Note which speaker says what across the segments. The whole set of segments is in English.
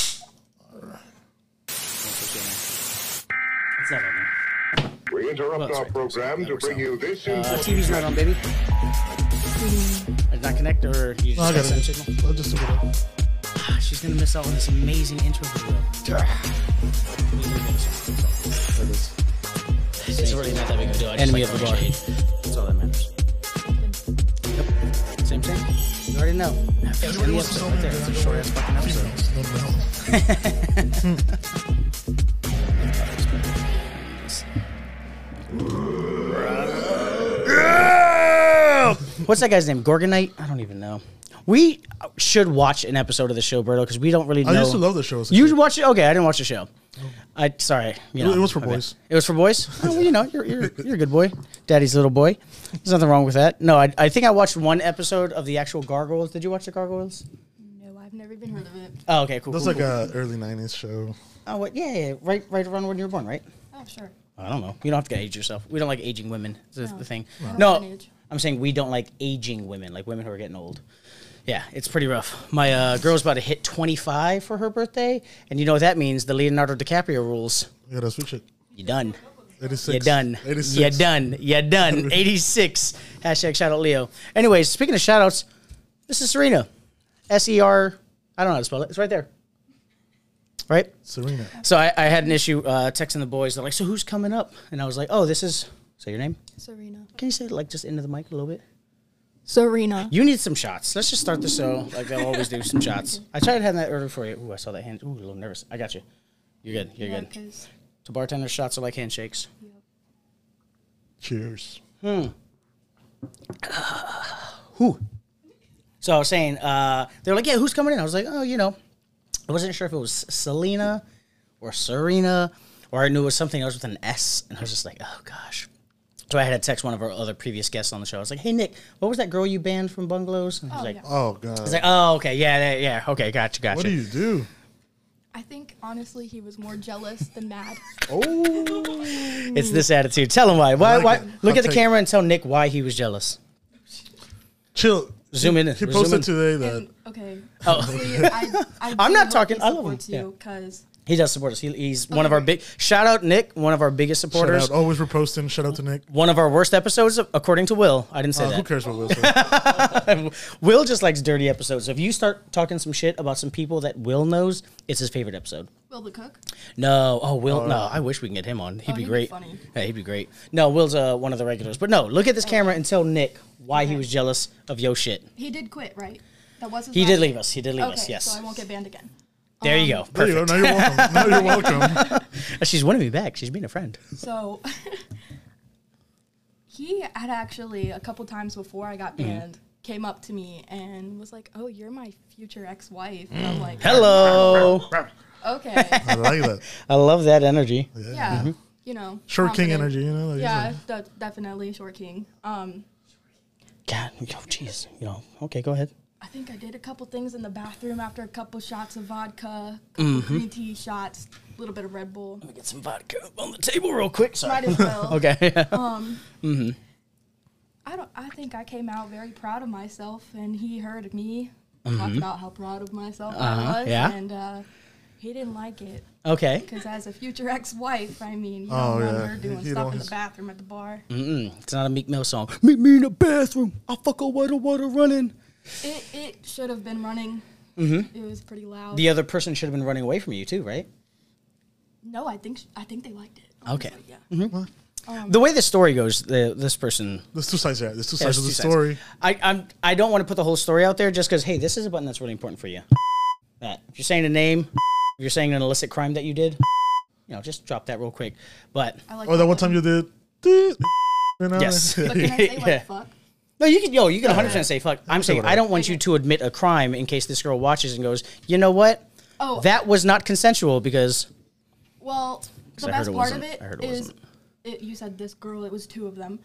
Speaker 1: Uh,
Speaker 2: sorry, interrupt
Speaker 1: Well,
Speaker 2: our
Speaker 1: sorry,
Speaker 2: program
Speaker 1: sorry,
Speaker 2: to
Speaker 1: we're
Speaker 2: bring
Speaker 1: sorry.
Speaker 2: you this
Speaker 1: Uh,
Speaker 2: important
Speaker 1: TV's not on, baby. Did not connect, or you just
Speaker 3: I
Speaker 1: got
Speaker 3: got
Speaker 1: send
Speaker 3: it.
Speaker 1: signal.
Speaker 3: I'll just look it up.
Speaker 1: Ah, She's gonna miss out on this amazing intro video.
Speaker 4: It's really not that big of a deal. I just
Speaker 1: Enemy
Speaker 4: like
Speaker 1: of the
Speaker 4: how
Speaker 1: bar.
Speaker 4: much
Speaker 1: That's all that matters. Yep. Same thing. You already know. That fucking
Speaker 3: Everybody wants to
Speaker 1: episode
Speaker 3: sell
Speaker 1: right
Speaker 3: me
Speaker 1: there. It's a short ass fucking episode. What's that guy's name? Gorgonite? I don't even know. We should watch an episode of the show, Berto, because we don't really know.
Speaker 3: I used to love the show as a
Speaker 1: You
Speaker 3: kid. Oh.
Speaker 1: watch it? Okay, I didn't watch the show. I sorry. You know,
Speaker 3: It was for
Speaker 1: my bad.
Speaker 3: boys.
Speaker 1: It was for boys. Oh, well, you know, you're, you're you're a good boy, daddy's little boy. There's nothing wrong with that. No, I, I think I watched one episode of the actual Gargoyles. Did you watch the Gargoyles?
Speaker 5: No, I've never even heard of it.
Speaker 1: Oh, okay, cool.
Speaker 3: That's
Speaker 1: cool,
Speaker 3: like
Speaker 1: cool.
Speaker 3: a early '90s show.
Speaker 1: oh, what? Yeah, yeah, yeah, right, right around when you were born, right?
Speaker 5: Oh, sure.
Speaker 1: I don't know. You don't have to age yourself. We don't like aging women. That's
Speaker 5: No.
Speaker 1: the thing.
Speaker 5: I don't
Speaker 1: No,
Speaker 5: like an age.
Speaker 1: I'm saying we don't like aging women, like women who are getting old. Yeah, it's pretty rough. My uh, girl's about to hit 25 for her birthday, and you know what that means? The Leonardo DiCaprio rules.
Speaker 3: Yeah, that's shit.
Speaker 1: You done.
Speaker 3: 86.
Speaker 1: You done. You
Speaker 3: 86.
Speaker 1: done. You done. 86. Hashtag shout out Leo. Anyways, speaking of shout outs, this is Serena. S E R. I don't know how to spell it. It's right there. Right?
Speaker 3: Serena.
Speaker 1: So I, I had an issue uh, texting the boys. They're like, "So who's coming up?" And I was like, "Oh, this is say your name.
Speaker 5: Serena.
Speaker 1: Can you say it like just into the mic a little bit?
Speaker 5: Serena.
Speaker 1: You need some shots. Let's just start the show like I always do. Some shots. I tried having that order for you. Ooh, I saw that hand. Ooh, a little nervous. I got you. You're good. You're
Speaker 5: Yeah,
Speaker 1: good.
Speaker 5: 'cause-
Speaker 1: So bartender shots are like handshakes.
Speaker 3: Cheers.
Speaker 1: Who? So I was saying, uh, they're like, "Yeah, who's coming in?" I was like, "Oh, you know," I wasn't sure if it was Selena or Serena, or I knew it was something else with an S, and I was just like, "Oh gosh." So I had to text one of our other previous guests on the show. I was like, "Hey Nick, what was that girl you banned from Bungalows?" And he's
Speaker 5: Oh,
Speaker 1: like,
Speaker 5: yeah.
Speaker 3: Oh God.
Speaker 1: he's like, "Oh, okay, yeah, yeah, yeah, okay, gotcha, gotcha."
Speaker 3: what do you do?
Speaker 5: I think, honestly, he was more jealous than mad.
Speaker 3: Oh,
Speaker 1: it's this attitude. Tell him why. Why?
Speaker 3: like
Speaker 1: why?
Speaker 3: it.
Speaker 1: Look
Speaker 3: I'll
Speaker 1: at the
Speaker 3: take-
Speaker 1: camera and tell Nick why he was jealous.
Speaker 3: chill.
Speaker 1: Zoom in.
Speaker 3: He
Speaker 1: Zoom
Speaker 3: posted
Speaker 1: in.
Speaker 3: today that
Speaker 5: And- okay.
Speaker 1: Oh.
Speaker 5: Honestly, I, I
Speaker 1: I'm
Speaker 5: do
Speaker 1: not
Speaker 5: hope
Speaker 1: talking-
Speaker 5: He
Speaker 1: I love him,
Speaker 5: supports
Speaker 1: yeah.
Speaker 5: you because
Speaker 1: He does support us. He, he's one of
Speaker 5: Okay.
Speaker 1: our big shout out Nick, one of our biggest
Speaker 3: shout
Speaker 1: supporters.
Speaker 3: out. Always reposting. Shout out to Nick.
Speaker 1: one of our worst episodes, according to Will. I didn't say
Speaker 3: Uh, who
Speaker 1: that.
Speaker 3: cares what Will says?
Speaker 1: Will just likes dirty episodes. If you start talking some shit about some people that Will knows, it's his favorite episode.
Speaker 5: Will the Cook.
Speaker 1: No, oh Will, no. I wish we can get him on. He'd
Speaker 5: Oh,
Speaker 1: be
Speaker 5: he'd be
Speaker 1: great.
Speaker 5: funny.
Speaker 1: Yeah, he'd be great. No, Will's uh, one of the regulars. But no, look at this camera and tell Nick why he was jealous of yo shit.
Speaker 5: He did quit, right? That was his
Speaker 1: He
Speaker 5: last-
Speaker 1: did leave us. He did leave
Speaker 5: Okay,
Speaker 1: us. Yes.
Speaker 5: so I won't get um, banned again.
Speaker 1: there you go.
Speaker 3: There you go.
Speaker 1: Perfect. Oh,
Speaker 3: Now you're welcome. Now you're welcome.
Speaker 1: She's wanting me back. She's being a friend.
Speaker 5: So he had actually a couple times before I
Speaker 1: Mm-hmm.
Speaker 5: got banned came up to me and was like, "Oh, you're my future ex-wife." And I'm like,
Speaker 1: Mm. Hello.
Speaker 5: Okay,
Speaker 3: I like that.
Speaker 1: I love that energy.
Speaker 5: yeah, Mm-hmm. you know,
Speaker 3: Short king
Speaker 5: confident.
Speaker 3: energy. You know. Like,
Speaker 5: Yeah, de- definitely short king. Um,
Speaker 1: God, oh jeez. You know. Okay, go ahead.
Speaker 5: I think I did a couple things in the bathroom after a couple shots of vodka, couple
Speaker 1: Mm-hmm.
Speaker 5: green tea shots, a little bit of Red Bull.
Speaker 1: Let me get some vodka on the table real quick. Sorry.
Speaker 5: Might as well. Um,
Speaker 1: Okay.
Speaker 5: I don't. I think I came out very proud of myself, and he heard me talk about how proud of myself
Speaker 1: Mm-hmm. Uh-huh,
Speaker 5: I was,
Speaker 1: yeah.
Speaker 5: and uh, he didn't like it
Speaker 1: okay.
Speaker 5: because as a future ex-wife, I mean, you
Speaker 3: Oh,
Speaker 5: don't want
Speaker 3: yeah.
Speaker 5: her doing
Speaker 3: You
Speaker 5: stuff
Speaker 3: don't-
Speaker 5: in the bathroom at the bar.
Speaker 1: Mm-hmm. It's not a Meek Mill song. Meet me in the bathroom. I fuck away the water running.
Speaker 5: It it should have been running.
Speaker 1: Mm-hmm.
Speaker 5: It was pretty loud.
Speaker 1: The other person should have been running away from you too, right?
Speaker 5: no, I think sh- I think they liked it.
Speaker 1: Okay.
Speaker 5: honestly, yeah.
Speaker 1: The way the story goes, the, this person.
Speaker 3: There's two sides there. There's two
Speaker 1: there's
Speaker 3: sides of the
Speaker 1: two sides.
Speaker 3: story.
Speaker 1: I I'm I don't want to put the whole story out there just because hey, this is a button that's really important for you. That if you're saying a name, if you're saying an illicit crime that you did, you know, just drop that real quick. But
Speaker 5: I like.
Speaker 3: Oh, that one time you did. did, You know?
Speaker 1: Yes.
Speaker 5: But can I say like
Speaker 1: Yeah.
Speaker 5: fuck?
Speaker 1: No, you can. Yo, you can 100 percent say fuck. I'm saying I don't want you
Speaker 5: Okay.
Speaker 1: to admit a crime in case this girl watches and goes, you know what,
Speaker 5: Oh,
Speaker 1: that was not consensual because
Speaker 5: Well, the
Speaker 1: I heard
Speaker 5: best
Speaker 1: it
Speaker 5: part of
Speaker 1: wasn't-
Speaker 5: it
Speaker 1: I heard it
Speaker 5: is,
Speaker 1: wasn't.
Speaker 5: it, you said this girl. It was two of them.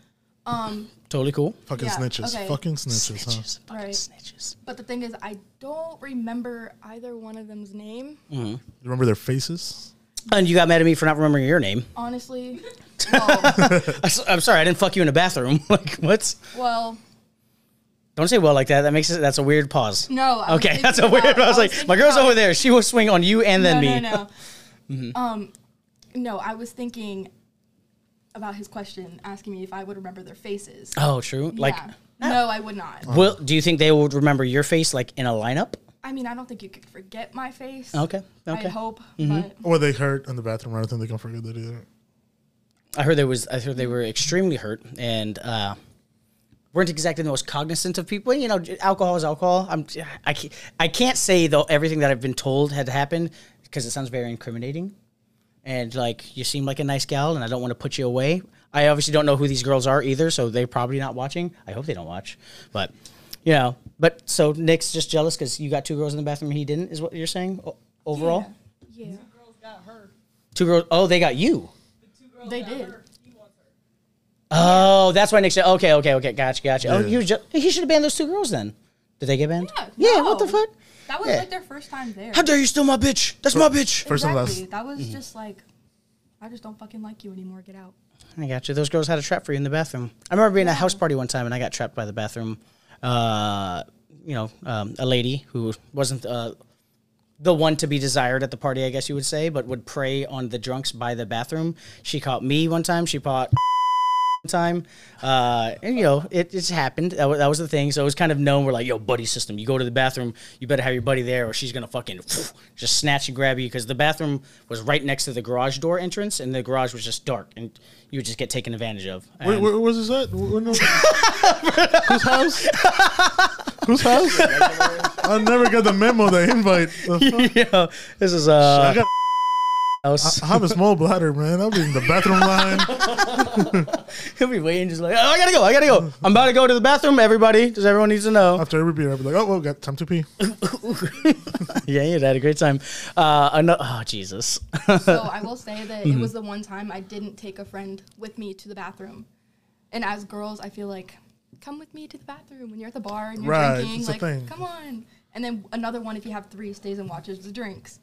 Speaker 5: Um,
Speaker 1: totally cool.
Speaker 3: Fucking
Speaker 5: Yeah,
Speaker 3: snitches.
Speaker 5: okay.
Speaker 3: Fucking snitches,
Speaker 1: Snitches, fucking
Speaker 5: Right.
Speaker 1: snitches.
Speaker 5: But the thing is, I don't remember either one of them's name.
Speaker 1: Mm.
Speaker 3: huh? You remember their faces?
Speaker 1: And you got mad at me for not remembering your name.
Speaker 5: Honestly, well,
Speaker 1: I s- I'm sorry, I didn't fuck you in a bathroom. like what?
Speaker 5: well,
Speaker 1: Don't say well like that. That makes it. That's a weird pause.
Speaker 5: no. I was
Speaker 1: Okay,
Speaker 5: thinking
Speaker 1: that's a weird.
Speaker 5: about-
Speaker 1: I was like,
Speaker 5: thinking
Speaker 1: my girl's
Speaker 5: about-
Speaker 1: over there. She will swing on you and
Speaker 5: No,
Speaker 1: then
Speaker 5: no,
Speaker 1: me.
Speaker 5: no. Um, no, I was thinking about his question, asking me if I would remember their faces.
Speaker 1: Oh, true. Like,
Speaker 5: yeah. no, I would
Speaker 3: Oh.
Speaker 5: not.
Speaker 1: will do you think they would remember your face like in a lineup?
Speaker 5: I mean, I don't think you could forget my face.
Speaker 1: Okay, okay. Mm-hmm.
Speaker 5: I hope, but
Speaker 3: Or they hurt in the bathroom. I don't think they can forget that either.
Speaker 1: I heard there was. I heard they were extremely hurt and uh, weren't exactly the most cognizant of people. You know, j- alcohol is alcohol. I'm. I can't, I can't say though everything that I've been told had happened because it sounds very incriminating. And like you seem like a nice gal, and I don't want to put you away. I obviously don't know who these girls are either, so they're probably not watching. I hope they don't watch, but you know. But so Nick's just jealous because you got two girls in the bathroom and he didn't. Is what you're saying o- overall?
Speaker 5: yeah,
Speaker 2: girls got her.
Speaker 1: Two girls. Oh, they got you.
Speaker 2: The two girls
Speaker 5: They
Speaker 2: got
Speaker 5: did.
Speaker 2: her. He wants her.
Speaker 1: Oh, that's why Nick said, okay, okay, okay, gotcha, gotcha. Oh,
Speaker 3: Yeah.
Speaker 1: you just, he should have banned those two girls then. Did they get banned?
Speaker 5: Yeah,
Speaker 1: what the
Speaker 5: no.
Speaker 1: fuck?
Speaker 5: that was
Speaker 1: Yeah.
Speaker 5: like their first time there.
Speaker 1: How dare you steal my bitch? That's my bitch.
Speaker 3: First and
Speaker 5: exactly.
Speaker 3: last.
Speaker 5: That
Speaker 1: Mm-hmm.
Speaker 5: was just like, I just don't fucking like you anymore. Get out.
Speaker 1: I got you. Those girls had a trap for you in the bathroom. I remember being at a house party one time and I got trapped by the bathroom. Uh, you know, um, a lady who wasn't uh, the one to be desired at the party, I guess you would say, but would prey on the drunks by the bathroom. She caught me one time. She caught one time. Uh, and, you know, it just happened. That, wa- that was the thing. So it was kind of known. We're like, yo, buddy system. You go to the bathroom, you better have your buddy there or she's going to fucking just snatch and grab you because the bathroom was right next to the garage door entrance and the garage was just dark and you would just get taken advantage of.
Speaker 3: Wait,
Speaker 1: And-
Speaker 3: where was this at? Wh- no- Whose house? Whose house? I never got the memo, the invite. The fuck?
Speaker 1: yeah, this is uh,
Speaker 3: I, got,
Speaker 1: house.
Speaker 3: I have a small bladder, man. I'll be in the bathroom line.
Speaker 1: He'll be waiting, just like, oh, I gotta go, I gotta go. I'm about to go to the bathroom, everybody. Does everyone needs to know?
Speaker 3: After every beer, I'll be like, oh, well, got time to pee.
Speaker 1: yeah, you had a great time. Uh, ano- oh, Jesus.
Speaker 5: So I will say that
Speaker 1: Mm-hmm.
Speaker 5: it was the one time I didn't take a friend with me to the bathroom. And as girls, I feel like, come with me to the bathroom when you're at the bar and you're
Speaker 3: Right,
Speaker 5: drinking.
Speaker 3: it's a
Speaker 5: like,
Speaker 3: thing.
Speaker 5: come on. And then another one, if you have three, stays and watches the drinks.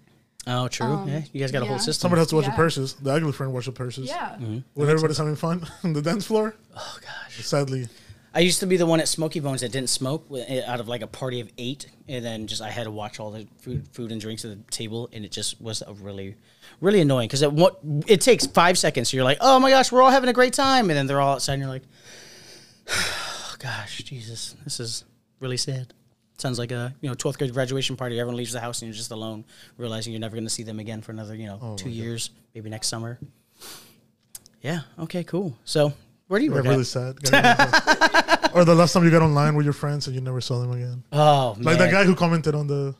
Speaker 1: Oh, true. yeah, you guys got a whole
Speaker 5: yeah.
Speaker 1: system.
Speaker 3: Somebody has to watch your
Speaker 5: Yeah.
Speaker 3: purses. The ugly friend watch your purses.
Speaker 5: Yeah.
Speaker 1: Mm-hmm.
Speaker 3: When everybody's having fun on the dance floor. Oh, gosh. Sadly.
Speaker 1: I used to be the one at Smoky Bones that didn't smoke wi- eh, out of like a party of eight, and then just I had to watch all the food, food and drinks at the table, and it just was a really, really annoying because it what it takes five seconds. So you're like, oh my gosh, we're all having a great time, and then they're all outside, and you're like, oh gosh, Jesus, this is really sad. Sounds like a you know twelfth grade graduation party. Everyone leaves the house, and you're just alone, realizing you're never going to see them again for another you know
Speaker 3: Oh
Speaker 1: two years, maybe next summer. Yeah. Okay. Cool. So. Where do you
Speaker 3: Got
Speaker 1: work
Speaker 3: really
Speaker 1: at?
Speaker 3: sad. Got really sad. or the last time you got online with your friends and you never saw them again.
Speaker 1: Oh, man.
Speaker 3: Like that guy who commented on the.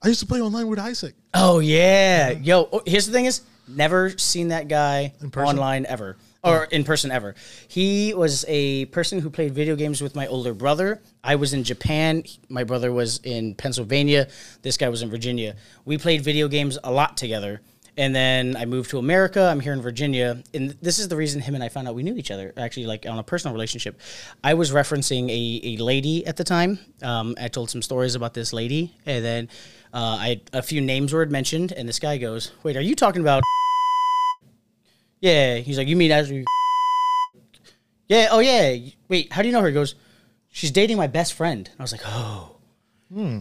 Speaker 3: I used to play online with Isaac.
Speaker 1: Oh yeah, yo. oh, Here's the thing: is never seen that guy
Speaker 3: In person?
Speaker 1: online ever or in person ever. He was a person who played video games with my older brother. I was in Japan. My brother was in Pennsylvania. This guy was in Virginia. We played video games a lot together. And then I moved to America. I'm here in Virginia, and this is the reason him and I found out we knew each other. Actually, like on a personal relationship, I was referencing a, a lady at the time. Um, I told some stories about this lady, and then uh, I a few names were mentioned, and this guy goes, "Wait, are you talking about?" Yeah, he's like, "You mean as?" Yeah, oh yeah. Wait, how do you know her? He goes, "She's dating my best friend." And I was like, "Oh."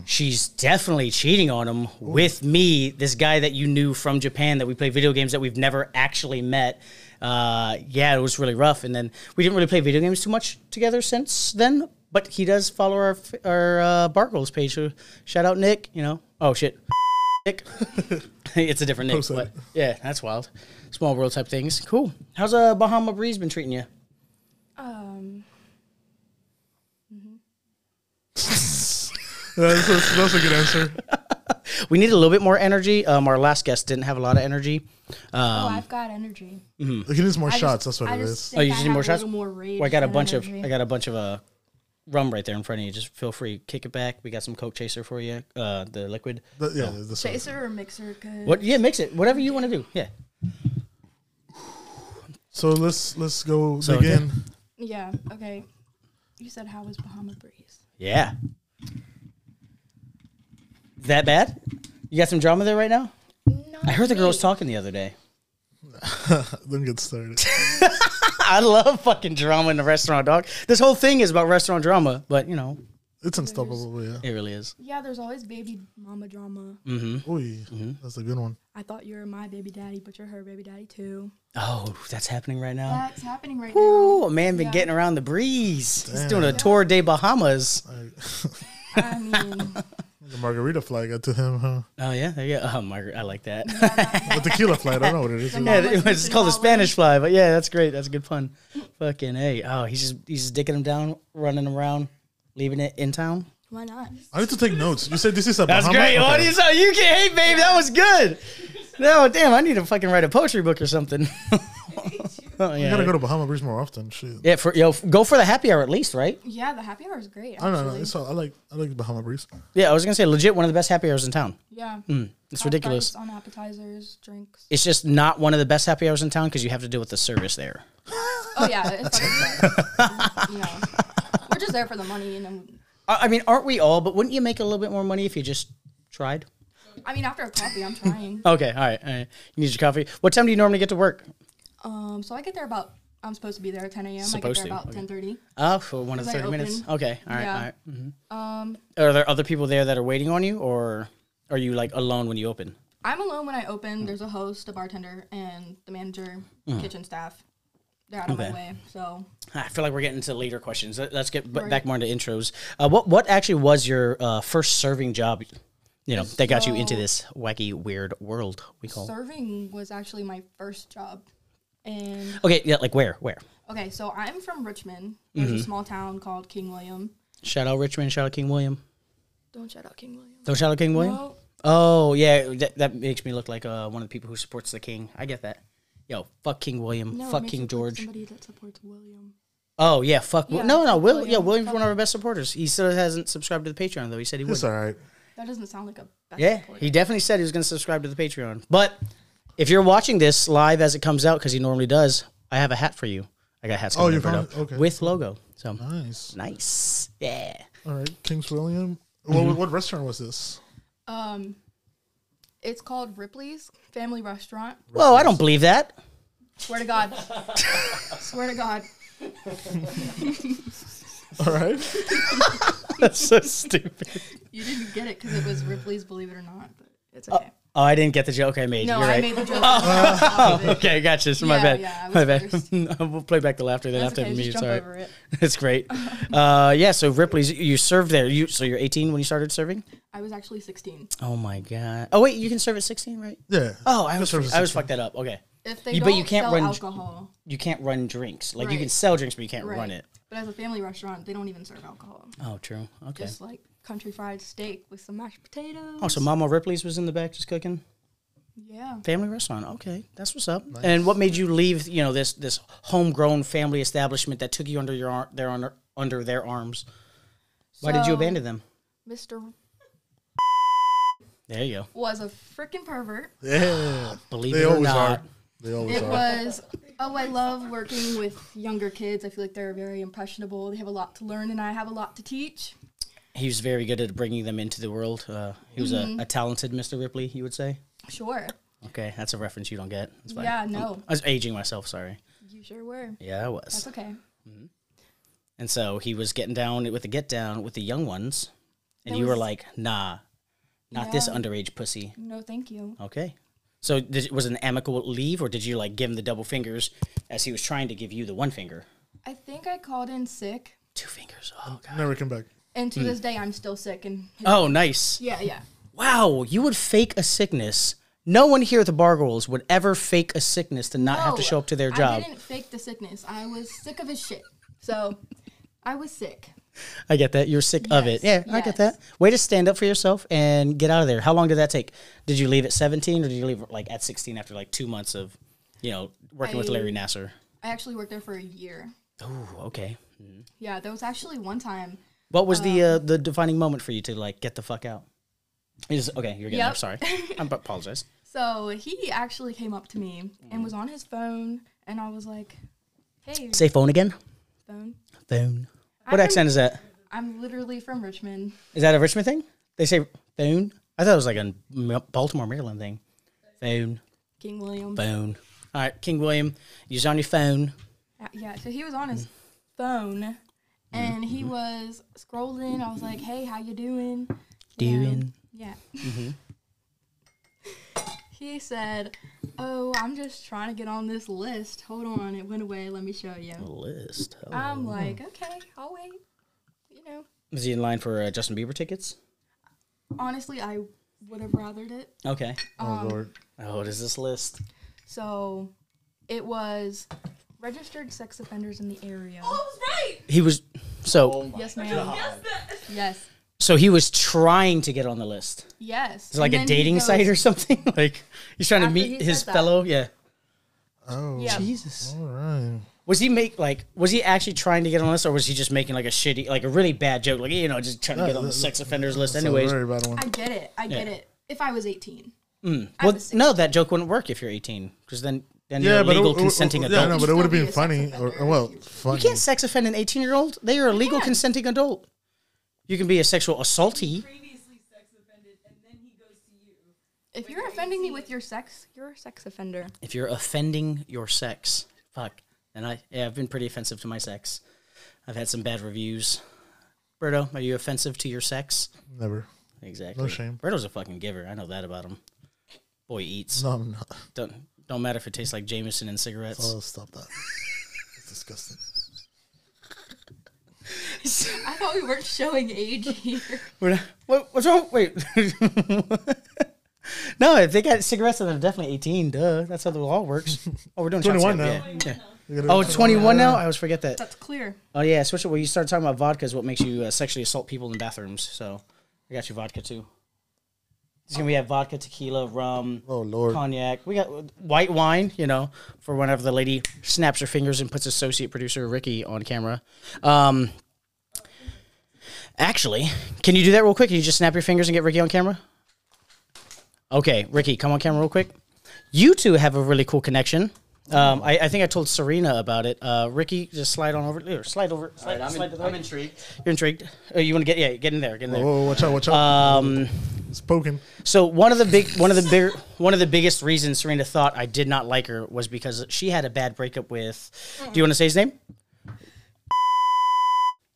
Speaker 1: she's definitely cheating on him with me, this guy that you knew from Japan that we play video games that we've never actually met. Uh, yeah, it was really rough. And then we didn't really play video games too much together since then. But he does follow our f- our uh, Bar Girls page. So shout out Nick. You know, oh shit, Nick. it's a different Nick.
Speaker 3: Post that.
Speaker 1: but yeah, that's wild. Small world type things. Cool. How's uh, Bahama Breeze been treating you?
Speaker 5: Um,
Speaker 3: Yeah, That's, that's- that's a good answer.
Speaker 1: We need a little bit more energy. Um, our last guest didn't have a lot of energy.
Speaker 5: oh, I've got energy.
Speaker 3: He needs more
Speaker 5: I
Speaker 3: shots.
Speaker 5: just-
Speaker 3: that's what
Speaker 5: I
Speaker 3: it
Speaker 5: just
Speaker 3: is.
Speaker 5: think
Speaker 1: Oh, you
Speaker 5: I
Speaker 1: just need
Speaker 5: have
Speaker 1: more
Speaker 5: a
Speaker 1: shots?
Speaker 5: little More rage
Speaker 1: Well, I got a
Speaker 5: than
Speaker 1: bunch of
Speaker 5: energy.
Speaker 1: I got a bunch of uh, rum right there in front of you. Just feel free, kick it back. We got some Coke Chaser for you, uh, the liquid.
Speaker 3: The- yeah, the sort of-
Speaker 5: chaser or mixer. Good.
Speaker 1: What? Yeah, mix it. Whatever you want to do. Yeah.
Speaker 3: So let's let's go
Speaker 1: So,
Speaker 3: dig in.
Speaker 5: Yeah. Okay. You said how was Bahama Breeze?
Speaker 1: Yeah. That bad? You got some drama there right now? I heard the girls talking the other day.
Speaker 3: Then get started.
Speaker 1: I love fucking drama in the restaurant, dog. This whole thing is about restaurant drama, but you know,
Speaker 3: It's unstoppable, yeah.
Speaker 1: It really is.
Speaker 5: Yeah, there's always baby mama drama.
Speaker 3: Ooh, that's a good one.
Speaker 5: I thought you were my baby daddy, but you're her baby daddy too.
Speaker 1: Oh, that's happening right now.
Speaker 5: That's happening right
Speaker 1: Ooh, a man been
Speaker 5: Yeah.
Speaker 1: getting around the breeze. He's doing a tour de Bahamas.
Speaker 5: now. I mean,
Speaker 3: The margarita flag got to him, huh?
Speaker 1: Oh yeah, there you go. Oh, Margaret, I like that.
Speaker 3: The tequila flag, I don't know what it is.
Speaker 1: yeah,
Speaker 5: Mama's
Speaker 1: it was it's
Speaker 5: eating
Speaker 1: called the
Speaker 5: Molly.
Speaker 1: Spanish fly, but yeah, that's great. That's a good pun. Fucking hey, oh, he's just he's just dicking him down, running him around, leaving it in town.
Speaker 5: why not?
Speaker 3: I need to take notes. You said this is a
Speaker 1: That's
Speaker 3: Bahama?
Speaker 1: great.
Speaker 3: Okay.
Speaker 1: What do you say? You can't hate, babe. That was good. No, damn, I need to fucking write a poetry book or something. oh,
Speaker 3: I
Speaker 1: yeah.
Speaker 3: gotta go to Bahama Breeze more often. Shit.
Speaker 1: yeah, for yo, f- go for the happy hour at least, right?
Speaker 5: Yeah, the happy hour is great.
Speaker 3: I
Speaker 5: Actually.
Speaker 3: don't know. It's all, I like I like Bahama Breeze.
Speaker 1: Yeah, I was gonna say legit one of the best happy hours in town.
Speaker 5: yeah.
Speaker 1: Hmm, It's
Speaker 5: Top
Speaker 1: ridiculous.
Speaker 5: price On appetizers, drinks.
Speaker 1: It's just not one of the best happy hours in town because you have to deal with the service there.
Speaker 5: Oh yeah, it's fucking great. yeah. We're just there for the money, and then,
Speaker 1: I, I mean, aren't we all? But wouldn't you make a little bit more money if you just tried?
Speaker 5: I mean, after a coffee, I'm trying.
Speaker 1: Okay, all right. All right. You need your coffee. What time do you normally get to work?
Speaker 5: Um, so I get there about. I'm supposed to be there at 10 a.m.
Speaker 1: Supposed
Speaker 5: I
Speaker 1: to,
Speaker 5: get there about
Speaker 1: okay.
Speaker 5: 10:30.
Speaker 1: Uh, for one of the
Speaker 5: Because
Speaker 1: 30
Speaker 5: I
Speaker 1: minutes.
Speaker 5: open.
Speaker 1: Okay, all right,
Speaker 5: Yeah.
Speaker 1: all right. Mhm.
Speaker 5: Um,
Speaker 1: Are there other people there that are waiting on you, or are you like alone when you open?
Speaker 5: I'm alone when I open. There's a host, a bartender, and the manager, kitchen staff. They're out of
Speaker 1: Mm-hmm. Okay.
Speaker 5: my way. So
Speaker 1: I feel like we're getting to later questions. Let- Let's get b-
Speaker 5: Right.
Speaker 1: back more into intros. Uh, what what actually was your uh, first serving job? You know, that got you into
Speaker 5: So-
Speaker 1: this wacky, weird world we call.
Speaker 5: serving was actually my first job. And
Speaker 1: okay, yeah, like where, where?
Speaker 5: okay, so I'm from Richmond. There's
Speaker 1: Mm-hmm.
Speaker 5: a small town called King William.
Speaker 1: Shout out Richmond. Shout out King William.
Speaker 5: Don't shout out King William.
Speaker 1: Don't shout out King William.
Speaker 5: Well,
Speaker 1: Oh yeah, that, that makes me look like uh, one of the people who supports the king. I get that. Yo, fuck King William.
Speaker 5: it
Speaker 1: fuck
Speaker 5: makes
Speaker 1: King
Speaker 5: it look
Speaker 1: George.
Speaker 5: Somebody that supports William.
Speaker 1: Oh yeah, fuck. Wi-
Speaker 5: Yeah,
Speaker 1: no, no,
Speaker 5: fuck
Speaker 1: Will.
Speaker 5: William,
Speaker 1: Yeah, William's
Speaker 5: fuck
Speaker 1: one of our best supporters. He still hasn't subscribed to the Patreon though. He said he would.
Speaker 3: It's all right.
Speaker 5: That doesn't sound like a best
Speaker 1: Yeah,
Speaker 5: supporter.
Speaker 1: he definitely said he was going to subscribe to the Patreon. But if you're watching this live as it comes out, because he normally does, I have a hat for you. I got hats.
Speaker 3: Oh,
Speaker 1: coming
Speaker 3: you
Speaker 1: up right
Speaker 3: found-
Speaker 1: now
Speaker 3: okay.
Speaker 1: With logo. So
Speaker 3: Nice.
Speaker 1: nice. Yeah.
Speaker 3: All right. Kings William. What, what restaurant was this?
Speaker 5: Um, it's called Ripley's Family Restaurant.
Speaker 1: Whoa, I don't believe that.
Speaker 5: Swear to God. Swear to God.
Speaker 3: All right.
Speaker 1: That's so stupid.
Speaker 5: You didn't get it because it was Ripley's, believe it or not, but it's okay.
Speaker 1: Oh, I didn't get the joke. Okay, I made.
Speaker 5: no,
Speaker 1: you're
Speaker 5: I
Speaker 1: right.
Speaker 5: made the joke. Oh,
Speaker 1: Okay, gotcha. So my
Speaker 5: Yeah,
Speaker 1: bad.
Speaker 5: yeah, I was
Speaker 1: my bad. we'll play back the laughter then
Speaker 5: That's
Speaker 1: after
Speaker 5: okay,
Speaker 1: the
Speaker 5: just
Speaker 1: meeting.
Speaker 5: jump
Speaker 1: Sorry.
Speaker 5: over it.
Speaker 1: It's great. Uh, yeah. So Ripley's, you served there. You so you're 18 when you started serving.
Speaker 5: I was actually 16.
Speaker 1: Oh my god. Oh wait, you can serve at 16, right?
Speaker 3: Yeah.
Speaker 1: Oh, I was
Speaker 3: serve at
Speaker 1: I was fucked that up. Okay.
Speaker 5: If they
Speaker 1: You-
Speaker 5: don't
Speaker 1: but you can't
Speaker 5: sell
Speaker 1: run-
Speaker 5: alcohol,
Speaker 1: You can't run drinks. Like you can
Speaker 5: Right.
Speaker 1: sell drinks, but you can't
Speaker 5: right?
Speaker 1: run it.
Speaker 5: But as a family restaurant, they don't even serve alcohol.
Speaker 1: Oh, true. Okay.
Speaker 5: Just like country fried steak with some mashed potatoes.
Speaker 1: oh, so Mama Ripley's was in the back just cooking.
Speaker 5: Yeah.
Speaker 1: Family restaurant. Okay, that's what's up. And what made you leave? You know this this homegrown family establishment that took you under your ar- their under, under their arms. Why did you
Speaker 5: So-
Speaker 1: abandon them?
Speaker 5: Mr.
Speaker 1: There you go.
Speaker 5: was a freaking pervert.
Speaker 3: Yeah.
Speaker 1: Believe
Speaker 3: They
Speaker 1: it or
Speaker 3: always
Speaker 1: not.
Speaker 3: are. They always
Speaker 5: It
Speaker 3: are.
Speaker 5: was, oh, I love working with younger kids. I feel like they're very impressionable. They have a lot to learn, and I have a lot to teach.
Speaker 1: He was very good at bringing them into the world. Uh, he was
Speaker 5: Mm-hmm.
Speaker 1: a, a talented Mr. Ripley, you would say.
Speaker 5: Sure.
Speaker 1: Okay, that's a reference you don't get. That's fine.
Speaker 5: Yeah, no.
Speaker 1: I was aging myself, sorry.
Speaker 5: You sure were.
Speaker 1: Yeah, I was.
Speaker 5: That's okay.
Speaker 1: And so he was getting down with the get down with the young ones. And
Speaker 5: That
Speaker 1: you were
Speaker 5: was-
Speaker 1: like, nah, not this
Speaker 5: Yeah.
Speaker 1: underage pussy.
Speaker 5: No, thank you.
Speaker 1: Okay. So did, it- was it an amicable leave or did you like give him the double fingers as he was trying to give you the one finger?
Speaker 5: I think I called in sick,
Speaker 1: Two fingers. Oh, God.
Speaker 3: Never come back.
Speaker 5: and to this day, I'm still sick. And
Speaker 1: Hmm. Oh, nice.
Speaker 5: yeah, yeah.
Speaker 1: Wow, you would fake a sickness. No one here at the Bar Girls would ever fake a sickness to not have to
Speaker 5: No,
Speaker 1: show up to their job.
Speaker 5: Oh, I didn't fake the sickness. I was sick of his shit. So I was sick.
Speaker 1: I get that. You're sick of it. Yeah,
Speaker 5: Yes,
Speaker 1: I get
Speaker 5: yes.
Speaker 1: that. Way to stand up for yourself and get out of there. How long did that take? Did you leave at 17 or did you leave like at 16 after like two months of, you know, working with
Speaker 5: I-
Speaker 1: Larry Nasser?
Speaker 5: I actually worked there for a year.
Speaker 1: Oh, okay.
Speaker 5: Yeah, there was actually one time.
Speaker 1: What was the
Speaker 3: Um,
Speaker 1: uh, the defining moment for you to like get the fuck out? You just- okay, you're getting there.
Speaker 5: Yep.
Speaker 1: Sorry. I apologize.
Speaker 5: So he actually came up to me and was on his phone, and I was like, "Hey,
Speaker 1: Say phone again.
Speaker 5: phone.
Speaker 1: Phone.
Speaker 5: I
Speaker 1: What
Speaker 5: rem-
Speaker 1: accent is that?
Speaker 5: I'm literally from Richmond.
Speaker 1: Is that a Richmond thing? They say phone? I thought it was like a M- Baltimore, Maryland thing. Phone.
Speaker 5: King William.
Speaker 1: Phone. All right, King William, you're on your phone. Hmm.
Speaker 5: Uh, Yeah, so he was on his phone, and and he
Speaker 1: Mm-hmm.
Speaker 5: was scrolling. I was like, "Hey, how you doing?" You know,
Speaker 1: Doing.
Speaker 5: Yeah.
Speaker 1: Mm-hmm.
Speaker 5: he said, "Oh, I'm just trying to get on this list. Hold on, it went away. Let me show you."
Speaker 1: A list. Oh. Hello.
Speaker 5: I'm like, "Okay, I'll wait." You know,
Speaker 1: Is he in line for uh, Justin Bieber tickets?
Speaker 5: honestly, I would have rathered it.
Speaker 1: Okay.
Speaker 3: Oh lord.
Speaker 1: Oh, what is this list?
Speaker 5: So, it was registered sex offenders in the area.
Speaker 2: was right.
Speaker 1: He was so
Speaker 3: Oh
Speaker 5: Yes, ma'am. Yes.
Speaker 1: so he was trying to get on the list.
Speaker 5: Yes.
Speaker 1: It's like a dating site or something. like he's trying to
Speaker 5: After
Speaker 1: meet
Speaker 5: he
Speaker 1: his
Speaker 5: said that.
Speaker 1: fellow. Yeah.
Speaker 3: Oh.
Speaker 5: Yeah.
Speaker 1: Jesus.
Speaker 3: All right.
Speaker 1: Was he make like was he actually trying to get on the list or was he just making like a shitty like a really bad joke like you know just trying to
Speaker 3: Yeah,
Speaker 1: get on the
Speaker 3: that-
Speaker 1: sex offenders list
Speaker 3: So
Speaker 1: anyways?
Speaker 3: worry about one.
Speaker 5: I get it. I get
Speaker 1: Yeah. Mm.
Speaker 5: it. If I was 18. I
Speaker 1: Well,
Speaker 5: was
Speaker 1: no, that joke wouldn't work if you're 18 because then then you're a legal consenting
Speaker 3: yeah,
Speaker 1: adult.
Speaker 3: I know, but it
Speaker 5: Still
Speaker 3: would have
Speaker 5: be
Speaker 3: been
Speaker 5: a sex
Speaker 3: funny. Or,
Speaker 5: offender.
Speaker 3: or, well, funny.
Speaker 1: You can't sex offend an 18 year old. They are a legal
Speaker 5: can.
Speaker 1: consenting adult. You can be a sexual assaultee.
Speaker 2: Previously sex offended, and then he goes to you.
Speaker 5: If you're offending me with your sex, you're a sex offender.
Speaker 1: If you're offending your sex, fuck. And I, yeah, I've been pretty offensive to my sex. I've had some bad reviews. Berto, are you offensive to your sex?
Speaker 3: Never.
Speaker 1: Exactly.
Speaker 3: No shame.
Speaker 1: Berto's a fucking giver. I know that about him. Boy eats.
Speaker 3: No, I'm not.
Speaker 1: Don't don't matter if it tastes like Jameson and cigarettes.
Speaker 3: Oh, stop that. It's disgusting.
Speaker 5: I thought we weren't showing age here.
Speaker 1: We're not- what, what's wrong? Wait. no, if they got cigarettes, then they're definitely 18. Duh. That's how the law works. Oh, we're doing shots
Speaker 3: 21
Speaker 1: here.
Speaker 3: now.
Speaker 1: Yeah. yeah.
Speaker 3: You gotta-
Speaker 1: Oh, it's 21 now? I always forget that.
Speaker 5: That's clear.
Speaker 1: Oh, yeah. Especially when you start talking about vodka is what makes you uh, sexually assault people in bathrooms. So I got you vodka too. It's going to be have vodka, tequila, rum,
Speaker 3: Oh lord.
Speaker 1: cognac. We got white wine, you know, for whenever the lady snaps her fingers and puts associate producer Ricky on camera. Um, actually, can you do that real quick? Can you just snap your fingers and get Ricky on camera? Okay, Ricky, come on camera real quick. You two have a really cool connection. Um, I, I think I told Serena about it. Uh, Ricky, just slide on over. Here, slide over. Slide,
Speaker 4: Alright, I'm,
Speaker 1: slide
Speaker 4: in-
Speaker 1: to the
Speaker 4: I'm
Speaker 1: right.
Speaker 4: intrigued.
Speaker 1: You're intrigued. Oh, you want to get? Yeah, get in there. Get in there.
Speaker 3: Whoa, whoa, watch out! Watch out!
Speaker 1: Um,
Speaker 3: it's poking.
Speaker 1: so one of the big, one of the bigger, one of the biggest reasons Serena thought I did not like her was because she had a bad breakup with. Do you want to say his name?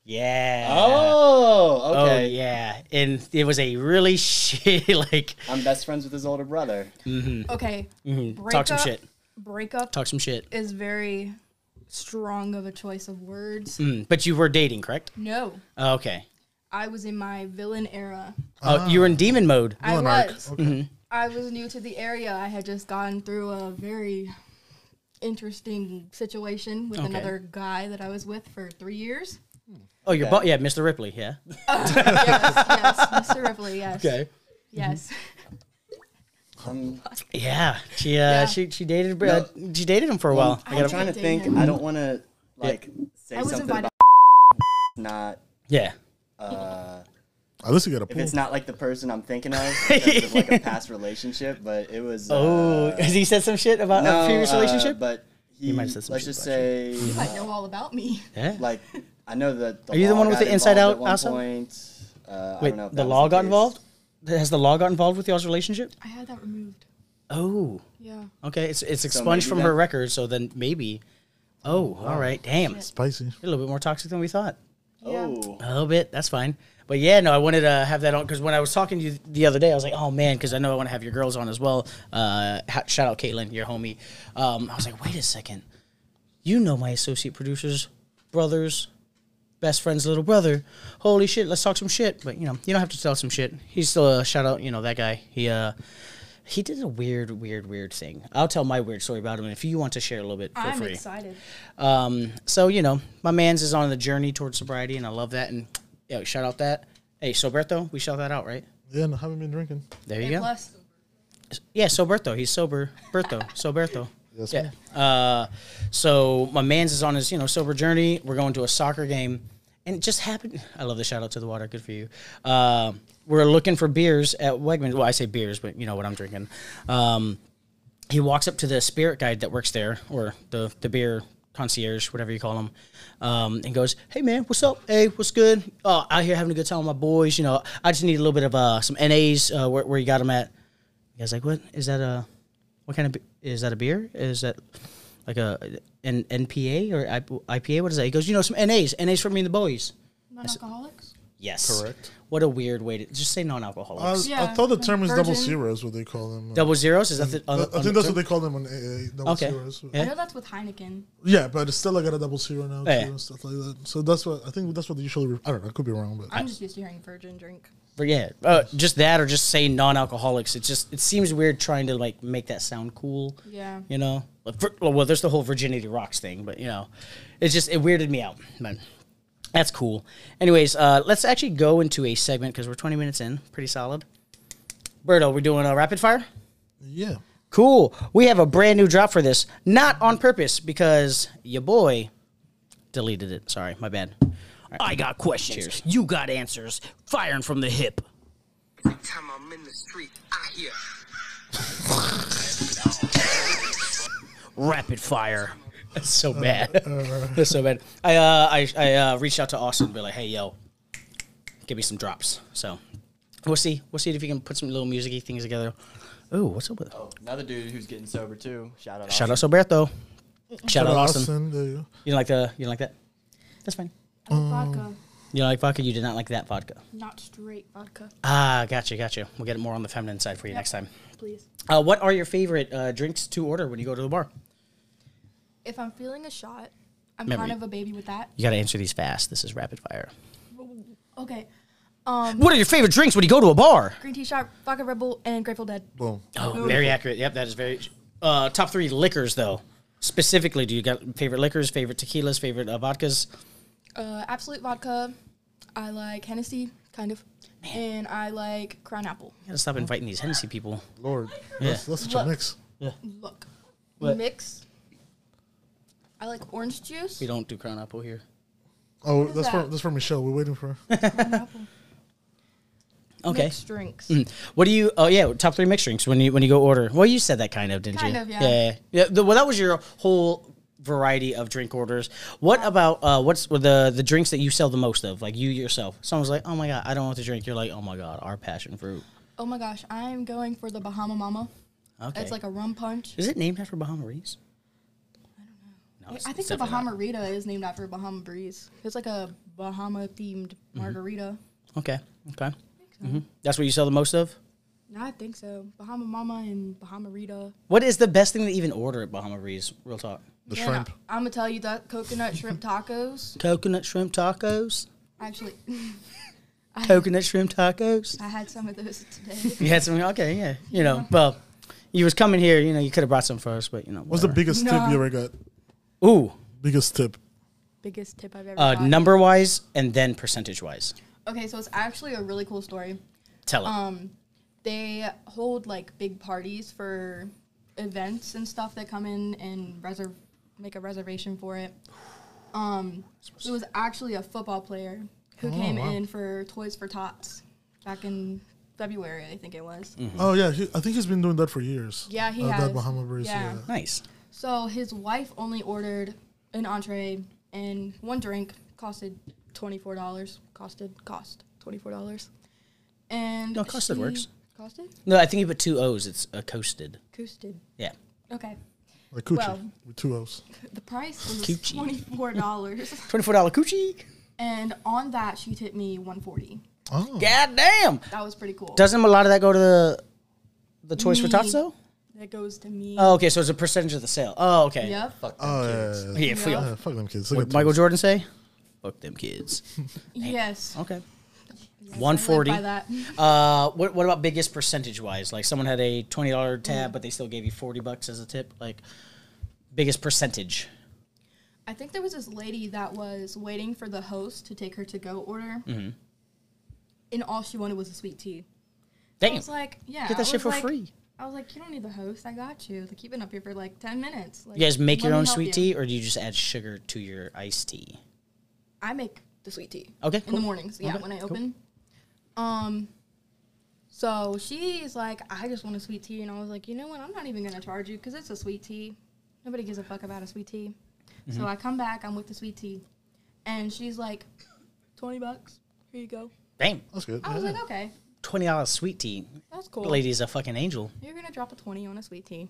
Speaker 1: Yeah.
Speaker 4: Oh,
Speaker 1: Oh,
Speaker 4: okay.
Speaker 1: yeah. And it was a really shitty like.
Speaker 4: I'm best friends with his older brother.
Speaker 5: Okay.
Speaker 1: Mm-hmm. Talk some shit.
Speaker 5: Breakup
Speaker 1: Talk some shit.
Speaker 5: is very strong of a choice of words.
Speaker 1: Mm, But you were dating, correct?
Speaker 5: No,
Speaker 1: Oh, okay.
Speaker 5: I was in my villain era.
Speaker 4: Ah.
Speaker 1: Oh, you were in demon mode.
Speaker 5: I
Speaker 3: Villain arc,
Speaker 5: was.
Speaker 1: Mm-hmm.
Speaker 5: I was new to the area. I had just gotten through a very interesting situation with
Speaker 1: Okay.
Speaker 5: another guy that I was with for three years.
Speaker 1: Oh, you're bu- yeah, Mr. Ripley. Yeah.
Speaker 5: yes, yes, Mr. Ripley. Yes.
Speaker 1: Mm-hmm.
Speaker 5: Yes.
Speaker 4: I'm,
Speaker 1: Yeah. She uh,
Speaker 5: Yeah.
Speaker 1: she she dated uh, she dated him for a while. I
Speaker 4: I'm
Speaker 1: gotta-
Speaker 4: trying to
Speaker 5: Dang
Speaker 4: think.
Speaker 5: it.
Speaker 4: I don't want to like say
Speaker 5: I was
Speaker 4: something
Speaker 5: invited.
Speaker 4: about not.
Speaker 1: yeah.
Speaker 4: Uh,
Speaker 3: At least you got a
Speaker 4: if
Speaker 3: pool.
Speaker 4: it's not like the person I'm thinking of, in terms of, like a past relationship, but it was. Uh,
Speaker 1: Oh, has he said some shit about
Speaker 4: no,
Speaker 1: a previous
Speaker 4: uh,
Speaker 1: relationship?
Speaker 4: but he,
Speaker 1: might have said some
Speaker 4: let's
Speaker 1: shit
Speaker 4: just
Speaker 1: about
Speaker 4: say,
Speaker 5: You might know all about me.
Speaker 1: yeah.
Speaker 4: like, I know that. The
Speaker 1: Are you the
Speaker 4: law
Speaker 1: one with
Speaker 4: got
Speaker 1: the inside
Speaker 4: involved
Speaker 1: out
Speaker 4: At one
Speaker 1: outside?
Speaker 4: point. Uh, I
Speaker 1: Wait,
Speaker 4: don't know if
Speaker 1: the
Speaker 4: that was
Speaker 1: law got
Speaker 4: case.
Speaker 1: involved? Has the law got involved with y'all's relationship?
Speaker 5: I had that removed.
Speaker 1: Oh,
Speaker 5: Yeah.
Speaker 1: okay. It's it's expunged
Speaker 4: maybe
Speaker 1: from her
Speaker 4: that-
Speaker 1: record, so then maybe. Oh, all right. Damn, it's
Speaker 3: Spicy.
Speaker 1: a little bit more toxic than we thought.
Speaker 4: Oh,
Speaker 1: A little bit. That's fine. But yeah, no, I wanted to have that on because when I was talking to you the other day, I was like, oh man, because I know I want to have your girls on as well. Uh, ha- shout out Caitlin, your homie. Um, I was like, wait a second. You know my associate producer's brother's best friend's little brother. Holy shit, let's talk some shit. But you know, you don't have to tell some shit. He's still a shout out, you know, that guy. He, uh, he did a weird, weird, weird thing. I'll tell my weird story about him. And if you want to share a little bit, feel
Speaker 5: I'm
Speaker 1: free.
Speaker 5: excited.
Speaker 1: Um, so you know, my man's is on the journey towards sobriety, and I love that. And yo, shout out that. Hey, Soberto, we shout that out, right?
Speaker 3: Yeah, no, haven't been drinking.
Speaker 1: There
Speaker 5: A
Speaker 1: you go.
Speaker 5: plus.
Speaker 1: Yeah, Soberto. He's sober. Berto. Soberto.
Speaker 3: Yes,
Speaker 1: Yeah. Uh, so my man's is on his you know sober journey. We're going to a soccer game, and it just happened. I love the shout out to the water. Good for you. Um, we're looking for beers at Wegmans. Well, I say beers, but you know what I'm drinking. Um, he walks up to the spirit guide that works there, or the the beer concierge, whatever you call him, um, and goes, "Hey man, what's up? Hey, what's good? Oh, out here having a good time with my boys. You know, I just need a little bit of uh, some NAs. Uh, where, where you got them at?" You guys like, "What is that? A what kind of be- is that? A beer? Is that?" like a an NPA or I- IPA. What is that? He goes, you know, some NAs, NAs for me and the boys.
Speaker 5: Non-alcoholics.
Speaker 1: Yes,
Speaker 3: Correct. Uh,
Speaker 1: What a weird way to just say non-alcoholics.
Speaker 3: I, was- I
Speaker 5: Yeah,
Speaker 3: thought the term is double
Speaker 5: virgin.
Speaker 3: zero is what they call them.
Speaker 1: Double zeros is that the?
Speaker 3: I,
Speaker 1: on the-
Speaker 3: I
Speaker 1: on
Speaker 3: think
Speaker 1: the
Speaker 3: that's what
Speaker 1: term?
Speaker 3: they call them on AA, double
Speaker 1: Okay.
Speaker 3: zeros.
Speaker 1: Yeah.
Speaker 5: I know that's with Heineken.
Speaker 3: Yeah, but it's still like at a double zero now
Speaker 1: Yeah.
Speaker 3: too and stuff like that. So that's what I think that's what they usually. Re- I don't know. I could be wrong, but
Speaker 5: I'm just used to hearing virgin drink.
Speaker 1: But yeah, uh, just that or just say non-alcoholics. It just it seems weird trying to like make that sound cool.
Speaker 5: Yeah.
Speaker 1: You know, Like, vir- well, well, there's the whole virginity rocks thing, but you know, it's just it weirded me out. But that's cool. Anyways, uh, let's actually go into a segment because we're 20 minutes in, pretty solid. Berto, we're doing a rapid fire.
Speaker 3: yeah,
Speaker 1: Cool. We have a brand new drop for this, not on purpose because your boy deleted it. Sorry, my bad. I got questions. You got answers. Firing from the hip.
Speaker 6: Every time I'm in the street, I hear.
Speaker 1: rapid fire. That's so bad. That's so bad. I uh, I I uh, reached out to Austin and be like, hey yo, give me some drops. So we'll see. We'll see if you can put some little musicy things together. Ooh, what's up with?
Speaker 4: Another dude who's getting sober too. Shout out.
Speaker 1: Shout out Soberto. Shout out Austin.
Speaker 3: there you go.
Speaker 1: You don't like the you don't like that? That's fine.
Speaker 5: I like vodka,
Speaker 1: You don't like vodka? You did not like that vodka.
Speaker 5: not straight vodka.
Speaker 1: Ah, gotcha, gotcha. We'll get it more on the feminine side for you next time.
Speaker 5: Please.
Speaker 1: Uh, what are your favorite uh, drinks to order when you go to the bar?
Speaker 5: If I'm feeling a shot, I'm
Speaker 1: Memory.
Speaker 5: kind of a baby with that.
Speaker 1: You got to answer these fast. This is rapid fire.
Speaker 5: Okay. Um,
Speaker 1: What are your favorite drinks when you go to a bar?
Speaker 5: green tea shot, vodka Red Bull, and Grateful Dead.
Speaker 3: Boom.
Speaker 1: Oh, very accurate. Yep, that is very. Uh, top three liquors, though. Specifically, do you got favorite liquors, favorite tequilas, favorite uh, vodkas?
Speaker 5: Uh, Absolute vodka. I like Hennessy, kind of. And I like Crown Apple.
Speaker 1: You gotta stop inviting these Hennessy people.
Speaker 3: Lord, that's, that's such a
Speaker 5: Look.
Speaker 3: mix.
Speaker 5: Look. Mix. I like orange juice.
Speaker 1: We don't do Crown Apple here.
Speaker 3: Oh,
Speaker 5: is
Speaker 3: that's for
Speaker 5: that?
Speaker 3: that's for Michelle. We're waiting for her.
Speaker 5: Crown Apple.
Speaker 1: Okay.
Speaker 5: Mixed drinks.
Speaker 1: What do you? Oh yeah, top three mixed drinks when you when you go order. Well, you said that kind of, didn't
Speaker 5: Kind
Speaker 1: you?
Speaker 5: of, yeah.
Speaker 1: Yeah. yeah, yeah. the- well, that was your whole variety of drink orders. What about uh, what's with the the drinks that you sell the most of? Like you yourself. Someone's like, oh my god, I don't want to drink. You're like, oh my god, our passion fruit.
Speaker 5: Oh my gosh, I'm going for the Bahama Mama.
Speaker 1: Okay.
Speaker 5: It's like a rum punch.
Speaker 1: Is it named after Bahama Reese? I don't know. No,
Speaker 5: I think the Bahama Rita is named after Bahama Breeze. It's like a Bahama themed
Speaker 3: Mm-hmm.
Speaker 5: margarita.
Speaker 1: Okay. Okay. hmm That's what you sell the most of.
Speaker 5: No, I think so. Bahama Mama and Bahama Rita.
Speaker 1: What is the best thing to even order at Bahama Breeze? Real talk.
Speaker 3: The shrimp.
Speaker 5: I'm gonna tell you that coconut shrimp tacos.
Speaker 1: Coconut shrimp tacos.
Speaker 5: Actually,
Speaker 1: Coconut shrimp tacos.
Speaker 5: I had some of those today.
Speaker 1: You had some. Okay. Yeah. You know. Well, you was coming here. You know. You could have brought some for us, but you know.
Speaker 3: What's the
Speaker 1: whatever.
Speaker 3: biggest
Speaker 5: Nah.
Speaker 3: tip you ever got?
Speaker 1: Ooh.
Speaker 3: Biggest tip.
Speaker 5: Biggest tip I've ever.
Speaker 1: Uh,
Speaker 5: gotten.
Speaker 1: number wise and then percentage wise.
Speaker 5: Okay, so it's actually a really cool story.
Speaker 1: Tell it.
Speaker 5: They hold like big parties for events and stuff that come in and reserve make a reservation for it. Um, it was actually a football player who
Speaker 1: Oh,
Speaker 5: came in for Toys for Tots back in February, I think it was.
Speaker 1: Mm-hmm.
Speaker 3: Oh yeah, he, I think he's been doing that for years.
Speaker 5: Yeah, he
Speaker 3: uh,
Speaker 5: has.
Speaker 3: That Bahama Breeze. Yeah.
Speaker 5: Yeah.
Speaker 1: nice.
Speaker 5: So his wife only ordered an entree and one drink costed twenty four dollars. Costed cost twenty four dollars. And
Speaker 1: No, costed
Speaker 5: she-
Speaker 1: works.
Speaker 5: Costed?
Speaker 1: No, I think you put two O's. It's uh, coasted.
Speaker 5: Coosted.
Speaker 1: Yeah.
Speaker 5: Okay.
Speaker 3: Like coochie
Speaker 5: Well.
Speaker 3: with two O's.
Speaker 5: The price was
Speaker 1: Coochie.
Speaker 5: twenty four dollars,
Speaker 1: Twenty four dollar coochie.
Speaker 5: and on that she tipped me one forty.
Speaker 3: Oh,
Speaker 1: God damn.
Speaker 5: That was pretty cool.
Speaker 1: Doesn't a lot of that go to the the Toys for
Speaker 5: Me.
Speaker 1: Tots though?
Speaker 5: that goes to me.
Speaker 1: Oh, okay. So it's a percentage of the sale. Oh, okay.
Speaker 5: Yep.
Speaker 4: Fuck them
Speaker 3: oh yeah,
Speaker 4: kids.
Speaker 3: yeah, yeah.
Speaker 1: Yeah. fuck
Speaker 5: Yeah.
Speaker 1: y'all.
Speaker 3: Yeah, fuck them kids.
Speaker 1: What
Speaker 3: Look
Speaker 1: did
Speaker 3: at
Speaker 1: Michael
Speaker 3: those.
Speaker 1: Jordan say? Fuck them kids.
Speaker 5: Yes.
Speaker 1: Okay.
Speaker 5: Yes, I live
Speaker 1: 140.
Speaker 5: By that.
Speaker 1: Uh, what what about biggest percentage wise? Like someone had a twenty dollar tab, but they still gave you forty bucks as a tip. Like biggest percentage.
Speaker 5: I think there was this lady that was waiting for the host to take her to go order,
Speaker 1: Mm-hmm.
Speaker 5: and all she wanted was a sweet tea. I
Speaker 1: Damn.
Speaker 5: was like, yeah.
Speaker 1: Get
Speaker 5: I
Speaker 1: that shit
Speaker 5: was
Speaker 1: for
Speaker 5: like-
Speaker 1: free.
Speaker 5: I was like, you don't need the host. I got you. Like, you've been up here for like 10 minutes. Like,
Speaker 1: You guys make
Speaker 5: let
Speaker 1: your
Speaker 5: me
Speaker 1: own
Speaker 5: help
Speaker 1: sweet
Speaker 5: you.
Speaker 1: tea, or do you just add sugar to your iced tea?
Speaker 5: I make the sweet tea.
Speaker 1: Okay,
Speaker 5: In
Speaker 1: cool.
Speaker 5: the mornings. Yeah,
Speaker 1: Okay,
Speaker 5: when I
Speaker 1: cool.
Speaker 5: open. Um, so she's like, I just want a sweet tea. And I was like, you know what? I'm not even going to charge you because it's a sweet tea. Nobody gives a fuck about a sweet tea.
Speaker 1: Mm-hmm.
Speaker 5: So I come back, I'm with the sweet tea. And she's like, 20 bucks. Here you go.
Speaker 1: Damn.
Speaker 3: That's good.
Speaker 5: I was
Speaker 3: yeah.
Speaker 1: Ah.
Speaker 5: like, okay,
Speaker 1: Twenty dollar sweet tea.
Speaker 5: that's cool.
Speaker 1: Lady's a fucking angel.
Speaker 5: You're going to drop a 20 on a sweet tea.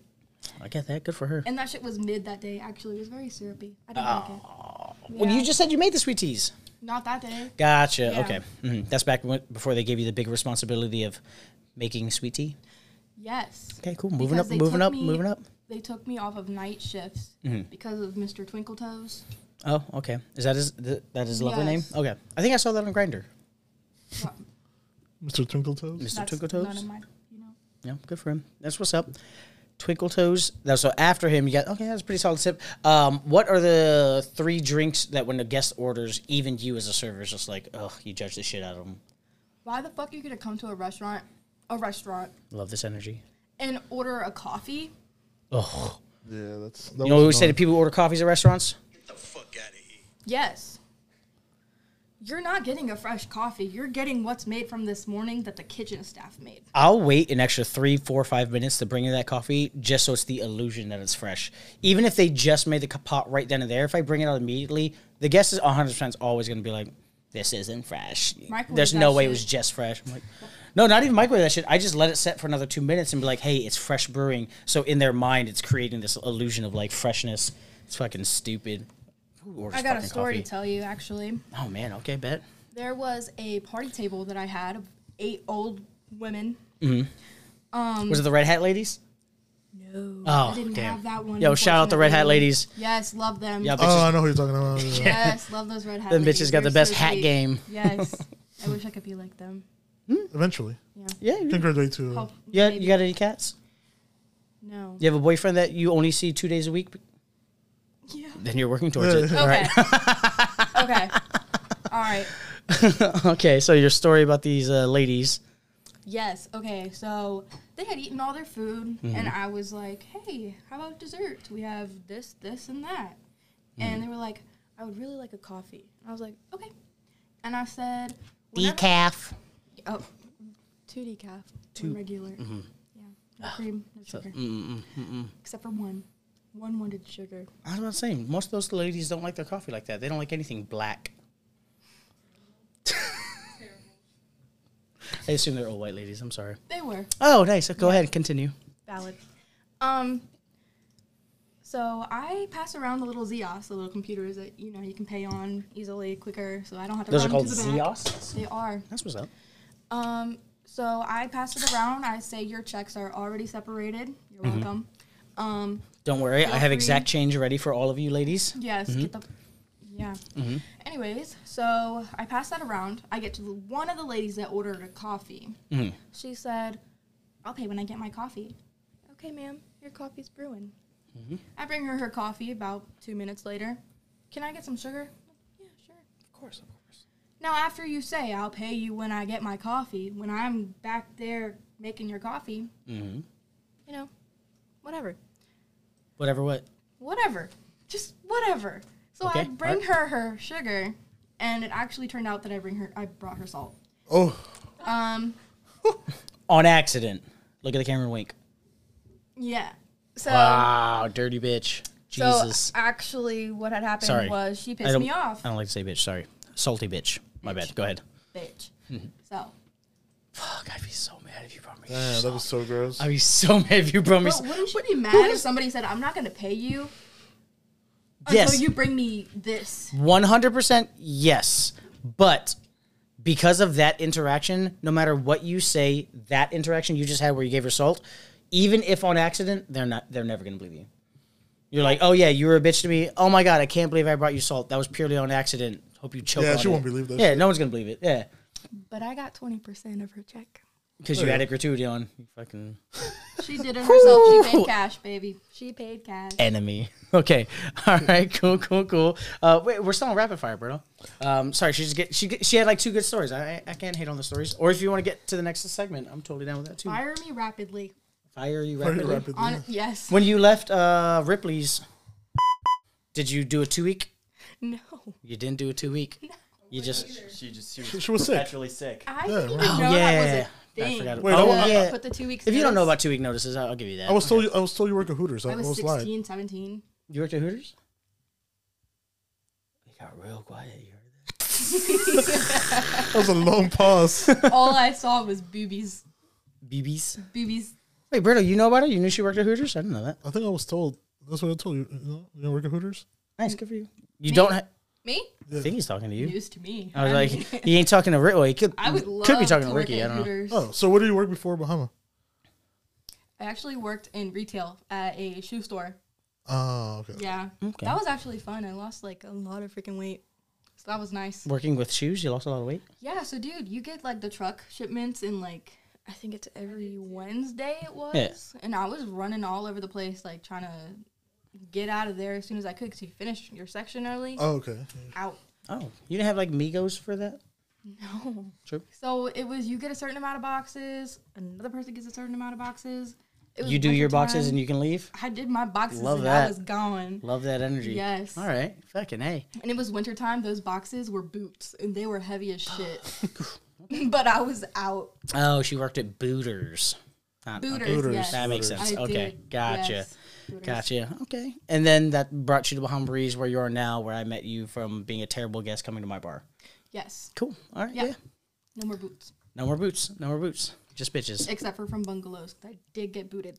Speaker 1: I get that. Good for her.
Speaker 5: And that shit was mid that day. Actually, it was very syrupy. I didn't like it.
Speaker 1: Ah. Well, you
Speaker 5: Yeah.
Speaker 1: just said you made the sweet teas.
Speaker 5: not that day.
Speaker 1: Gotcha.
Speaker 5: Yeah.
Speaker 1: Okay. Mhm. That's back when, before they gave you the big responsibility of making sweet tea.
Speaker 5: Yes.
Speaker 1: Okay, cool. Moving
Speaker 5: Because
Speaker 1: up,
Speaker 5: they
Speaker 1: moving
Speaker 5: took
Speaker 1: up,
Speaker 5: me-
Speaker 1: moving up.
Speaker 5: They took me off of night shifts
Speaker 1: Mm-hmm.
Speaker 5: because of Mr. Twinkletoes.
Speaker 1: Oh, okay. Is that his th- that his lovely name?
Speaker 5: Yes.
Speaker 1: Okay. I think I saw that on Grinder.
Speaker 5: Well,
Speaker 3: Mr. Twinkle Toes.
Speaker 1: Mr.
Speaker 5: that's
Speaker 1: Twinkletoes?
Speaker 5: None of my, you know.
Speaker 1: Yeah, good for him. That's what's up. Twinkle Toes. Now, so after him, you got okay. That's a pretty solid tip. Um, what are the three drinks that when the guest orders, even you as a server is just like, oh, you judge the shit out of them.
Speaker 5: Why the fuck you gonna come to a restaurant, a restaurant,
Speaker 1: Love this energy.
Speaker 5: and order a coffee?
Speaker 1: Oh,
Speaker 3: Yeah, that's. That
Speaker 1: you know what we
Speaker 3: was
Speaker 1: say to
Speaker 3: annoying.
Speaker 1: people who order coffees at restaurants?
Speaker 6: Get the fuck out of here.
Speaker 5: Yes. You're not getting a fresh coffee. You're getting what's made from this morning that the kitchen staff made.
Speaker 1: I'll wait an extra three, four, five minutes to bring in that coffee just so it's the illusion that it's fresh. Even if they just made the ca- pot right then and there, if I bring it out immediately, the guest is 100% always going to be like, this isn't fresh.
Speaker 5: Microwave
Speaker 1: There's no
Speaker 5: that
Speaker 1: way it
Speaker 5: shit.
Speaker 1: was just fresh. I'm like, no, not even microwave that shit. I just let it set for another two minutes and be like, hey, it's fresh brewing. So in their mind, it's creating this illusion of like freshness. It's fucking stupid. Who orders
Speaker 5: I got a
Speaker 1: fucking
Speaker 5: story
Speaker 1: coffee?
Speaker 5: to tell you, actually.
Speaker 1: Oh, man. Okay, bet.
Speaker 5: There was a party table that I had of eight old women.
Speaker 1: Was it the Red Hat Ladies?
Speaker 5: Um, No,
Speaker 1: Oh,
Speaker 5: I didn't
Speaker 1: damn.
Speaker 5: have that one.
Speaker 1: Yo, shout out the Red Hat
Speaker 5: unfortunately.
Speaker 1: Ladies.
Speaker 5: Yes, love them.
Speaker 1: Yeah,
Speaker 3: Oh, I know who you're talking about. Yeah.
Speaker 5: Yes, love those red hats.
Speaker 1: Them bitches got the best hat game.
Speaker 5: Yes, I wish I could be like them.
Speaker 3: Eventually,
Speaker 1: Yeah.
Speaker 3: can graduate to.
Speaker 5: Hope-
Speaker 1: Yeah,
Speaker 5: maybe-
Speaker 1: you got any cats?
Speaker 5: no.
Speaker 1: You have a boyfriend that you only see two days a week?
Speaker 5: Yeah.
Speaker 1: Then you're working towards it.
Speaker 3: Yeah.
Speaker 1: All right.
Speaker 5: Okay. okay. All right.
Speaker 1: okay, so your story about these uh, ladies.
Speaker 5: Yes. Okay. So they had eaten all their food,
Speaker 1: Mm-hmm.
Speaker 5: and I was like, "Hey, how about dessert? We have this, this, and that."
Speaker 1: Mm-hmm.
Speaker 5: And they were like, "I would really like a coffee." And I was like, "Okay." And I said, whenever-
Speaker 1: Decaf.
Speaker 5: Oh, two decaf, one regular.
Speaker 1: Mm-hmm.
Speaker 5: Yeah, no cream, no sugar.
Speaker 1: mm,
Speaker 5: Except for one. One wanted sugar.
Speaker 1: I was about to say, most of those ladies don't like their coffee like that. They don't like anything black. I assume they're all white ladies. I'm sorry.
Speaker 5: They were
Speaker 1: Oh, nice. Go ahead. Continue.
Speaker 5: valid. Um. So I pass around the little Zeos, the little computers that you know you can pay on easily, quicker. So I don't have to.
Speaker 1: Those are
Speaker 5: run
Speaker 1: called
Speaker 5: to the back.
Speaker 1: Zeos.
Speaker 5: They are.
Speaker 1: That's what's up.
Speaker 5: Um, so I pass it around. I say your checks are already separated. You're
Speaker 1: Mm-hmm.
Speaker 5: welcome. Um,
Speaker 1: Don't worry. I
Speaker 5: Feel
Speaker 1: have
Speaker 5: free.
Speaker 1: exact change ready for all of you ladies.
Speaker 5: yes. Get the, yeah.
Speaker 1: Mm-hmm.
Speaker 5: Anyways, so I pass that around. I get to the, one of the ladies that ordered a coffee.
Speaker 1: Mm-hmm.
Speaker 5: She said, "I'll pay when I get my coffee." Okay, ma'am. Your coffee's brewing.
Speaker 1: Mm-hmm.
Speaker 5: I bring her her coffee about two minutes later. Can I get some sugar? Yeah, sure.
Speaker 1: Of course, of course.
Speaker 5: Now, after you say, I'll pay you when I get my coffee, when I'm back there making your coffee,
Speaker 1: Mm-hmm.
Speaker 5: you know, whatever.
Speaker 1: Whatever what.
Speaker 5: Whatever. Just whatever. So I
Speaker 1: Okay,
Speaker 5: bring
Speaker 1: alright.
Speaker 5: her her sugar, and it actually turned out that I bring her, I brought her salt.
Speaker 3: oh,
Speaker 5: Um,
Speaker 1: On accident. Look at the camera and wink.
Speaker 5: yeah. So,
Speaker 1: Wow, dirty bitch.
Speaker 5: so
Speaker 1: Jesus.
Speaker 5: actually, what had happened
Speaker 1: Sorry.
Speaker 5: was she
Speaker 1: I
Speaker 5: pissed
Speaker 1: don't-
Speaker 5: me off,
Speaker 1: I don't like to say bitch. Sorry, salty bitch. My bad. Go ahead.
Speaker 5: bitch.
Speaker 1: Mm-hmm.
Speaker 5: So,
Speaker 1: Fuck, I'd be so mad if you brought me.
Speaker 3: man, that was so gross.
Speaker 1: I'd be so mad if you brought me. s-
Speaker 5: but wouldn't you be mad if somebody said, I'm not going to pay you until
Speaker 1: Yes.
Speaker 5: you bring me this?
Speaker 1: One hundred percent yes, but because of that interaction, no matter what you say, that interaction you just had where you gave her salt, even if on accident, they're not. They're never gonna believe you. You're like, oh yeah, you were a bitch to me. Oh my god, I can't believe I brought you salt. That was purely on accident. Hope you choke.
Speaker 3: Yeah,
Speaker 1: on
Speaker 3: she
Speaker 1: it."
Speaker 3: won't believe that
Speaker 1: Yeah,
Speaker 3: shit.
Speaker 1: no one's gonna believe it. Yeah,
Speaker 5: But I got 20% of her check.
Speaker 1: because you added gratuity on. You fucking.
Speaker 5: She did it herself. She paid cash, baby. She paid cash.
Speaker 1: enemy. Okay. All right. Cool. Cool. Cool. Uh, wait, we're still on rapid fire, bro. Um, sorry, she just get she get- she had like two good stories. I I- I can't hate on the stories. Or if you want to get to the next segment, I'm totally down with that too. Fire,
Speaker 5: Fire me rapidly.
Speaker 1: you
Speaker 3: Very
Speaker 1: rapidly.
Speaker 3: rapidly.
Speaker 5: On yes.
Speaker 1: When you left uh, Ripley's, did you do a two week?
Speaker 5: No.
Speaker 1: You didn't do a two week. You just
Speaker 4: She just she was,
Speaker 3: she was sick.
Speaker 4: perpetually sick.
Speaker 5: I didn't
Speaker 3: right.
Speaker 5: even know that was
Speaker 1: Oh, yeah.
Speaker 5: a thing.
Speaker 1: I forgot.
Speaker 3: Wait,
Speaker 1: oh
Speaker 3: I- I-
Speaker 1: yeah.
Speaker 5: Put the two weeks.
Speaker 1: If you don't know
Speaker 5: notice.
Speaker 1: about two week notices, I'll, I'll give you that.
Speaker 3: I was told. You, I was told you work at Hooters. I,
Speaker 5: I was
Speaker 3: lied.
Speaker 5: 16, 17.
Speaker 1: You worked at Hooters. It got real quiet. You heard that?
Speaker 3: That was a long pause.
Speaker 5: All I saw was boobies.
Speaker 1: BBs.
Speaker 5: Boobies.
Speaker 1: Wait, Brito, you know about her? You knew she worked at Hooters? I didn't know that.
Speaker 3: I think I was told. That's what I told you. You know, you know work at Hooters.
Speaker 1: Nice, good for you. You don't. Ha-
Speaker 5: Me?
Speaker 1: I think he's talking to you.
Speaker 5: News to me.
Speaker 1: I was
Speaker 5: mean,
Speaker 1: like, he ain't talking to Rick. Well, he could.
Speaker 5: I would love
Speaker 1: could be talking
Speaker 5: to,
Speaker 1: to
Speaker 5: work
Speaker 1: Ricky.
Speaker 5: at
Speaker 1: I don't know.
Speaker 5: Hooters.
Speaker 3: Oh, so what did you work before Bahama?
Speaker 5: I actually worked in retail at a shoe store.
Speaker 3: Oh, okay.
Speaker 5: Yeah,
Speaker 1: Okay.
Speaker 5: that was actually fun. I lost like a lot of freaking weight, so that was nice.
Speaker 1: Working with shoes, you lost a lot of weight.
Speaker 5: Yeah, so dude, you get like the truck shipments in like I think it's every Wednesday it was,
Speaker 1: Yeah.
Speaker 5: and I was running all over the place like trying to get out of there as soon as I could because you finish your section early.
Speaker 3: Oh, okay.
Speaker 5: out.
Speaker 1: Oh, you didn't have like Migos for that?
Speaker 5: No.
Speaker 1: True.
Speaker 5: So it was you get a certain amount of boxes, another person gets a certain amount of boxes. It was
Speaker 1: You do your
Speaker 5: wintertime.
Speaker 1: boxes and you can leave.
Speaker 5: I did my boxes
Speaker 1: Love
Speaker 5: and
Speaker 1: that.
Speaker 5: I was gone.
Speaker 1: Love that energy.
Speaker 5: Yes.
Speaker 1: All right. Fucking hey.
Speaker 5: And it was wintertime. Those boxes were boots and they were heavy as shit. but I was out.
Speaker 1: Oh, she worked at Booters. Not,
Speaker 5: Booters.
Speaker 1: okay.
Speaker 3: Booters.
Speaker 5: Yes.
Speaker 1: That makes
Speaker 5: I
Speaker 1: sense.
Speaker 5: did,
Speaker 1: okay. Gotcha.
Speaker 5: yes. Booters.
Speaker 1: Gotcha. Okay. And then that brought you to Bahama Breeze, where you are now, where I met you from being a terrible guest coming to my bar.
Speaker 5: Yes.
Speaker 1: Cool. All right.
Speaker 5: Yeah.
Speaker 1: yeah.
Speaker 5: No more boots.
Speaker 1: No more boots. No more boots. Just bitches.
Speaker 5: Except for from bungalows. 'cause I did get booted.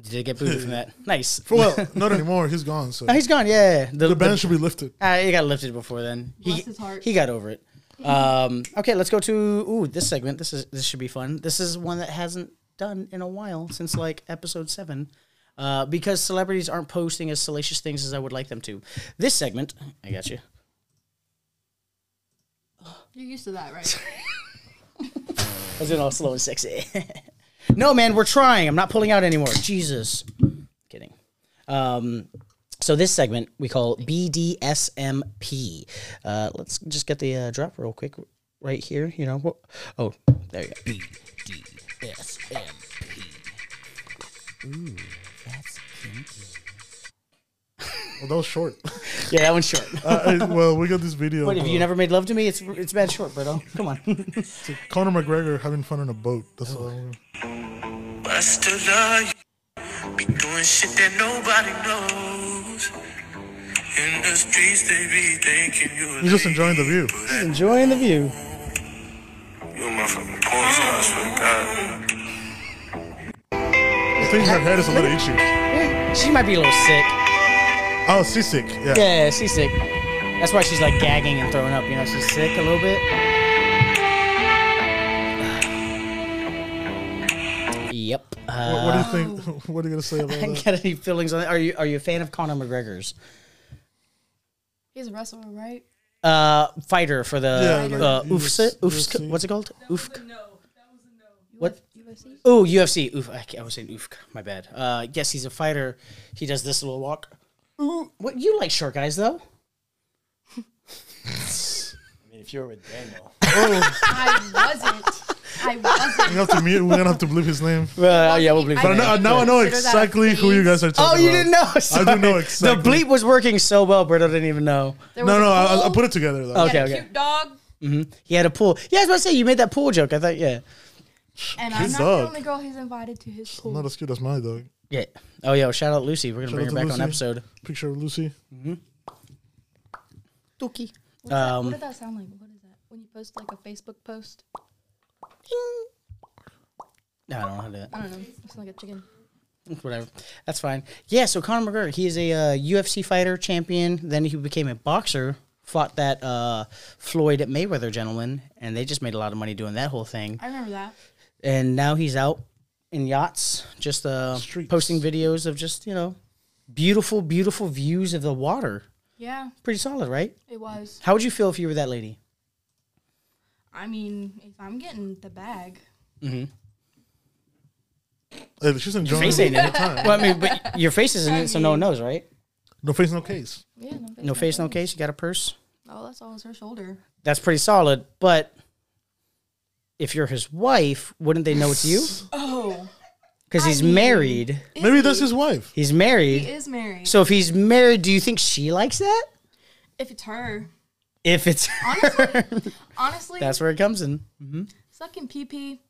Speaker 1: Did you get booted from that? Nice.
Speaker 3: Well, not anymore. He's gone. So
Speaker 1: Oh, he's gone. Yeah. The,
Speaker 3: the
Speaker 1: the-
Speaker 3: ban should be lifted.
Speaker 1: uh, he got lifted before then. he,
Speaker 5: Bless his heart.
Speaker 1: He got over it. Um, okay, let's go to ooh this segment. This is this should be fun. This is one that hasn't done in a while since like episode seven, uh, because celebrities aren't posting as salacious things as I would like them to. This segment, I got you.
Speaker 5: You're used to that, right?
Speaker 1: I was doing all slow and sexy. no, man, we're trying. I'm not pulling out anymore. Jesus. Kidding. Um, so this segment we call BDSMP. Uh, let's just get the uh, drop real quick right here. You know what? Oh, there you go. BDSMP. Ooh, that's kinky.
Speaker 3: Well, that was short.
Speaker 1: Yeah, that one's short.
Speaker 3: uh, uh, well, we got this video.
Speaker 1: What have you
Speaker 3: uh,
Speaker 1: never made love to me? It's it's bad short, Brito. Come on.
Speaker 3: Conor McGregor having fun on a boat. That's
Speaker 1: Oh.
Speaker 3: what I'm
Speaker 6: Bust to the be doing shit that nobody knows. In the streets they be thinking you. a
Speaker 3: He's just
Speaker 6: lady,
Speaker 3: enjoying the view.
Speaker 6: but that-
Speaker 1: Enjoying the view.
Speaker 6: You a motherfucking porn star, I swear to God.
Speaker 3: I think her head is a little itchy.
Speaker 1: Eh, She might be a little sick.
Speaker 3: Oh, seasick. Yeah.
Speaker 1: Yeah, she's sick. That's why she's like gagging and throwing up. You know, she's sick a little bit. Yep. Uh,
Speaker 3: What, what do you think? What are you gonna say about that?
Speaker 1: got any feelings on that? Are you are you a fan of Conor McGregor's
Speaker 5: He's a wrestler, right?
Speaker 1: uh, fighter for the
Speaker 3: Yeah, like
Speaker 1: uh,
Speaker 3: UFC,
Speaker 1: UFC, UFC,
Speaker 3: UFC.
Speaker 1: What's it called? Ufk.
Speaker 2: No, that was a no.
Speaker 1: What?
Speaker 5: UFC?
Speaker 1: Oh, UFC. Oof. I, I was saying oof. My bad. Uh, yes, he's a fighter. He does this little walk. Ooh, what you like short guys though?
Speaker 4: I mean, if you were with Daniel,
Speaker 5: I wasn't. I wasn't.
Speaker 3: We have to mute. We're gonna have to believe his name.
Speaker 1: Uh, yeah, we'll believe
Speaker 5: I
Speaker 1: that.
Speaker 3: But now, now I know
Speaker 5: Consider that
Speaker 3: exactly who
Speaker 5: phase.
Speaker 3: you guys are
Speaker 1: Oh,
Speaker 3: talking
Speaker 1: you
Speaker 3: about.
Speaker 1: didn't know. Sorry.
Speaker 3: know exactly.
Speaker 1: The bleep was working so well, Berto didn't even know.
Speaker 5: There was
Speaker 3: No,
Speaker 5: a
Speaker 3: no, I, I
Speaker 5: pool,
Speaker 3: put it together though.
Speaker 1: Oh.
Speaker 5: and a
Speaker 1: Okay, okay.
Speaker 5: Cute dog.
Speaker 1: He had a pool. Yeah, I was about to say you made that pool joke. I thought, yeah,
Speaker 5: And
Speaker 3: His
Speaker 5: I'm not
Speaker 3: dog.
Speaker 5: the only girl he's invited to his pool.
Speaker 3: Not as cute as my dog.
Speaker 1: yeah. Oh, yo, shout out Lucy. We're gonna bring her
Speaker 3: out to
Speaker 1: back on
Speaker 3: Lucy.
Speaker 1: episode.
Speaker 3: Picture of Lucy.
Speaker 1: Dookie.
Speaker 5: What's that-
Speaker 1: Um,
Speaker 5: what did that sound like? What is that? When you post like a Facebook post?
Speaker 1: No, I don't know how to do
Speaker 5: I don't know. It's like a chicken.
Speaker 1: that. Whatever. That's fine. Yeah. So Conor McGregor, he is a uh, UFC fighter champion. Then he became a boxer. Fought that uh, Floyd Mayweather gentleman, and they just made a lot of money doing that whole thing.
Speaker 5: I remember that.
Speaker 1: and now he's out in yachts, just uh,
Speaker 3: Streets.
Speaker 1: posting videos of just you know beautiful, beautiful views of the water.
Speaker 5: Yeah,
Speaker 1: Pretty solid, right?
Speaker 5: it was.
Speaker 1: How would you feel if you were that lady?
Speaker 5: I mean, if I'm getting the bag,
Speaker 3: Hey, she's enjoying
Speaker 1: face
Speaker 3: it
Speaker 1: ain't
Speaker 3: all
Speaker 1: in
Speaker 3: the time.
Speaker 1: Well, I mean, but your face isn't in it, so no one knows, right?
Speaker 3: No face, no case.
Speaker 5: yeah, no face.
Speaker 1: No face, no case. You got a purse.
Speaker 5: Oh, that's always her shoulder.
Speaker 1: That's pretty solid. But if you're his wife, wouldn't they know it's you?
Speaker 5: Oh,
Speaker 1: Because he's married.
Speaker 3: Maybe that's his wife.
Speaker 1: He's married.
Speaker 5: he is married.
Speaker 1: so if he's married, do you think she likes that?
Speaker 5: if it's her,
Speaker 1: If it's
Speaker 5: honestly, honestly,
Speaker 1: that's where it comes in.
Speaker 5: sucking pee pee.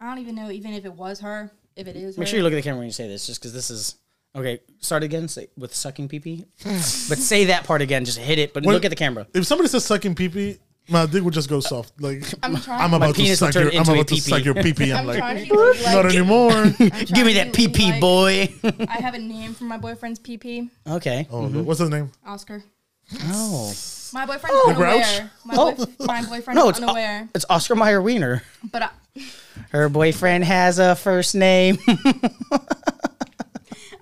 Speaker 5: I don't even know, even if it was her, if it is.
Speaker 1: Make
Speaker 5: her.
Speaker 1: sure you look at the camera when you say this, just because this is okay. Start again say, with sucking pee pee, but say that part again. Just hit it, but
Speaker 3: When-
Speaker 1: look at the camera.
Speaker 3: If somebody says sucking pee pee, My dick would just go soft. Like
Speaker 5: I'm trying.
Speaker 3: I'm about to
Speaker 1: penis will
Speaker 3: suck
Speaker 1: turn
Speaker 3: your I'm
Speaker 1: into a
Speaker 3: about to
Speaker 1: pee-pee.
Speaker 3: suck your pee pee. I'm
Speaker 5: I'm trying
Speaker 3: like
Speaker 5: to be like,
Speaker 3: not anymore.
Speaker 5: I'm
Speaker 1: Give me
Speaker 5: trying
Speaker 1: that
Speaker 5: to be
Speaker 1: PP,
Speaker 5: like-
Speaker 1: boy.
Speaker 5: I have a name for my boyfriend's PP.
Speaker 1: okay.
Speaker 3: Oh, what's his name?
Speaker 5: Oscar.
Speaker 1: Oh.
Speaker 5: My boyfriend's
Speaker 3: The Grouch?
Speaker 5: unaware. My,
Speaker 1: Oh.
Speaker 5: boyf- my boyfriend
Speaker 1: No,
Speaker 5: is
Speaker 1: it's,
Speaker 5: unaware.
Speaker 1: it's Oscar Mayer Wiener.
Speaker 5: but I,
Speaker 1: Her boyfriend has a first name.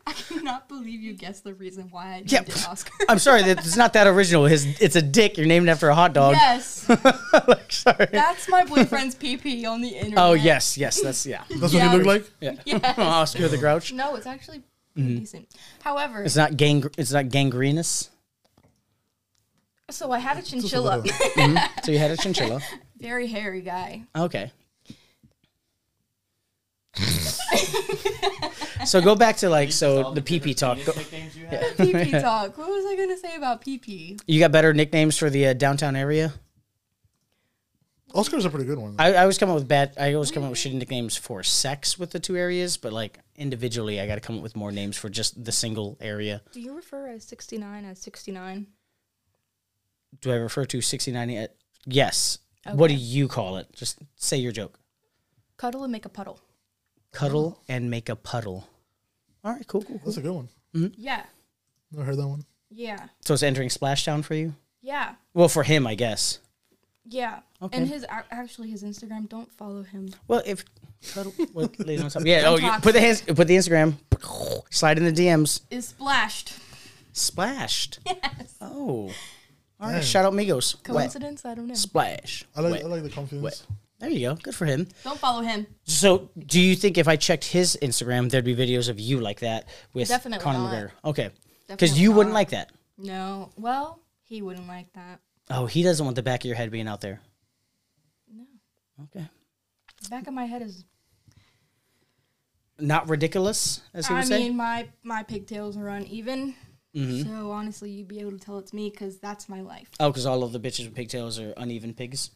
Speaker 5: I cannot believe you guessed the reason why I
Speaker 1: Yeah,
Speaker 5: named it Oscar.
Speaker 1: I'm sorry, that it's not that original. His, it's a dick. You're named after a hot dog.
Speaker 5: yes,
Speaker 1: Like, sorry.
Speaker 5: that's my boyfriend's PP on the internet.
Speaker 1: Oh yes, yes, that's yeah.
Speaker 3: That's
Speaker 5: Yeah.
Speaker 3: what he looked like.
Speaker 1: yeah.
Speaker 5: Yes.
Speaker 1: Oscar the Grouch.
Speaker 5: No, it's actually
Speaker 1: Mm-hmm.
Speaker 5: pretty decent. However,
Speaker 1: It's not gang. It's not gangrenous.
Speaker 5: so I had a chinchilla,
Speaker 1: So you had a chinchilla.
Speaker 5: very hairy guy.
Speaker 1: Okay. so go back to like so the PP talk. Go-
Speaker 5: PP talk. What was I gonna say about PP?
Speaker 1: You got better nicknames for the uh, downtown area.
Speaker 3: Oscar's a pretty good one.
Speaker 1: I, I always come up with bad. I always come up with shitty nicknames for sex with the two areas, but like individually, I got to come up with more names for just the single area.
Speaker 5: Do you refer as 69 as 69?
Speaker 1: Do I refer to sixty nine? uh, Yes. What do you call it? Just say your joke.
Speaker 5: Cuddle and make a puddle.
Speaker 1: Cuddle and make a puddle. All right, cool, cool, cool.
Speaker 3: That's a good one.
Speaker 5: Yeah,
Speaker 3: Never heard that one.
Speaker 5: yeah,
Speaker 1: So it's entering Splashdown for you.
Speaker 5: yeah,
Speaker 1: Well, for him, I guess.
Speaker 5: yeah.
Speaker 1: Okay.
Speaker 5: And his ac- actually his Instagram. Don't follow him.
Speaker 1: Well, if cuddle, what, ladies on top. yeah. Oh, you,
Speaker 5: talk.
Speaker 1: put the hands, put the Instagram, slide in the DMs.
Speaker 5: Is splashed.
Speaker 1: Splashed. Yes. Oh. All right. Shout out Migos. Wet.
Speaker 5: Coincidence? I don't know.
Speaker 1: Splash.
Speaker 3: I like
Speaker 1: Wet.
Speaker 3: I like the confidence.
Speaker 1: Wet. There you go. Good for him.
Speaker 5: Don't follow him.
Speaker 1: So, do you think if I checked his Instagram, there'd be videos of you like that with
Speaker 5: Definitely
Speaker 1: Conor
Speaker 5: not.
Speaker 1: McGregor? Okay. Because
Speaker 5: Definitely
Speaker 1: you wouldn't
Speaker 5: not.
Speaker 1: like that.
Speaker 5: No. Well, he wouldn't like that.
Speaker 1: Oh, he doesn't want the back of your head being out there.
Speaker 5: No.
Speaker 1: Okay.
Speaker 5: The back of my head is.
Speaker 1: Not ridiculous, as he
Speaker 5: I
Speaker 1: would
Speaker 5: mean,
Speaker 1: say. Mm-hmm.
Speaker 5: my my pigtails are uneven. So honestly, you'd be able to tell it's me because that's my life.
Speaker 1: Oh, because all of the bitches with pigtails are uneven pigs.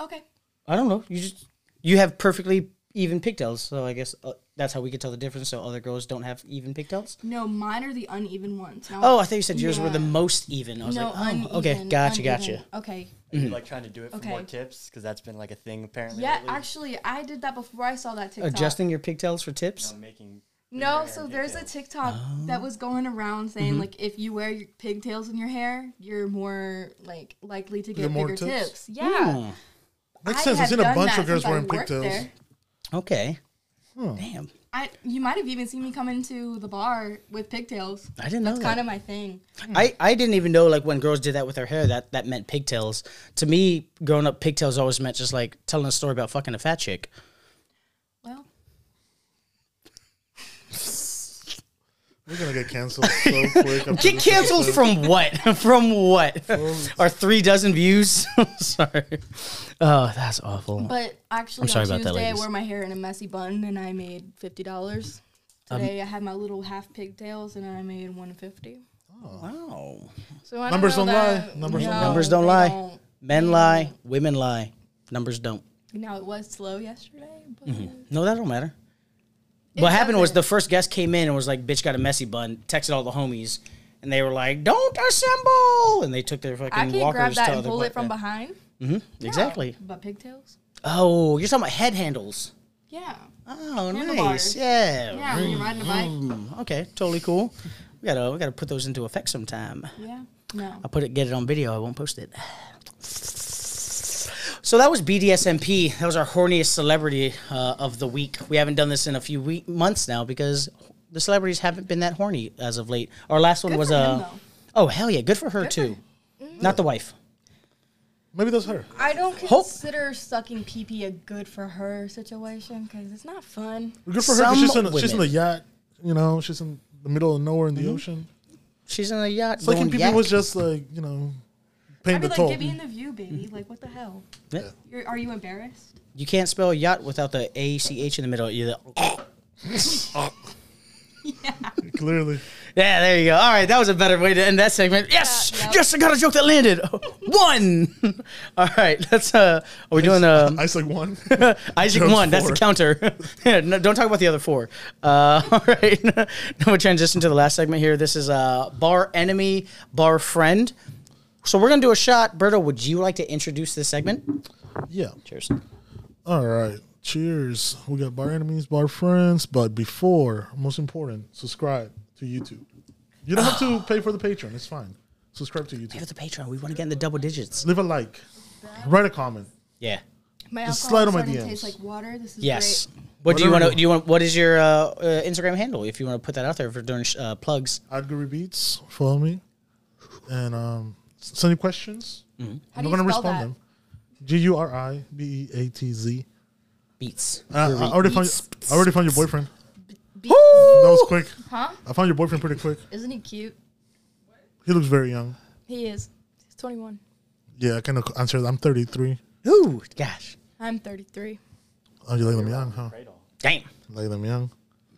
Speaker 5: Okay.
Speaker 1: I don't know. You just you have perfectly even pigtails, so I guess uh, that's how we could tell the difference. So other girls don't have even pigtails.
Speaker 5: No, mine are the uneven ones. Now,
Speaker 1: Oh, I thought you said yours were the
Speaker 5: Yeah.
Speaker 1: most even. I was
Speaker 5: no,
Speaker 1: like, oh,
Speaker 5: uneven,
Speaker 1: okay, gotcha, gotcha.
Speaker 5: uneven. Okay.
Speaker 4: You're like trying to do it for more
Speaker 5: Okay.
Speaker 4: tips because that's been like a thing apparently.
Speaker 5: Yeah,
Speaker 4: lately.
Speaker 5: actually, I did that before I saw that TikTok.
Speaker 1: Adjusting your pigtails for tips.
Speaker 4: I'm making.
Speaker 5: No,
Speaker 4: hair
Speaker 5: so
Speaker 4: and
Speaker 5: there's a
Speaker 4: pigtails.
Speaker 5: TikTok that
Speaker 1: Oh.
Speaker 5: was going around saying
Speaker 1: Mm-hmm.
Speaker 5: like if you wear your pigtails in your hair, you're more like likely to get
Speaker 3: more
Speaker 5: bigger
Speaker 3: tips?
Speaker 5: tips. Yeah.
Speaker 3: Makes
Speaker 5: I
Speaker 3: sense. I've
Speaker 5: have
Speaker 3: seen a
Speaker 5: done
Speaker 3: bunch
Speaker 5: that
Speaker 3: of girls
Speaker 5: since I
Speaker 3: wearing
Speaker 5: worked
Speaker 3: pigtails.
Speaker 5: there.
Speaker 1: Okay. Damn,
Speaker 5: I you might have even seen me come into the bar with pigtails.
Speaker 1: I didn't know
Speaker 5: That's
Speaker 1: that.
Speaker 5: kind of my thing.
Speaker 1: I, I didn't even know like when girls did that with their hair that that meant pigtails. To me, growing up, pigtails always meant just like telling a story about fucking a fat chick.
Speaker 5: Well,
Speaker 3: We're gonna get canceled so quick. after
Speaker 1: Get
Speaker 3: this
Speaker 1: canceled
Speaker 3: episode.
Speaker 1: from what? from what? Our three dozen views. Sorry. Oh, that's awful.
Speaker 5: but actually
Speaker 1: I'm sorry
Speaker 5: on
Speaker 1: about that,
Speaker 5: Tuesday I
Speaker 1: ladies.
Speaker 5: wore my hair in a messy bun and I made fifty dollars.
Speaker 1: Um,
Speaker 5: Today I had my little half pigtails and I made one fifty.
Speaker 1: wow.
Speaker 5: So I
Speaker 3: Numbers
Speaker 5: don't, know
Speaker 3: don't
Speaker 5: that-
Speaker 3: lie. Numbers don't
Speaker 5: No,
Speaker 3: lie.
Speaker 1: Numbers don't
Speaker 5: they
Speaker 1: lie.
Speaker 5: don't.
Speaker 1: Men lie, women lie, numbers don't.
Speaker 5: Now it was slow yesterday, but
Speaker 1: No, that don't matter.
Speaker 5: It
Speaker 1: what happened was
Speaker 5: doesn't.
Speaker 1: the first guest came in and was like, "Bitch got a messy bun." Texted all the homies, and they were like, "Don't assemble!" And they took their fucking
Speaker 5: I can
Speaker 1: walkers
Speaker 5: grab
Speaker 1: to
Speaker 5: that and
Speaker 1: other
Speaker 5: pull
Speaker 1: pla-
Speaker 5: it from
Speaker 1: yeah.
Speaker 5: behind.
Speaker 1: Exactly.
Speaker 5: But pigtails?
Speaker 1: Oh, you're talking about head handles.
Speaker 5: Yeah.
Speaker 1: Oh, nice.
Speaker 5: Handlebars.
Speaker 1: Yeah.
Speaker 5: Yeah, when you're riding a bike.
Speaker 1: Mm, okay, totally cool. We gotta we gotta put those into effect sometime.
Speaker 5: Yeah. No.
Speaker 1: I'll put it, get it on video. I won't post it. So that was BDSMP. That was our horniest celebrity uh, of the week. We haven't done this in a few week, months now because the celebrities haven't been that horny as of late. Our last one
Speaker 5: Good
Speaker 1: was
Speaker 5: for him,
Speaker 1: uh,
Speaker 5: though.
Speaker 1: oh hell yeah, good for her too. Not the wife.
Speaker 3: Maybe that's her.
Speaker 5: I don't
Speaker 1: Hope-
Speaker 5: consider sucking pee pee a good for her situation because it's not fun.
Speaker 3: Good for her. 'cause She's
Speaker 1: Some
Speaker 3: in, a, she's in the
Speaker 1: women.
Speaker 3: yacht. You know, she's in the middle of nowhere in the ocean.
Speaker 1: She's in a yacht.
Speaker 3: It's like
Speaker 1: going
Speaker 3: if people
Speaker 1: yak.
Speaker 3: was just like you know, paying
Speaker 5: I'd be
Speaker 3: the
Speaker 5: like,
Speaker 3: toll.
Speaker 5: get me in the view, baby. Like, what the hell?
Speaker 1: Yeah.
Speaker 5: You're, are you embarrassed?
Speaker 1: You can't spell yacht without the a c h in the middle. You're the-
Speaker 3: Clearly,
Speaker 1: yeah, there you go. All right, that was a better way to end that segment. Yes,
Speaker 5: Yeah, yep.
Speaker 1: yes, I got a joke that landed. one. All right, that's uh. Are we doing uh?
Speaker 3: Isaac one.
Speaker 1: Isaac
Speaker 3: Jones
Speaker 1: one. That's the
Speaker 3: four.
Speaker 1: counter. Yeah, no, don't talk about the other four. Uh, all right. now we'll transition to the last segment here. This is uh, bar enemy, bar friend. So we're gonna do a shot. Berto, would you like to introduce this segment?
Speaker 3: yeah.
Speaker 1: Cheers.
Speaker 3: All right. Cheers. We got bar enemies, bar friends, but before, most important, subscribe to YouTube. You don't have to pay for the Patreon. It's fine. Subscribe to
Speaker 1: Give it
Speaker 3: YouTube.
Speaker 1: to Patreon. We want to get in the double digits.
Speaker 3: Leave a like. Write a comment.
Speaker 1: Yeah.
Speaker 5: My
Speaker 3: Just
Speaker 5: alcohol
Speaker 3: slide on my
Speaker 5: is starting to
Speaker 3: DMs.
Speaker 5: taste like water. This is
Speaker 1: Yes.
Speaker 5: great.
Speaker 1: What do you want to?
Speaker 3: Whatever you want.
Speaker 1: Do you want? What is your uh, uh, Instagram handle? If you want to put that out there for doing sh- uh, plugs.
Speaker 3: Adgary Beats. Follow me. And um, s- send your questions.
Speaker 5: How
Speaker 3: I'm
Speaker 5: do
Speaker 3: not
Speaker 5: you
Speaker 3: going to
Speaker 5: spell
Speaker 3: respond
Speaker 5: that?
Speaker 3: them. G U R I B E A T Z.
Speaker 1: Beats.
Speaker 3: Uh, I already found. I already found your boyfriend.
Speaker 5: Be-
Speaker 3: That was quick.
Speaker 5: huh?
Speaker 3: I found your boyfriend pretty quick.
Speaker 5: Isn't he cute?
Speaker 3: He looks very young.
Speaker 5: He is. He's 21.
Speaker 3: Yeah, I can answer. that. I'm 33.
Speaker 1: Ooh, gosh,
Speaker 5: I'm 33.
Speaker 3: Oh, you like them young, huh?
Speaker 1: damn.
Speaker 3: Like them young.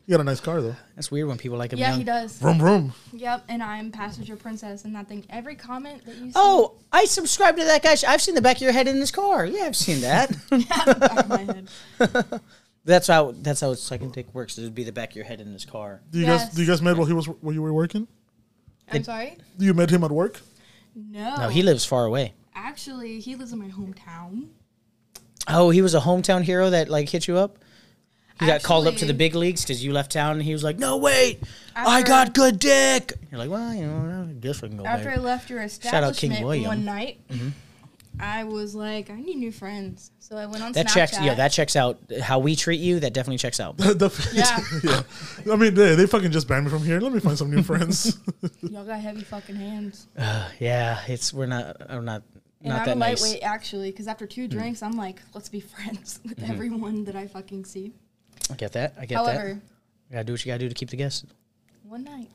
Speaker 3: You got a nice car though.
Speaker 1: That's weird when people like him.
Speaker 5: Yeah,
Speaker 1: young.
Speaker 5: he does.
Speaker 3: Vroom vroom.
Speaker 5: Yep, and I'm passenger princess and that thing. Every comment that you see.
Speaker 1: Oh, I subscribe to that guy. I've seen the back of your head in his car. Yeah, I've seen that.
Speaker 5: Back of my head.
Speaker 1: that's how that's how second dick works. It would be the back of your head in his car.
Speaker 3: Do you
Speaker 5: Yes.
Speaker 3: guys do you guys met while he was while you were working?
Speaker 5: I'm sorry?
Speaker 3: Do you met him at work?
Speaker 5: No.
Speaker 1: No, he lives far away.
Speaker 5: Actually, he lives in my hometown.
Speaker 1: Oh, he was a hometown hero that like hit you up. He got called up to
Speaker 5: Actually-
Speaker 1: the big leagues because you left town, and he was like, "No, wait, I
Speaker 5: After-
Speaker 1: got good dick." You're like, "Well, you know, I guess we can go
Speaker 5: After I
Speaker 1: back."
Speaker 5: left your
Speaker 1: Shout out King
Speaker 5: establishment
Speaker 1: William. Mm-hmm.
Speaker 5: one night, I was like, I need new friends. So I went on
Speaker 1: That
Speaker 5: Snapchat.
Speaker 1: checks. Yeah, that checks out. How we treat you, that definitely checks out.
Speaker 3: The-
Speaker 5: Yeah.
Speaker 3: yeah. I mean, they, they fucking just banned me from here. Let me find some new friends.
Speaker 5: Y'all got heavy fucking hands.
Speaker 1: yeah, it's we're not. I'm not.
Speaker 5: And
Speaker 1: not
Speaker 5: I'm
Speaker 1: that
Speaker 5: a
Speaker 1: nice. Mm.
Speaker 5: lightweight, actually, because after two drinks, I'm like, let's be friends with everyone that I fucking see.
Speaker 1: I get that. I Mm-hmm. get that.
Speaker 5: However,
Speaker 1: You gotta do what you gotta do to keep the guests.
Speaker 5: one night,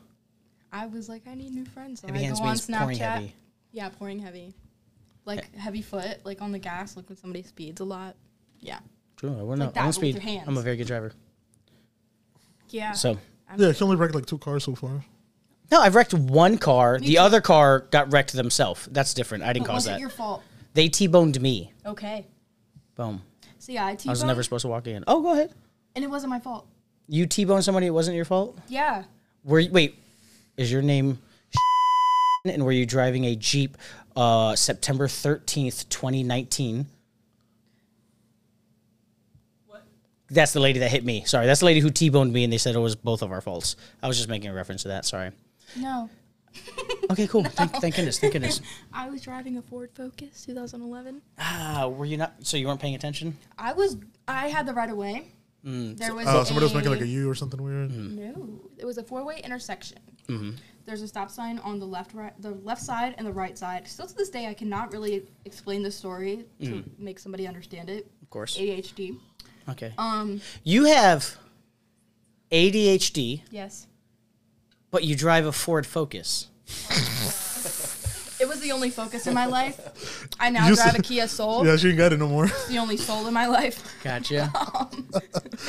Speaker 5: I was like, I need new friends. So
Speaker 1: Heavy
Speaker 5: I
Speaker 1: hands
Speaker 5: go on
Speaker 1: means
Speaker 5: Snapchat.
Speaker 1: pouring heavy. Eh.
Speaker 5: Yeah, pouring heavy. Like heavy foot, like on the gas, like when somebody speeds a lot. Yeah.
Speaker 1: True. I wouldn't
Speaker 5: Like
Speaker 1: know.
Speaker 5: that,
Speaker 1: I'm
Speaker 5: but with
Speaker 1: speed.
Speaker 5: your hands.
Speaker 1: I'm a very good driver.
Speaker 5: Yeah.
Speaker 1: So
Speaker 3: yeah, he only wrecked like two cars so far.
Speaker 1: no, I've wrecked one car. the
Speaker 5: too.
Speaker 1: other car got wrecked themselves. That's different. I didn't
Speaker 5: But
Speaker 1: cause
Speaker 5: was
Speaker 1: that.
Speaker 5: it your fault?
Speaker 1: they T-boned me.
Speaker 5: Okay.
Speaker 1: Boom.
Speaker 5: So yeah, I
Speaker 1: I was
Speaker 5: T-boned,
Speaker 1: never supposed to walk again. Oh, go ahead.
Speaker 5: and it wasn't my fault.
Speaker 1: You T-boned somebody. It wasn't your fault.
Speaker 5: Yeah.
Speaker 1: Were you, wait? Is your name? And were you driving a Jeep, uh, September thirteenth, twenty nineteen?
Speaker 2: What?
Speaker 1: That's the lady that hit me. Sorry, that's the lady who T-boned me, and they said it was both of our faults. I was just making a reference to that. Sorry.
Speaker 5: No.
Speaker 1: Okay, cool. Thank, thank goodness. Thank goodness.
Speaker 5: I was driving a Ford Focus 2011.
Speaker 1: Ah, were you not? So you weren't paying attention?
Speaker 5: I was. I had the right of way.
Speaker 1: Mm.
Speaker 5: There was.
Speaker 3: Uh,
Speaker 5: a,
Speaker 3: somebody was making like a U or something weird.
Speaker 1: Hmm.
Speaker 5: No, it was a four-way intersection.
Speaker 1: Mm-hmm.
Speaker 5: There's a stop sign on the left, right, the left side, and the right side. Still to this day, I cannot really explain the story to make somebody understand it.
Speaker 1: Mm. Of course.
Speaker 5: ADHD.
Speaker 1: Okay.
Speaker 5: Um.
Speaker 1: You have ADHD,
Speaker 5: Yes.
Speaker 1: but you drive a Ford Focus.
Speaker 5: It was the only focus in my life. I now
Speaker 3: You
Speaker 5: drive
Speaker 3: said-
Speaker 5: a Kia Soul.
Speaker 3: Yeah, she ain't got it no more.
Speaker 5: It's the only soul in my life.
Speaker 1: Gotcha.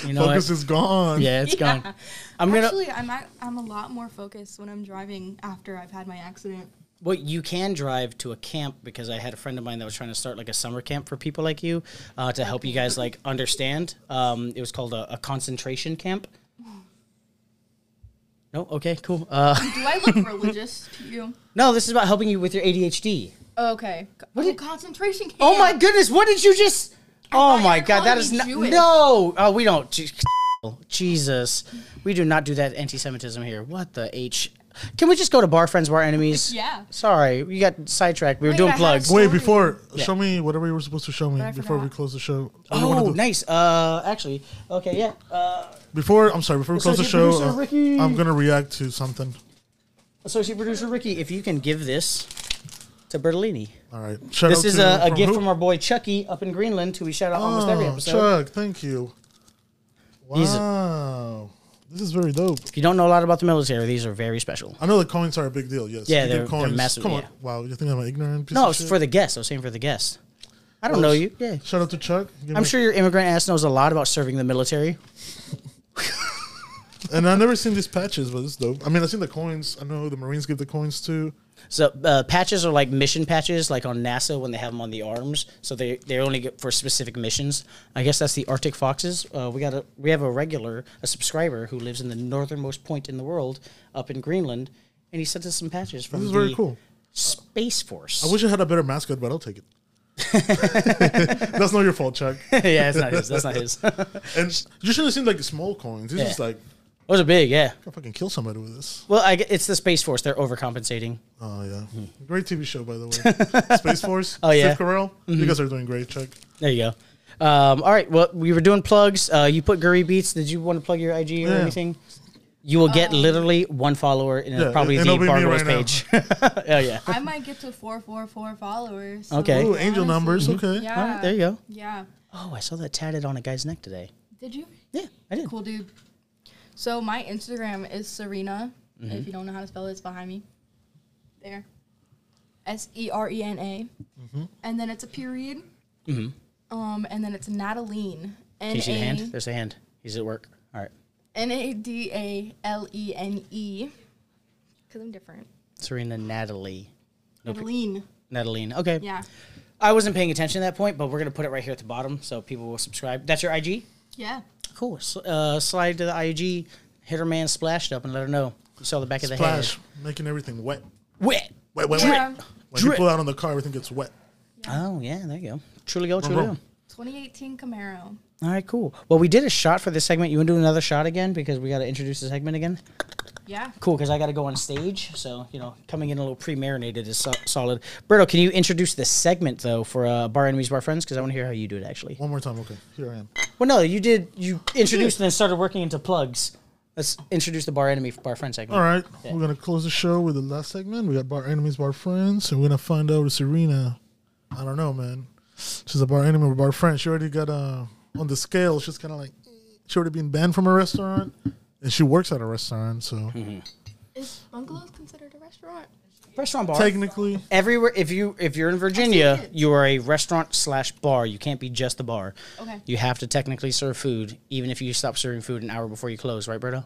Speaker 1: you know what?
Speaker 3: Focus is gone.
Speaker 1: Yeah, it's
Speaker 5: Yeah.
Speaker 1: gone. I'm gonna.
Speaker 5: Actually, I'm at, I'm a lot more focused when I'm driving after I've had my accident.
Speaker 1: Well, you can drive to a camp because I had a friend of mine that was trying to start like a summer camp for people like you uh, to help you guys like understand. Um, it was called a, a concentration camp. No, okay, cool. Uh,
Speaker 5: Do I look religious to you?
Speaker 1: no, this is about helping you with your ADHD.
Speaker 5: Okay. What
Speaker 1: did-
Speaker 5: concentration camp?
Speaker 1: Oh my goodness, what did you just?
Speaker 5: thought
Speaker 1: Oh
Speaker 5: you
Speaker 1: my
Speaker 5: were
Speaker 1: god, that
Speaker 5: calling
Speaker 1: is
Speaker 5: me
Speaker 1: not.
Speaker 5: Jewish.
Speaker 1: No, oh, we don't. Je- Jesus, we do not do that anti-Semitism here. What the h? Can we just go to bar friends, bar enemies?
Speaker 5: Yeah.
Speaker 1: Sorry, we got sidetracked. We were
Speaker 5: Wait,
Speaker 1: doing
Speaker 5: I had a
Speaker 1: plugs.
Speaker 5: story.
Speaker 3: Wait, before show me whatever you were supposed to show me
Speaker 5: I
Speaker 3: before we
Speaker 5: forgot.
Speaker 3: close the show. What do you wanna
Speaker 1: Oh,
Speaker 3: do?
Speaker 1: nice. Uh, actually, okay, yeah. Uh,
Speaker 3: Before I'm sorry, before we close the
Speaker 1: Associate
Speaker 3: show,
Speaker 1: producer
Speaker 3: uh,
Speaker 1: Ricky.
Speaker 3: I'm gonna react to something.
Speaker 1: Associate producer Ricky, if you can give this to Bertolini.
Speaker 3: All right, shout
Speaker 1: This
Speaker 3: out
Speaker 1: is
Speaker 3: to-
Speaker 1: a, a gift
Speaker 3: who?
Speaker 1: from our boy Chucky up in Greenland, who we shout out almost every
Speaker 3: Oh,
Speaker 1: episode.
Speaker 3: Chuck, thank you.
Speaker 1: He's a-
Speaker 3: Wow, this is very dope.
Speaker 1: If you don't know a lot about the military, these are very special.
Speaker 3: I know the coins are a big deal. Yes,
Speaker 1: Yeah,
Speaker 3: You get
Speaker 1: they're- they're
Speaker 3: coins.
Speaker 1: massive,
Speaker 3: Come on,
Speaker 1: yeah.
Speaker 3: wow, you think I'm an ignorant? Piece
Speaker 1: No,
Speaker 3: of
Speaker 1: it's
Speaker 3: shit?
Speaker 1: for the guests. I was saying for the guests. I don't know you. Yeah.
Speaker 3: Shout out to Chuck. Give
Speaker 1: I'm
Speaker 3: me-
Speaker 1: sure your immigrant ass knows a lot about serving the military.
Speaker 3: And I've never seen these patches, but it's dope. I mean, I've seen the coins. I know the Marines give the coins too.
Speaker 1: So uh, patches are like mission patches, like on NASA when they have them on the arms. So they they only get for specific missions. I guess that's the Arctic foxes. Uh, we got a we have a regular a subscriber who lives in the northernmost point in the world, up in Greenland, and he sent us some patches from
Speaker 3: This is
Speaker 1: the
Speaker 3: very cool.
Speaker 1: Space Force.
Speaker 3: I wish I had a better mascot, but I'll take it. That's not your fault, Chuck.
Speaker 1: yeah, that's not his. That's not his.
Speaker 3: And you should have seen like the small coins. It's
Speaker 1: Yeah.
Speaker 3: just like,
Speaker 1: Those are big. Yeah.
Speaker 3: I fucking kill somebody with this.
Speaker 1: Well, I, gue- it's the Space Force. They're overcompensating.
Speaker 3: Oh, yeah. Great TV show, by the way. Space Force.
Speaker 1: Hmm. Oh, yeah.
Speaker 3: Steve Carell. You guys are doing great, Chuck.
Speaker 1: There you go. Um, all right. Well, we were doing plugs. Uh, you put Guri Beats. Did you want to plug your IG or
Speaker 3: Yeah.
Speaker 1: anything? You will
Speaker 5: Um,
Speaker 1: get literally one follower in
Speaker 3: Yeah,
Speaker 1: probably
Speaker 3: and
Speaker 1: the
Speaker 3: it'll be me
Speaker 1: Barbaros
Speaker 3: right now.
Speaker 1: page. oh yeah.
Speaker 5: I might get to 444 followers. so
Speaker 1: Okay.
Speaker 3: Ooh, angel numbers. Okay.
Speaker 5: Yeah.
Speaker 1: All right. There you go.
Speaker 5: Yeah.
Speaker 1: Oh, I saw that tatted on a guy's neck today.
Speaker 5: Did you?
Speaker 1: Yeah, I did.
Speaker 5: Cool dude. So my Instagram is Serena.
Speaker 1: Mm-hmm.
Speaker 5: If you don't know how to spell it, it's behind me. There. S E R E N A.
Speaker 3: Mm-hmm.
Speaker 5: And then it's a period. Um, and then it's Nataline.
Speaker 1: Mm-hmm. Can
Speaker 5: N
Speaker 1: you see the hand?
Speaker 5: A
Speaker 1: There's a hand. He's at work. All right.
Speaker 5: N A D A L E N E. Because I'm different.
Speaker 1: Serena Natalie.
Speaker 5: Nataline.
Speaker 1: Nataline. Okay.
Speaker 5: Yeah.
Speaker 1: I wasn't paying attention at that point, but we're gonna put it right here at the bottom so people will subscribe. That's your IG.
Speaker 5: Yeah.
Speaker 1: Cool. S uh, slide to the IG. Hit her man splashed up and let her know you saw the back of the head.
Speaker 3: Splash. Making everything wet.
Speaker 1: Wet.
Speaker 3: Wet, wet,
Speaker 5: Yeah.
Speaker 3: wet. When you pull out on the car, everything gets wet.
Speaker 1: Oh yeah, there you go. Truly go, truly go.
Speaker 3: Vroom.
Speaker 5: 2018 Camaro.
Speaker 1: All right, cool. Well, we did a shot for this segment. You want to do another shot again because we got to introduce the segment again.
Speaker 5: Yeah.
Speaker 1: Cool, because I got to go on stage, so you know, coming in a little pre-marinated is so- solid. Berto, can you introduce the segment though for uh, Bar Enemies Bar Friends? Because I want to hear how you do it actually.
Speaker 3: One more time. Okay. Here I am.
Speaker 1: Well, no, you did. You introduced and then started working into plugs. Let's introduce the Bar Enemy Bar Friend segment.
Speaker 3: All right, we're gonna close the show with the last segment. We got bar enemies, bar friends, and we're gonna find out if Serena. I don't know, man. She's a bar enemy or bar friend. She already got uh, on the scale. She's kind of like she already been banned from a restaurant, and she works at a restaurant. So
Speaker 5: Is Bungalows considered a restaurant?
Speaker 1: Restaurant bar.
Speaker 3: technically,
Speaker 1: Everywhere, if you if you're in
Speaker 5: I see
Speaker 1: Virginia,
Speaker 5: it.
Speaker 1: you are a restaurant slash bar. You can't be just the bar.
Speaker 5: Okay.
Speaker 1: You have to technically serve food, even if you stop serving food an hour before you close, right, Berto?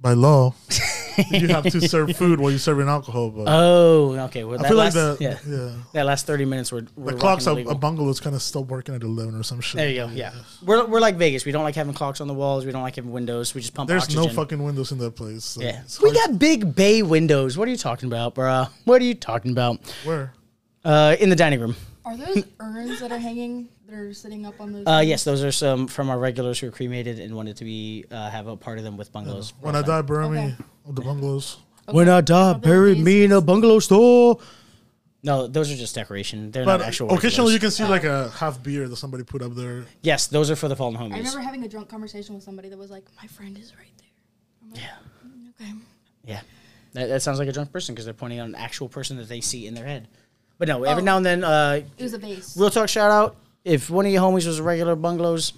Speaker 3: by law, you have to serve food while you're serving alcohol. But
Speaker 1: Oh, okay. Well, that
Speaker 3: I feel
Speaker 1: last,
Speaker 3: like the
Speaker 1: yeah.
Speaker 3: yeah,
Speaker 1: That last thirty minutes were, were
Speaker 3: the
Speaker 1: rocking
Speaker 3: clocks at
Speaker 1: illegal.
Speaker 3: a bungalow's kind of stopped working at eleven or some shit.
Speaker 1: There you go. Yeah, we're, we're like Vegas. We don't like having clocks on the walls. We don't like having windows. We just pump.
Speaker 3: There's
Speaker 1: oxygen.
Speaker 3: no fucking windows in that place. so
Speaker 1: Yeah,
Speaker 3: it's
Speaker 1: we
Speaker 3: hard-
Speaker 1: got big bay windows. What are you talking about, bruh? What are you talking about?
Speaker 3: where
Speaker 1: Uh, in the dining room.
Speaker 5: Are those urns that are hanging that are sitting up on those?
Speaker 1: Uh, yes, those are some from our regulars who were cremated and wanted to be uh, have a part of them with bungalows.
Speaker 3: when I die, bury me
Speaker 5: Okay.
Speaker 3: at the bungalows.
Speaker 1: When I die,
Speaker 5: bury me in
Speaker 1: a bungalow store. No, those are just decoration. They're
Speaker 3: But
Speaker 1: not actual.
Speaker 3: occasionally, you
Speaker 1: regulars.
Speaker 3: can see like a half beer that somebody put up there.
Speaker 1: Yes, those are for the fallen
Speaker 5: I
Speaker 1: homies.
Speaker 5: remember having a drunk conversation with somebody that was like, "My friend is right there." I'm like, yeah. Okay.
Speaker 1: Yeah, that, that sounds like a drunk person because they're pointing out an actual person that they see in their head. But no, every now and then, uh,
Speaker 5: It was a vase.
Speaker 1: real talk shout out. If one of your homies was a regular bungalows,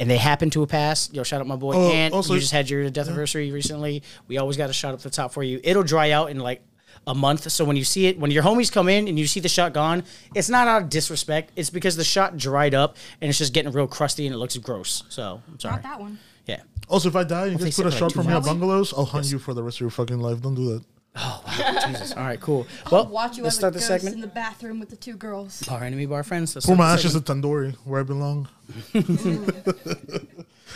Speaker 1: and they happen to pass, yo, shout out my boy
Speaker 3: Oh,
Speaker 1: Ant.
Speaker 3: also-
Speaker 1: you just had your death anniversary recently. We always got a shot up the top for you. It'll dry out in like a month. So when you see it, when your homies come in and you see the shot gone, it's not out of disrespect. It's because the shot dried up and it's just getting real crusty and it looks gross. So I'm sorry.
Speaker 5: Not that one.
Speaker 1: Yeah.
Speaker 3: Also, if I die and you
Speaker 1: they
Speaker 3: guys put
Speaker 1: sit
Speaker 3: a
Speaker 1: like
Speaker 3: shot
Speaker 1: two
Speaker 3: from me at
Speaker 1: hours.
Speaker 3: bungalows, I'll hunt you for the rest of your fucking life. Don't do that.
Speaker 1: Jesus. All right. Cool. Well,
Speaker 5: Watch you
Speaker 1: let's
Speaker 5: as
Speaker 1: start the
Speaker 5: a ghost
Speaker 1: segment.
Speaker 5: in the bathroom with the two girls.
Speaker 1: Our enemy bar friends. Let's
Speaker 3: Pour
Speaker 1: start
Speaker 3: my
Speaker 1: the
Speaker 3: ashes
Speaker 1: segment.
Speaker 3: at tandoori, where I belong.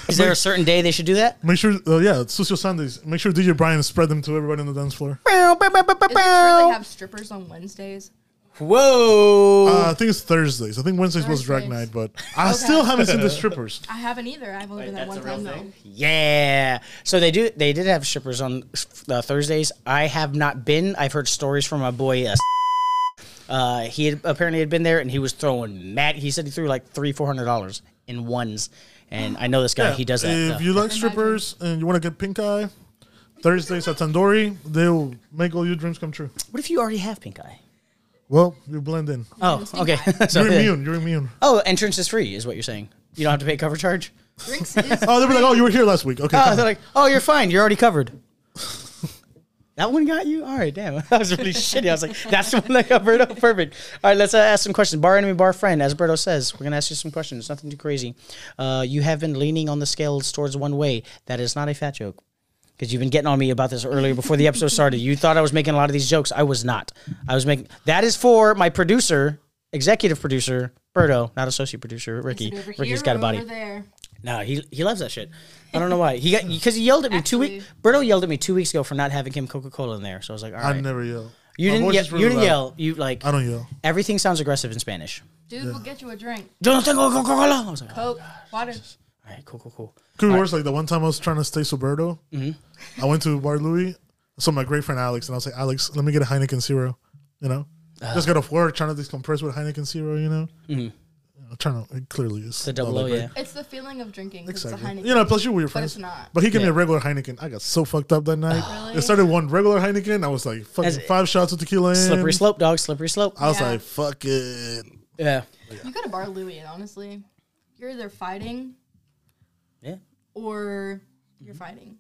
Speaker 1: Is there a certain day they should do that?
Speaker 3: Make sure, uh, yeah, it's Susio Sundays. Make sure DJ Brian spread them to everybody on the dance floor.
Speaker 5: Is it true they have strippers on Wednesdays?
Speaker 1: Whoa.
Speaker 3: Uh, I think it's Thursdays. I think Wednesdays was drag night,
Speaker 5: Thursdays.
Speaker 3: but I still haven't seen the strippers.
Speaker 5: I haven't either. I've only
Speaker 4: Wait,
Speaker 5: been that one
Speaker 4: that's a real
Speaker 5: time though.
Speaker 4: thing?
Speaker 1: Yeah. So they do. They did have strippers on uh, Thursdays. I have not been. I've heard stories from my boy. Uh, uh, he had, apparently had been there, and he was throwing mad. He said he threw like three, four hundred dollars in ones. And I know this guy.
Speaker 3: Yeah,
Speaker 1: he does that.
Speaker 3: If
Speaker 1: uh,
Speaker 3: you like strippers and you want to get pink eye, Thursdays at Tandoori, they'll make all your dreams come true.
Speaker 1: what if you already have pink eye?
Speaker 3: Well, you blend in.
Speaker 1: Oh, okay. so,
Speaker 3: You're immune. You're immune.
Speaker 1: Oh, entrance is free, is what you're saying. You don't have to pay cover charge.
Speaker 5: Drinks is
Speaker 3: Oh, they'll be like, oh, you were here last week. Okay.
Speaker 1: Oh,
Speaker 3: come
Speaker 1: they're
Speaker 3: on.
Speaker 1: like, oh, you're fine. You're already covered. That one got you? All right, damn. That was really shitty. I was like, that's the one that got Berto. Perfect. All right, let's uh, ask some questions. Bar enemy, bar friend. As Berto says, we're going to ask you some questions. Nothing too crazy. Uh, you have been leaning on the scales towards one way. That is not a fat joke. Because you've been getting on me about this earlier before the episode started. You thought I was making a lot of these jokes. I was not. I was making. That is for my producer, executive producer, Berto, not associate producer, Ricky.
Speaker 5: Is it over here
Speaker 1: Ricky's got a
Speaker 5: or
Speaker 1: body.
Speaker 5: Over there.
Speaker 1: No, he he loves that shit. I don't know why. He got because he yelled at me two weeks. Berto yelled at me two weeks ago for not having him Coca Cola in there. So I was like, all
Speaker 3: I
Speaker 1: right.
Speaker 3: never yell.
Speaker 1: you
Speaker 3: My
Speaker 1: didn't
Speaker 3: voice
Speaker 1: ye-
Speaker 3: is
Speaker 1: you
Speaker 3: really
Speaker 1: didn't
Speaker 3: loud.
Speaker 1: yell. You like
Speaker 3: I don't yell.
Speaker 1: everything sounds aggressive in Spanish.
Speaker 5: Dude, we'll get you a drink.
Speaker 1: Don't think Coca Cola. I was like, oh,
Speaker 5: Coke, water.
Speaker 1: all right, Mm-hmm. cool, cool, cool.
Speaker 3: Could be worse. Like the one time I was trying to stay soberto, I went to Bar Louie. So my great friend Alex and I was like, Alex, let me get a Heineken Zero. You know,
Speaker 1: Uh-huh.
Speaker 3: just got off work trying to decompress with Heineken Zero. You know, You know, trying to it clearly is
Speaker 1: Mm-hmm. The double O, yeah.
Speaker 5: It's the feeling of drinking. 'cause
Speaker 3: Exactly.
Speaker 5: It's a Heineken.
Speaker 3: You know, plus you were your
Speaker 5: But
Speaker 3: friends.
Speaker 5: it's not. Oh,
Speaker 3: But he gave me a
Speaker 1: Yeah.
Speaker 3: regular Heineken. I got so fucked up that night.
Speaker 5: Really?
Speaker 3: It started one regular Heineken. I was like, fucking
Speaker 1: That's-
Speaker 3: five shots of tequila. In.
Speaker 1: Slippery slope, dog. Slippery slope.
Speaker 3: I was
Speaker 5: Yeah.
Speaker 3: like, fuck it.
Speaker 1: yeah,
Speaker 5: You go to Bar Louie, and honestly, you're either fighting
Speaker 1: yeah. Mm-hmm.
Speaker 5: or you're fighting.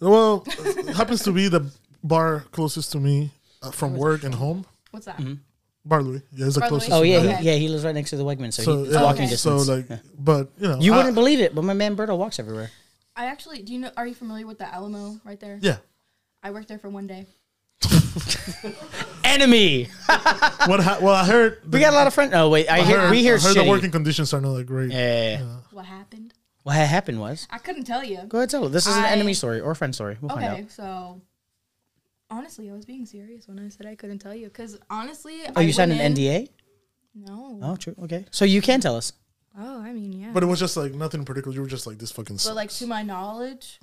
Speaker 3: Well, it happens to be the bar closest to me uh, from work and home.
Speaker 5: What's that?
Speaker 1: Mm-hmm.
Speaker 3: Bar Louie. Yeah, it's the
Speaker 5: Bar Louie.
Speaker 3: closest.
Speaker 1: Oh
Speaker 3: to
Speaker 1: yeah,
Speaker 3: me.
Speaker 5: Okay.
Speaker 1: he, yeah. He lives right next to the Wegman, so,
Speaker 3: So,
Speaker 1: he, it's
Speaker 3: yeah,
Speaker 1: walking
Speaker 5: okay.
Speaker 3: so
Speaker 1: distance.
Speaker 3: like, but you know,
Speaker 1: you
Speaker 3: I-
Speaker 1: wouldn't believe it, but my man Berto walks everywhere.
Speaker 5: I actually, do you know, are you familiar with the Alamo right there?
Speaker 3: Yeah.
Speaker 5: I worked there for one day.
Speaker 1: Enemy.
Speaker 3: What? Ha- well, I heard.
Speaker 1: We got a lot of friends. Oh wait, I,
Speaker 3: I
Speaker 1: hear
Speaker 3: heard,
Speaker 1: we hear
Speaker 3: I heard
Speaker 1: shitty.
Speaker 3: the working conditions are not that great.
Speaker 1: yeah.
Speaker 5: What happened?
Speaker 1: What had happened was.
Speaker 5: I couldn't tell you.
Speaker 1: Go ahead, tell it. This is an
Speaker 5: I-
Speaker 1: enemy story or a friend story. We'll find out.
Speaker 5: Okay, so honestly, I was being serious when I said I couldn't tell you because honestly,
Speaker 1: Oh,
Speaker 5: I
Speaker 1: you signed
Speaker 5: went
Speaker 1: an
Speaker 5: in-
Speaker 1: NDA?
Speaker 5: No. Oh.
Speaker 1: Oh, true. Okay. So you can tell us.
Speaker 5: I mean, yeah.
Speaker 3: But
Speaker 5: But,
Speaker 3: it was just like nothing in particular. You were just like this fucking. sucks.
Speaker 5: like to my knowledge,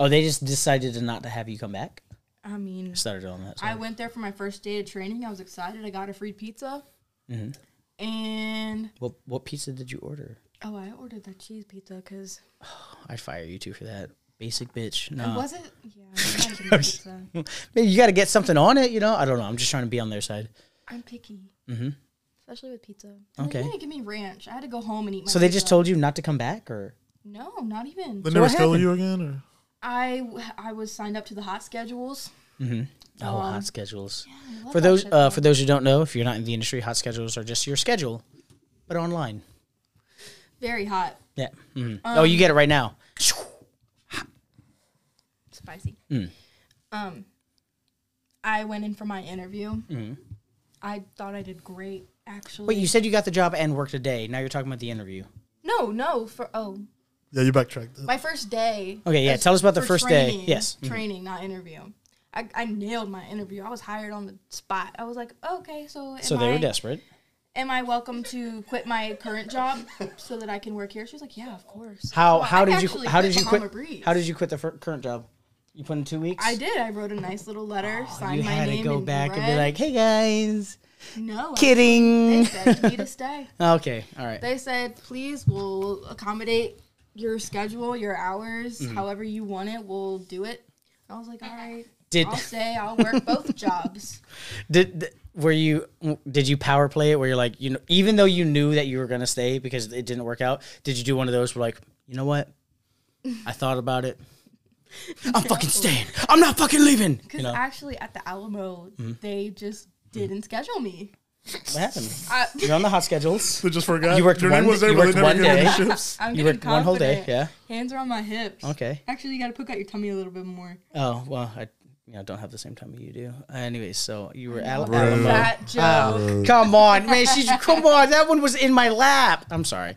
Speaker 1: Oh, they just decided to not to have you come back.
Speaker 5: I mean,
Speaker 1: Started on that.
Speaker 5: I
Speaker 1: sorry.
Speaker 5: went there for my first day of training. I was excited. I got a free pizza,
Speaker 1: Mm-hmm.
Speaker 5: and
Speaker 1: What what pizza did you order?
Speaker 5: oh, I ordered that cheese pizza because
Speaker 1: I'd fire you two for that. Basic bitch.
Speaker 5: it
Speaker 1: No.
Speaker 5: wasn't. Yeah, I like the pizza.
Speaker 1: Maybe you got to get something on it, you know? I don't know. I'm just trying to be on their side.
Speaker 5: I'm picky, mm-hmm. especially with pizza. And
Speaker 1: Okay.
Speaker 5: They didn't give me ranch. I had to go home and eat. my
Speaker 1: So they just
Speaker 5: pizza.
Speaker 1: told you not to come back or
Speaker 5: No, not even.
Speaker 3: they never
Speaker 1: what
Speaker 3: stole you again, or
Speaker 5: I w- I was signed up to the hot schedules.
Speaker 1: Oh, hot schedules.
Speaker 5: I love
Speaker 1: for
Speaker 5: that
Speaker 1: those
Speaker 5: shit,
Speaker 1: uh, for those who don't know, if you're not in the industry, hot schedules are just your schedule but online.
Speaker 5: Very hot,
Speaker 1: Yeah. Mhm.
Speaker 5: Um,
Speaker 1: oh, you get it right now.
Speaker 5: spicy.
Speaker 1: Mm.
Speaker 5: Um, I went in for my interview. I thought I did great, actually.
Speaker 1: Mm-hmm. Wait, you said you got the job and worked a day. Now you're talking about the interview.
Speaker 5: no, no. For oh,
Speaker 3: yeah, you backtracked.
Speaker 5: my first day.
Speaker 1: Okay, yeah,
Speaker 5: as-
Speaker 1: tell us about the
Speaker 5: for
Speaker 1: first day.
Speaker 5: training-
Speaker 1: Yes. Mhm.
Speaker 5: training, not interview. I, I nailed my interview. I was hired on the spot. I was like, okay, so am
Speaker 1: So they
Speaker 5: I,
Speaker 1: were desperate.
Speaker 5: am I welcome to quit my current job so that I can work here? She was like, yeah, of course.
Speaker 1: How
Speaker 5: Well,
Speaker 1: how
Speaker 5: I
Speaker 1: did you
Speaker 5: actually
Speaker 1: how did you
Speaker 5: Bahama
Speaker 1: quit
Speaker 5: Breeze.
Speaker 1: how did you quit the fir- current job? You put in two weeks.
Speaker 5: I did. I wrote a nice little letter, signed
Speaker 1: Oh, You
Speaker 5: my
Speaker 1: had
Speaker 5: name.
Speaker 1: to go
Speaker 5: in
Speaker 1: back and be
Speaker 5: red.
Speaker 1: like, "Hey guys,
Speaker 5: no, I- They
Speaker 1: kidding."
Speaker 5: begged me to stay.
Speaker 1: okay, all right.
Speaker 5: They said, please, we'll accommodate your schedule, your hours,
Speaker 1: Mm-hmm.
Speaker 5: however you want it, we'll do it. I was like, all right,
Speaker 1: Did-
Speaker 5: I'll stay. I'll work both jobs.
Speaker 1: Did th- were you did you power play it where you're like, you know, even though you knew that you were gonna stay because it didn't work out, did you do one of those where like, you know what? I thought about it. I'm fucking staying. I'm not fucking leaving. You
Speaker 5: Because
Speaker 1: know Mm-hmm.
Speaker 5: actually, at the Alamo, they just didn't schedule me.
Speaker 1: what happened?
Speaker 5: I,
Speaker 1: You're on the hot schedules.
Speaker 3: They just forgot.
Speaker 1: You worked
Speaker 3: Your name
Speaker 1: one-
Speaker 3: was there,
Speaker 1: you
Speaker 3: but
Speaker 1: worked
Speaker 3: they never
Speaker 1: one
Speaker 3: gave you
Speaker 1: day.
Speaker 3: the chips.
Speaker 5: I'm
Speaker 1: You
Speaker 5: getting
Speaker 1: worked one whole day,
Speaker 5: confident. Hands are on my hips.
Speaker 1: Okay.
Speaker 5: Actually, you got to poke out your tummy a little bit more.
Speaker 1: Oh well, I you know don't have the same time you do. Anyways, so you were Al- Alamo.
Speaker 5: That joke.
Speaker 1: Come on, man. She's come on. That one was in my lap. I'm sorry,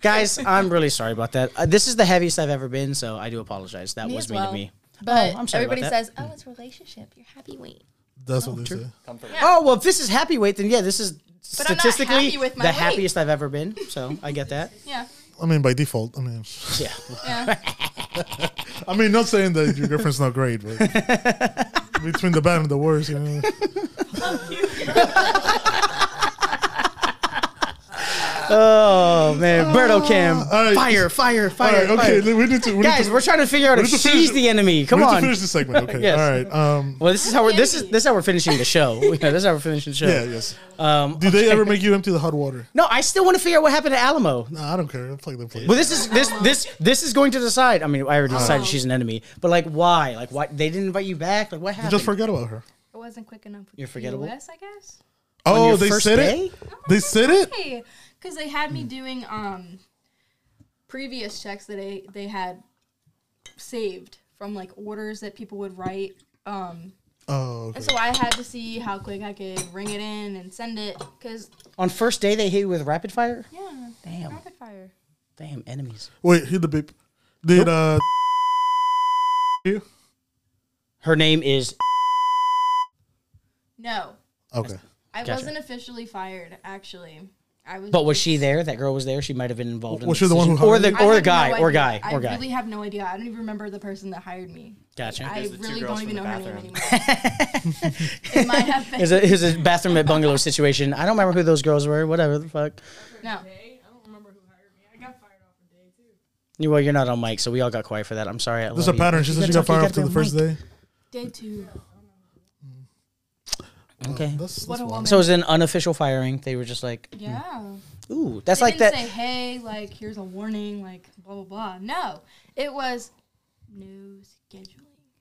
Speaker 1: guys. I'm really sorry about that. Uh, this is the heaviest I've ever been, so I do apologize. That was
Speaker 5: as
Speaker 1: mean
Speaker 5: well.
Speaker 1: to me.
Speaker 5: But
Speaker 1: Oh, I'm sorry about
Speaker 5: everybody
Speaker 1: that.
Speaker 5: says, oh, it's relationship. You're heavyweight.
Speaker 3: That's what they say.
Speaker 1: Oh well, if this is happy weight, then yeah, this is
Speaker 5: But I'm not
Speaker 1: statistically
Speaker 5: happy with
Speaker 1: the
Speaker 5: my weight.
Speaker 1: happiest I've ever been. So I get that.
Speaker 5: Yeah.
Speaker 3: I mean, by default. I mean,
Speaker 1: Yeah.
Speaker 5: Yeah.
Speaker 3: I mean, not saying that your girlfriend's not great, but between the bad and the worst, you know.
Speaker 1: Oh man, Berto Cam,
Speaker 3: all right.
Speaker 1: fire, fire,
Speaker 3: All
Speaker 1: fire.
Speaker 3: right, okay,
Speaker 1: fire.
Speaker 3: we need to. We
Speaker 1: guys,
Speaker 3: need to,
Speaker 1: we're trying to figure out
Speaker 3: we
Speaker 1: if
Speaker 3: need to
Speaker 1: she's
Speaker 3: finish-
Speaker 1: the enemy. Come
Speaker 3: we need
Speaker 1: on.
Speaker 3: to finish the segment. Okay,
Speaker 1: Yes.
Speaker 3: all right. Um,
Speaker 1: Well, this is how we're this is
Speaker 2: enemy.
Speaker 1: this is how we're finishing the show. Yeah, this is how we're finishing the show.
Speaker 3: yeah, yes. Um, Do they ever make you empty the hot water?
Speaker 1: No, I still want to figure out what happened to Alamo.
Speaker 3: Nah, I don't care. I'll play the play.
Speaker 1: Well, this is this this this is going to decide. I mean, I already
Speaker 3: Oh.
Speaker 1: decided she's an enemy, but like, why? Like, why they didn't invite you back? Like, what happened?
Speaker 3: Just forget about her.
Speaker 5: It wasn't quick enough. with
Speaker 1: You're
Speaker 5: the
Speaker 1: forgettable?
Speaker 5: US, I guess.
Speaker 1: On
Speaker 3: Oh,
Speaker 1: your
Speaker 3: they
Speaker 1: first
Speaker 3: said
Speaker 1: day?
Speaker 3: it. They said it.
Speaker 5: Hey, because they had
Speaker 1: Hmm.
Speaker 5: me doing um previous checks that they they had saved from like orders that people would write. Um,
Speaker 3: Oh, okay.
Speaker 5: and so I had to see how quick I could ring it in and send it. Cause
Speaker 1: On first day, they hit you with rapid fire.
Speaker 5: yeah,
Speaker 1: Damn,
Speaker 5: rapid fire.
Speaker 1: damn enemies.
Speaker 3: wait. Hit the beep. Did uh you?
Speaker 1: Her name is
Speaker 5: No,
Speaker 3: Okay.
Speaker 5: I
Speaker 1: Gotcha.
Speaker 5: wasn't officially fired. Actually, I was.
Speaker 1: But was she
Speaker 5: just-
Speaker 1: there? That girl was there. She might have been involved. in
Speaker 3: Was she the one
Speaker 1: decision.
Speaker 3: who
Speaker 1: or
Speaker 3: hired
Speaker 1: the
Speaker 5: I
Speaker 1: or the
Speaker 5: have no
Speaker 1: guy or
Speaker 5: idea.
Speaker 1: guy
Speaker 5: I
Speaker 1: or guy?
Speaker 5: really have no idea. I don't even remember the person that hired me.
Speaker 1: Gotcha.
Speaker 5: I
Speaker 4: the two
Speaker 5: really
Speaker 4: girls
Speaker 5: don't even
Speaker 4: from
Speaker 5: know
Speaker 4: the
Speaker 5: her name anymore. it might have been.
Speaker 1: Is it is a bathroom at bungalow situation? I don't remember who those girls were. Whatever the fuck.
Speaker 5: No.
Speaker 2: Hey, I don't remember who hired me. I got fired off a day too.
Speaker 1: You well, you're not on mic, so we all got quiet for that. I'm sorry. I
Speaker 3: There's a
Speaker 1: love you.
Speaker 3: pattern. She said she got fired after the first day.
Speaker 5: Day two.
Speaker 1: Okay.
Speaker 3: That's, that's
Speaker 5: What a
Speaker 3: wild.
Speaker 5: woman.
Speaker 1: So it was an unofficial firing. They were just like,
Speaker 5: yeah.
Speaker 1: ooh, that's
Speaker 5: They
Speaker 1: like
Speaker 5: didn't
Speaker 1: that.
Speaker 5: say, hey, like, here's a warning, like, blah, blah, blah. No. It was no scheduling.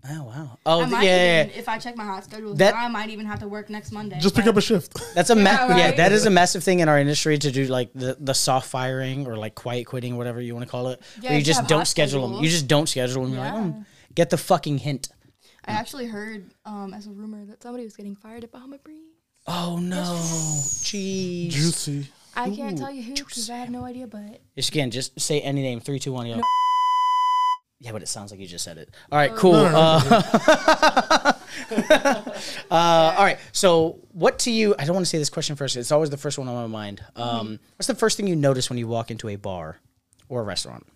Speaker 1: oh wow. Oh
Speaker 5: I
Speaker 1: th-
Speaker 5: might
Speaker 1: yeah, yeah,
Speaker 5: even,
Speaker 1: yeah.
Speaker 5: if I check my hot schedule,
Speaker 1: That-
Speaker 5: I might even have to work next Monday.
Speaker 3: Just pick
Speaker 5: but-
Speaker 3: up a shift.
Speaker 1: That's a ma-
Speaker 5: Yeah,
Speaker 1: yeah.
Speaker 5: right.
Speaker 1: That is a massive thing in our industry to do like the, the soft firing or like quiet quitting, whatever you want to call it.
Speaker 5: Yeah,
Speaker 1: where you
Speaker 5: you
Speaker 1: just
Speaker 5: have
Speaker 1: don't
Speaker 5: off
Speaker 1: schedule them.
Speaker 5: schedule.
Speaker 1: You just don't schedule them. You're like,
Speaker 5: Yeah.
Speaker 1: "Mm, get the fucking hint.
Speaker 5: I actually heard um, as a rumor that somebody was getting fired at Bahama Breeze.
Speaker 1: Oh no, jeez.
Speaker 3: Juicy.
Speaker 5: I can't tell you who because I have no idea, but
Speaker 1: Just again, just say any name. Three, two, one, yo. Yeah, but it sounds like you just said it. All
Speaker 5: Oh.
Speaker 1: right, cool.
Speaker 3: No, no, no,
Speaker 1: Uh, uh, all right. So, what to you? I don't want to say this question first. It's always the first one on my mind. Um,
Speaker 5: Mm-hmm.
Speaker 1: What's the first thing you notice when you walk into a bar or a restaurant?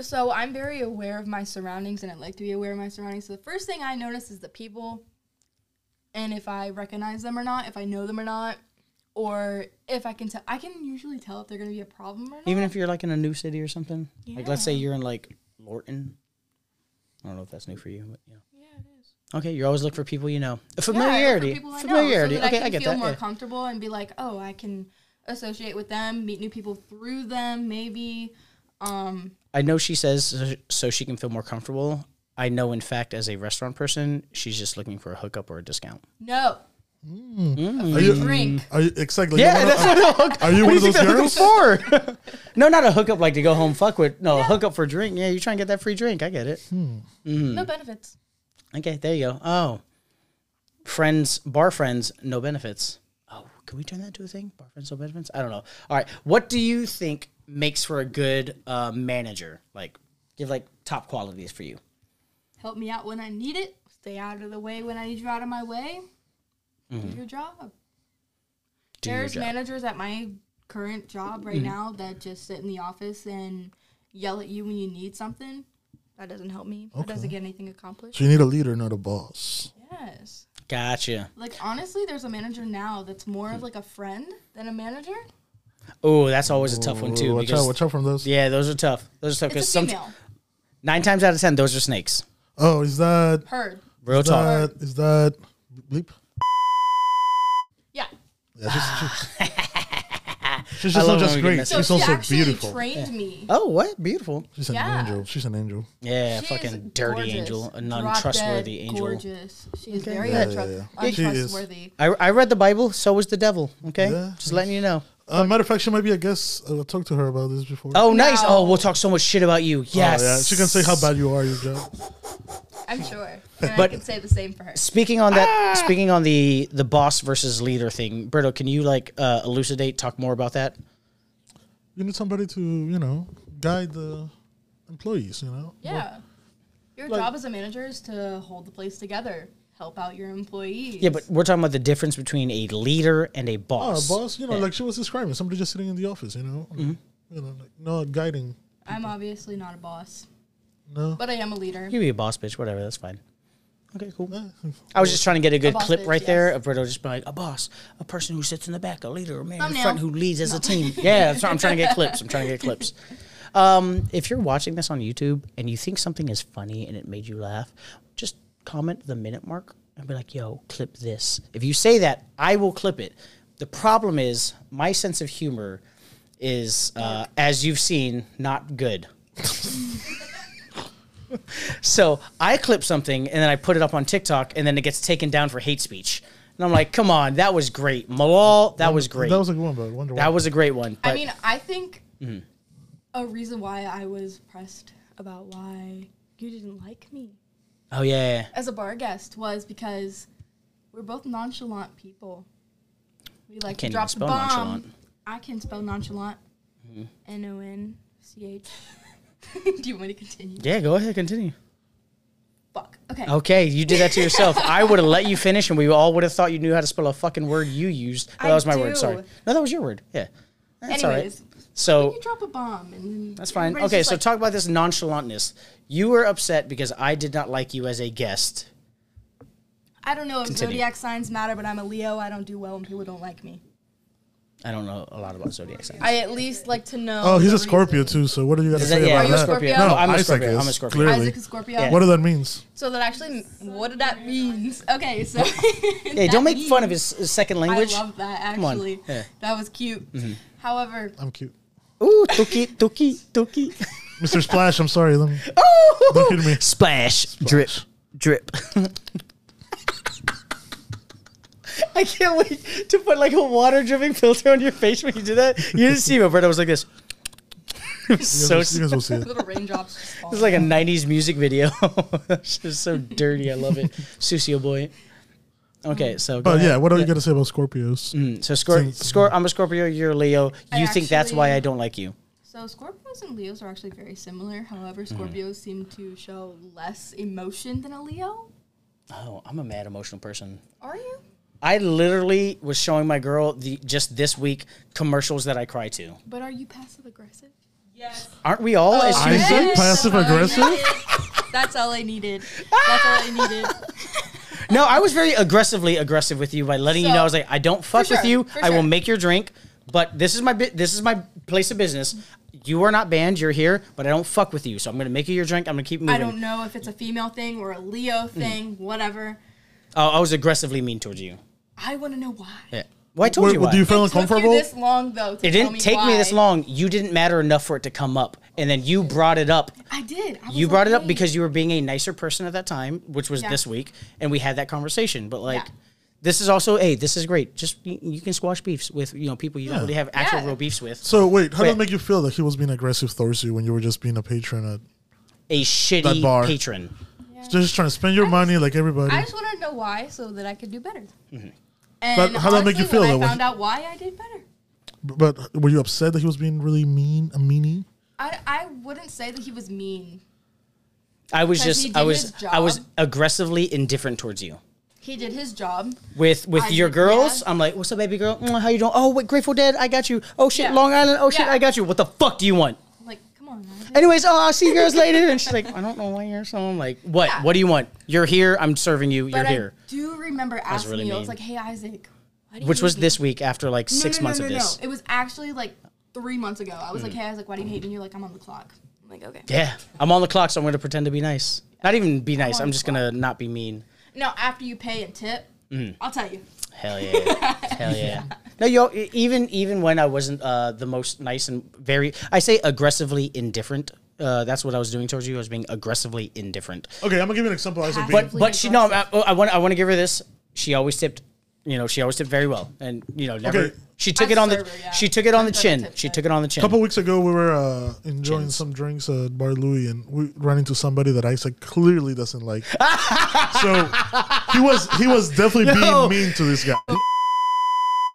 Speaker 5: So I'm very aware of my surroundings and I like to be aware of my surroundings. So the first thing I notice is the people and if I recognize them or not, if I know them or not, or if I can tell I can usually tell if they're gonna be a problem or not.
Speaker 1: Even if you're like in a new city or something. Like, let's say you're in like Lorton. I don't know if that's new for you, but yeah.
Speaker 5: yeah, it is.
Speaker 1: Okay, you always look for people you know.
Speaker 5: Yeah, I look for
Speaker 1: Familiarity.
Speaker 5: people I know so
Speaker 1: Familiarity.
Speaker 5: that
Speaker 1: okay, I,
Speaker 5: I, can
Speaker 1: get
Speaker 5: feel
Speaker 1: that.
Speaker 5: more
Speaker 1: yeah.
Speaker 5: comfortable and be like, oh, I can associate with them, meet new people through them, maybe. Um,
Speaker 1: I know she says so she can feel more comfortable. I know, in fact, as a restaurant person, she's just looking for a hookup or a discount.
Speaker 5: no,
Speaker 3: Are you?
Speaker 5: drink.
Speaker 3: Are you exactly?
Speaker 1: Uh, Yeah,
Speaker 3: You're one
Speaker 1: that's
Speaker 3: of-
Speaker 1: what a hook.
Speaker 3: Are you
Speaker 1: what do
Speaker 3: one of
Speaker 1: you
Speaker 3: those
Speaker 1: think
Speaker 3: girls?
Speaker 1: the hookup's for? no, not a hookup like to go home fuck with. No, a hookup for a drink. Yeah, you're trying to get that free drink. I get it. Hmm.
Speaker 5: No benefits.
Speaker 1: Okay, there you go. Oh, friends, bar friends, no benefits. Oh, can we turn that to a thing? Bar friends, no benefits. I don't know. All right, what do you think makes for a good uh, manager? Like, give like top qualities for you.
Speaker 5: Help me out when I need it. Stay out of the way when I need you out of my way.
Speaker 1: Mm-hmm.
Speaker 5: Do your job.
Speaker 1: Do your
Speaker 5: There's
Speaker 1: job.
Speaker 5: managers at my current job right
Speaker 3: Mm.
Speaker 5: now that just sit in the office and yell at you when you need something. That doesn't help me. That doesn't get anything accomplished.
Speaker 3: So you need a leader, not a boss.
Speaker 5: Yes.
Speaker 1: Gotcha.
Speaker 5: Like honestly, there's a manager now that's more of like a friend than a manager.
Speaker 1: Oh, that's always a tough one too.
Speaker 3: Watch
Speaker 1: because-
Speaker 3: out! Watch out from those.
Speaker 1: Yeah, those are tough. Those are tough because
Speaker 5: It's a
Speaker 1: some
Speaker 5: female.
Speaker 1: nine times out of ten, those are snakes.
Speaker 3: Oh, is that?
Speaker 5: Heard.
Speaker 1: Real
Speaker 3: Is
Speaker 1: talk.
Speaker 3: that, is that bleep?
Speaker 5: Yeah.
Speaker 3: Yeah, she's, she's, she's
Speaker 1: I
Speaker 3: just
Speaker 1: love
Speaker 3: not
Speaker 1: when we
Speaker 3: just
Speaker 1: get
Speaker 3: great.
Speaker 1: messy.
Speaker 5: So
Speaker 3: She's
Speaker 5: she
Speaker 3: also
Speaker 5: actually
Speaker 3: beautiful.
Speaker 5: trained me.
Speaker 1: Oh, what beautiful.
Speaker 3: She's an
Speaker 5: Yeah.
Speaker 3: angel. She's an angel.
Speaker 1: Yeah,
Speaker 5: She is
Speaker 1: fucking dirty
Speaker 5: gorgeous.
Speaker 1: angel, an
Speaker 5: Drop dead
Speaker 1: untrustworthy angel.
Speaker 5: Gorgeous. She is very
Speaker 3: Yeah,
Speaker 5: untrust-
Speaker 3: yeah, yeah. She is.
Speaker 5: untrustworthy.
Speaker 1: I, I read the Bible. So was the devil. Okay,
Speaker 3: Yeah.
Speaker 1: just letting you know.
Speaker 3: Uh, matter of fact, she might be a guest. I talked to her about this before.
Speaker 1: Oh, nice.
Speaker 5: No.
Speaker 1: Oh, we'll talk so much shit about you.
Speaker 3: Oh,
Speaker 1: Yes.
Speaker 3: yeah. She can say how bad you are, your job.
Speaker 5: I'm sure. And
Speaker 1: But-
Speaker 5: I could say the same for her.
Speaker 1: Speaking on
Speaker 3: Ah.
Speaker 1: that, speaking on the the boss versus leader thing, Berto, can you like uh, elucidate, talk more about that?
Speaker 3: You need somebody to, you know, guide the employees, you know?
Speaker 5: Yeah. Your job as a manager is to hold the place together, help out your employees.
Speaker 1: Yeah, but we're talking about the difference between a leader and a
Speaker 3: Ah,
Speaker 1: boss.
Speaker 3: boss, you know,
Speaker 1: Yeah. Mm-hmm.
Speaker 3: like she was describing, somebody just sitting in the office, you know? You know, like not guiding.
Speaker 5: I'm obviously not a boss,
Speaker 3: No.
Speaker 5: but I am a leader.
Speaker 1: You be a boss bitch, whatever. That's fine. Okay, cool.
Speaker 3: Eh,
Speaker 1: I was just trying to get a good
Speaker 5: boss
Speaker 1: clip
Speaker 5: bitch,
Speaker 1: right there
Speaker 5: yes.
Speaker 1: of Brito just being like, a boss, a person who sits in the back, a leader, a man in
Speaker 5: Thumbnail.
Speaker 1: front who leads as a team. Yeah, that's what I'm trying to get clips. I'm trying to get clips. Um, if you're watching this on YouTube and you think something is funny and it made you laugh, just comment the minute mark and be like, yo, clip this. If you say that, I will clip it. The problem is, my sense of humor is, uh, as you've seen, not good. So I clip something and then I put it up on TikTok and then it gets taken down for hate speech. And I'm like, come on, that was great. Malal, that was great.
Speaker 3: That was a good one, but I wonder why.
Speaker 1: a great one. But Mm-hmm.
Speaker 5: I mean, I think a reason why I was pressed about why you didn't like me
Speaker 1: oh yeah, yeah,
Speaker 5: as a bar guest was because we're both nonchalant people. We like
Speaker 1: can't even
Speaker 5: to drop the
Speaker 1: spell
Speaker 5: bomb.
Speaker 1: nonchalant. Mm-hmm.
Speaker 5: I can spell nonchalant. N O N C H. Do you want me to continue?
Speaker 1: yeah, go ahead, continue.
Speaker 5: Fuck. Okay.
Speaker 1: Okay, you did that to yourself. I would have let you finish, and we all would have thought you knew how to spell a fucking word you used. No,
Speaker 5: I
Speaker 1: that was my
Speaker 5: do.
Speaker 1: word. Sorry, no, that was your word. Yeah, that's all right.
Speaker 5: Anyways,
Speaker 1: So
Speaker 5: you drop a bomb and then
Speaker 1: That's fine.
Speaker 5: everybody's
Speaker 1: okay,
Speaker 5: just
Speaker 1: so
Speaker 5: like,
Speaker 1: talk about this nonchalantness. You were upset because I did not like you as a guest.
Speaker 5: I don't know if
Speaker 1: Continue.
Speaker 5: zodiac signs matter, but I'm a Leo. I don't do well when people don't like me.
Speaker 1: I don't know a lot about zodiac signs.
Speaker 5: I at least like to know.
Speaker 3: Oh, he's
Speaker 5: the
Speaker 3: a Scorpio
Speaker 5: reason.
Speaker 3: too. So what are you gonna
Speaker 1: Is
Speaker 3: say
Speaker 1: that- yeah,
Speaker 3: about
Speaker 1: I'm a
Speaker 3: that?
Speaker 1: Scorpio.
Speaker 5: No,
Speaker 1: No, I'm a
Speaker 3: Isaac
Speaker 1: Scorpio.
Speaker 3: is,
Speaker 1: I'm a Scorpio.
Speaker 3: clearly.
Speaker 5: Isaac is Scorpio.
Speaker 1: Yeah.
Speaker 3: What do that means?
Speaker 5: So that actually, what did that means? Okay, so
Speaker 1: Yeah,
Speaker 5: yeah,
Speaker 1: don't make fun of his, his second
Speaker 5: I
Speaker 1: language.
Speaker 5: love that
Speaker 1: on,
Speaker 5: actually.
Speaker 1: yeah. Mm-hmm.
Speaker 5: That was cute. However,
Speaker 3: I'm cute,
Speaker 1: Ooh, tuki, tuki, tuki.
Speaker 3: Mr. Splash. I'm sorry. Let me,
Speaker 1: Ooh,
Speaker 3: Look at me.
Speaker 1: Splash, drip, drip. I can't wait to put like a water dripping filter on your face when you do that. You didn't see me, but I was like this. It was
Speaker 3: you,
Speaker 1: so
Speaker 3: guys, you guys will see it.
Speaker 5: little raindrops. Just fall.
Speaker 1: It's like a '90s music video. it's just so dirty. I love it, Susio boy. Okay, so go
Speaker 3: But
Speaker 1: ahead.
Speaker 3: Oh, yeah, what are you gonna say about Scorpios?
Speaker 1: So Scor-
Speaker 3: Since-
Speaker 1: Scor- I'm a Scorpio. You're a Leo. You
Speaker 5: I
Speaker 1: think that's why
Speaker 5: actually-
Speaker 1: I don't like you?
Speaker 5: so Scorpios and Leos are actually very similar. However,
Speaker 1: Mm-hmm.
Speaker 5: Scorpios seem to show less emotion than a Leo.
Speaker 1: Oh, I'm a mad emotional person.
Speaker 5: Are you?
Speaker 1: I literally was showing my girl the just this week commercials that I cry to.
Speaker 5: But are you passive aggressive?
Speaker 2: Yes.
Speaker 1: Aren't we all? as
Speaker 3: Isaac,
Speaker 1: humans?
Speaker 3: passive aggressive.
Speaker 5: Oh, That's all I needed. That's all I needed.
Speaker 1: No, I was very aggressively aggressive with you by letting you
Speaker 5: So-
Speaker 1: know I was like, I don't fuck
Speaker 5: sure,
Speaker 1: with you.
Speaker 5: for
Speaker 1: I will
Speaker 5: sure.
Speaker 1: make your drink, but this is my bit. This is my place of business. You are not banned. You're here, but I don't fuck with you. So I'm gonna make you your drink. I'm gonna keep moving.
Speaker 5: I don't know if it's a female thing or a
Speaker 1: Mm.
Speaker 5: Leo thing. Whatever.
Speaker 1: Oh, I was aggressively mean towards you.
Speaker 5: I want to know why.
Speaker 1: Yeah. Well, I told
Speaker 3: Wait,
Speaker 1: you
Speaker 3: well,
Speaker 1: why.
Speaker 3: do you feel
Speaker 5: It took you
Speaker 3: uncomfortable?
Speaker 5: this long though. To
Speaker 1: it
Speaker 5: tell
Speaker 1: didn't take me this
Speaker 5: why.
Speaker 1: long. You didn't matter enough for it to come up, and then you brought it up
Speaker 5: I did. I was
Speaker 1: You brought it up
Speaker 5: okay.
Speaker 1: because you were being a nicer person at that time, which was
Speaker 5: Yeah.
Speaker 1: this week, and we had that conversation. But like,
Speaker 5: Yeah.
Speaker 1: this is also, hey, this is great. Just you, you can squash beefs with you know people you don't
Speaker 3: Yeah.
Speaker 1: really have actual
Speaker 5: Yeah.
Speaker 1: real beefs with.
Speaker 3: So wait, how did
Speaker 1: Wait.
Speaker 3: it make you feel that he was being aggressive towards you when you were just being a patron at?
Speaker 1: a shitty
Speaker 3: That bar.
Speaker 1: patron.
Speaker 3: Just trying to spend your money like everybody.
Speaker 5: I just wanted to know why, so that I could do better.
Speaker 1: Mm-hmm.
Speaker 3: But
Speaker 5: And
Speaker 3: how'd that make you
Speaker 5: honestly,
Speaker 3: feel,
Speaker 5: When
Speaker 3: though,
Speaker 5: I
Speaker 3: when-
Speaker 5: found out why I did better.
Speaker 3: But were you upset that he was being really mean, a meanie?
Speaker 5: I, I wouldn't say that he was mean.
Speaker 1: I was
Speaker 5: 'Cause he
Speaker 1: just,
Speaker 5: did
Speaker 1: I was,
Speaker 5: his
Speaker 1: I was
Speaker 5: job.
Speaker 1: aggressively indifferent towards you.
Speaker 5: He did his job.
Speaker 1: With with
Speaker 5: I-
Speaker 1: your girls,
Speaker 5: yeah.
Speaker 1: I'm like, what's up, baby girl? Mm, how you doing? Oh, wait, Grateful Dead, I got you. Oh shit,
Speaker 5: Yeah.
Speaker 1: Long Island. Oh shit,
Speaker 5: Yeah.
Speaker 1: I got you. What the fuck do you want?
Speaker 5: Like, come on. Isaac.
Speaker 1: Anyways, oh, I'll see you girls later. And she's like, I don't know why you're so. I'm like, what?
Speaker 5: Yeah.
Speaker 1: What do you want? You're here. I'm serving you.
Speaker 5: but
Speaker 1: You're here.
Speaker 5: I do remember asking
Speaker 1: really
Speaker 5: you. I
Speaker 1: mean.
Speaker 5: was like, hey, Isaac. Why do you
Speaker 1: Which
Speaker 5: hate
Speaker 1: was
Speaker 5: me?"
Speaker 1: this week after like
Speaker 5: No,
Speaker 1: six
Speaker 5: no, no,
Speaker 1: months
Speaker 5: no,
Speaker 1: of
Speaker 5: no.
Speaker 1: this. Mm.
Speaker 5: It was actually like three months ago. I was like, hey, Isaac, why do you hate me? And you're like, I'm on the clock. I'm like, okay.
Speaker 1: Yeah, I'm on the clock, so I'm going to pretend to be nice. Not even be nice.
Speaker 5: on
Speaker 1: I'm
Speaker 5: the
Speaker 1: just going to not be mean.
Speaker 5: No, after you pay and tip,
Speaker 1: Mm.
Speaker 5: I'll tell you.
Speaker 1: Hell yeah, hell yeah. No, yo, e- even even when I wasn't uh, the most nice and very, I say aggressively indifferent. Uh, that's what I was doing towards you. I was being aggressively indifferent.
Speaker 3: Okay, I'm gonna give you an example. Isaac being,
Speaker 1: But
Speaker 5: Aggressively
Speaker 1: but she no, I,
Speaker 5: aggressive.
Speaker 1: I want I want to give her this. She always tipped, you know, she always tipped very well, and you know never.
Speaker 3: Okay.
Speaker 1: She took
Speaker 5: I'm
Speaker 1: it on the
Speaker 5: server, yeah.
Speaker 1: she took it on
Speaker 5: I'm
Speaker 1: the
Speaker 5: better
Speaker 1: chin.
Speaker 5: tip
Speaker 1: She
Speaker 5: than-
Speaker 1: took it on the chin.
Speaker 3: A couple weeks ago, we were uh, enjoying some drinks at Bar Louie, and we ran into somebody that Isaac clearly doesn't like. so he was he was definitely
Speaker 1: No.
Speaker 3: being mean to this guy.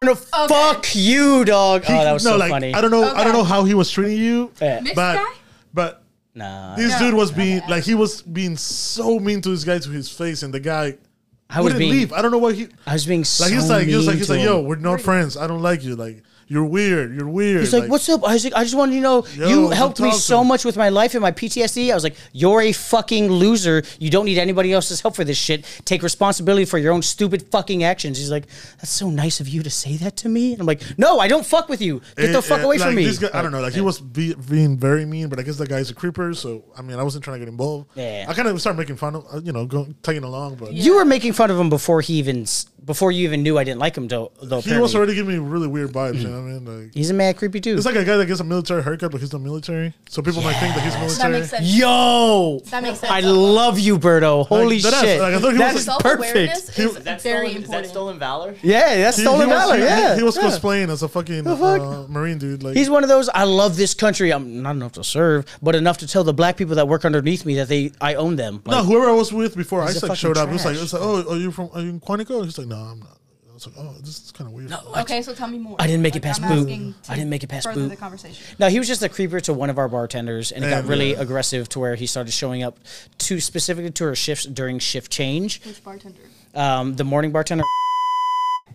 Speaker 1: No, Fuck you, dog. oh, that was
Speaker 3: no,
Speaker 1: so
Speaker 3: like
Speaker 1: funny.
Speaker 3: I don't know I
Speaker 5: Okay.
Speaker 3: don't know how he was treating you,
Speaker 1: Yeah.
Speaker 5: Mixed
Speaker 3: but
Speaker 5: guy?
Speaker 3: but
Speaker 1: Nah,
Speaker 3: this
Speaker 5: No.
Speaker 3: dude was being like he was being so mean to this guy to his face, and the guy
Speaker 1: I was
Speaker 3: wouldn't
Speaker 1: being
Speaker 3: leave. I don't know what he
Speaker 1: I was being so
Speaker 3: like. He's like he was
Speaker 1: mean
Speaker 3: like he's
Speaker 1: to
Speaker 3: like
Speaker 1: him.
Speaker 3: yo, we're not friends. I don't like you. Like You're weird. You're weird.
Speaker 1: He's like, "What's up, Isaac? I just wanted you to know
Speaker 3: Yo,
Speaker 1: you
Speaker 3: don't
Speaker 1: helped me
Speaker 3: talk to
Speaker 1: so
Speaker 3: me."
Speaker 1: much with my life and my PTSD." I was like, "You're a fucking loser. You don't need anybody else's help for this shit. Take responsibility for your own stupid fucking actions." He's like, "That's so nice of you to say that to me." And I'm like, "No, I don't fuck with you. Get the
Speaker 3: It-
Speaker 1: fuck
Speaker 3: it-
Speaker 1: away
Speaker 3: eh, like,
Speaker 1: from me."
Speaker 3: this guy- I don't know. Like he was be, being very mean, but I guess that guy's a creeper. So I mean, I wasn't trying to get involved.
Speaker 1: Yeah.
Speaker 3: I kind of started making fun of, uh, you know, go, tagging along, but
Speaker 1: You were making fun of him before he even s- before you even knew I didn't like him. Though, though
Speaker 3: he was
Speaker 1: apparently.
Speaker 3: already giving me really weird vibes. you know what I mean? Like
Speaker 1: he's a mad creepy dude.
Speaker 3: it's like a guy that gets a military haircut, but he's not military. So people might think that he's
Speaker 5: That
Speaker 3: military.
Speaker 5: makes sense.
Speaker 1: Yo,
Speaker 5: That makes sense.
Speaker 1: I love you, Berto. Holy
Speaker 3: that ass-
Speaker 1: shit,
Speaker 3: like, I thought he was
Speaker 1: that's perfect.
Speaker 3: a-
Speaker 5: Self-awareness
Speaker 3: He-
Speaker 5: is
Speaker 3: Is
Speaker 5: very
Speaker 4: stolen,
Speaker 5: important.
Speaker 4: Is that stolen valor?
Speaker 1: Yeah, that's
Speaker 3: He-
Speaker 1: stolen
Speaker 3: he was-
Speaker 1: valor.
Speaker 3: he-
Speaker 1: yeah,
Speaker 3: he was
Speaker 1: yeah.
Speaker 3: cosplaying as a fucking
Speaker 1: fuck?
Speaker 3: uh, marine dude. Like
Speaker 1: He's one of those. I love this country. I'm not enough to serve, but enough to tell the black people that work underneath me that they I own them.
Speaker 3: No,
Speaker 1: Like,
Speaker 3: whoever I was with before
Speaker 1: He's a
Speaker 3: Isaac
Speaker 1: fucking
Speaker 3: showed up, it was like,
Speaker 1: trash.
Speaker 3: it's like, oh, are you from? Are you in Quantico? And he's like, no, I'm not. I was like, oh, this is kind of weird.
Speaker 5: okay, so tell me more.
Speaker 1: I didn't make it
Speaker 5: Like,
Speaker 1: past
Speaker 5: I'm
Speaker 1: Boo.
Speaker 5: asking to
Speaker 1: I didn't make it past
Speaker 5: further
Speaker 1: Boo.
Speaker 5: the conversation.
Speaker 1: No, he was just a creeper to one of our bartenders, and it got
Speaker 3: And,
Speaker 1: really
Speaker 3: uh,
Speaker 1: aggressive to where he started showing up to specifically to her shifts during shift change.
Speaker 5: Which bartender?
Speaker 1: um, the morning bartender.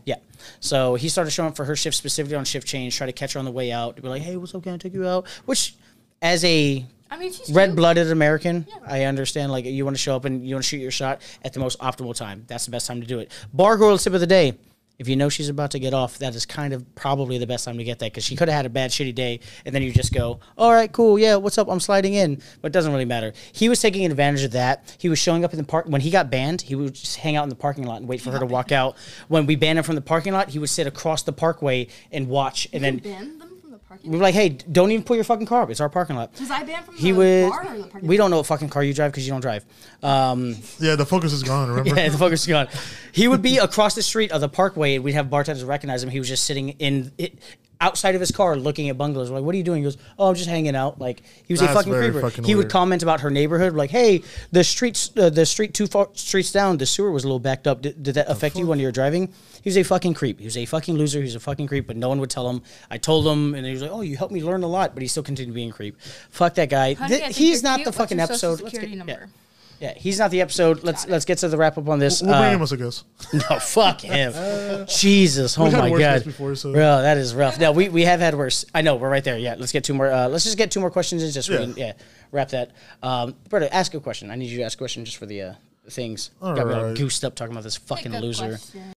Speaker 1: Yeah. So he started showing up for her shift specifically on shift change, try to catch her on the way out. Be like, hey, what's up? Can I take you out? Which, as a
Speaker 5: I mean, she's
Speaker 1: red
Speaker 5: cute.
Speaker 1: blooded American, I understand. Like, you want to show up and you want to shoot your shot at the most optimal time. That's the best time to do it. Bar girl tip of the day. If you know she's about to get off, that is kind of probably the best time to get that because she could have had a bad, shitty day, and then you just go, "All right, cool, yeah, what's up? I'm sliding in," but it doesn't really matter. He was taking advantage of that. He was showing up in the park when he got banned. He would just hang out in the parking lot and wait for her to walk out. When we banned him from the parking lot, he would sit across the parkway and watch, and then
Speaker 5: Banned them from the parking.
Speaker 1: we were like, "Hey, don't even pull your fucking car up. It's our parking lot."
Speaker 5: Was I banned from
Speaker 1: He
Speaker 5: the
Speaker 1: was.
Speaker 5: bar or the parking
Speaker 1: We
Speaker 5: lot?
Speaker 1: don't know what fucking car you drive because you don't drive. Um,
Speaker 3: Yeah, the focus is gone. Remember?
Speaker 1: yeah, the focus is gone. He would be across the street of the parkway, and we'd have bartenders recognize him. He was just sitting in it, outside of his car, looking at bungalows. We're like, what are you doing? He goes, oh, I'm just hanging out. Like he was a
Speaker 3: That's
Speaker 1: fucking
Speaker 3: very
Speaker 1: creeper.
Speaker 3: fucking
Speaker 1: he would
Speaker 3: weird.
Speaker 1: comment about her neighborhood, like, hey, the streets, uh, the street two far, streets down, the sewer was a little backed up. Did, did that affect you when you were driving? He was a fucking creep. He was a fucking loser. He was a fucking creep, but no one would tell him. I told him, and he was like, oh, you helped me learn a lot, but he still continued being a creep. Fuck that guy.
Speaker 5: Honey,
Speaker 1: Th-
Speaker 5: I think
Speaker 1: he's
Speaker 5: you're
Speaker 1: not
Speaker 5: cute.
Speaker 1: the
Speaker 5: What's
Speaker 1: fucking
Speaker 5: your social
Speaker 1: episode. Let's
Speaker 5: security
Speaker 1: get- yeah.
Speaker 5: number?
Speaker 1: Yeah, he's not the episode. Let's let's get to the wrap up on this.
Speaker 3: We'll bring
Speaker 1: Uh,
Speaker 3: him as a guest.
Speaker 1: no, fuck him. Jesus, oh
Speaker 3: had
Speaker 1: my
Speaker 3: worse
Speaker 1: god,
Speaker 3: days before, so-
Speaker 1: bro, that is rough. No, we, we have had worse. I know we're right there. Yeah, let's get two more. Uh, let's just get two more questions and just yeah,
Speaker 3: Yeah.
Speaker 1: yeah wrap that. Um, Berta, ask a question. I need you to ask a question just for the uh, things. Got me all
Speaker 3: Alright.
Speaker 1: goosed up talking about this fucking
Speaker 5: Good
Speaker 1: loser.
Speaker 5: question.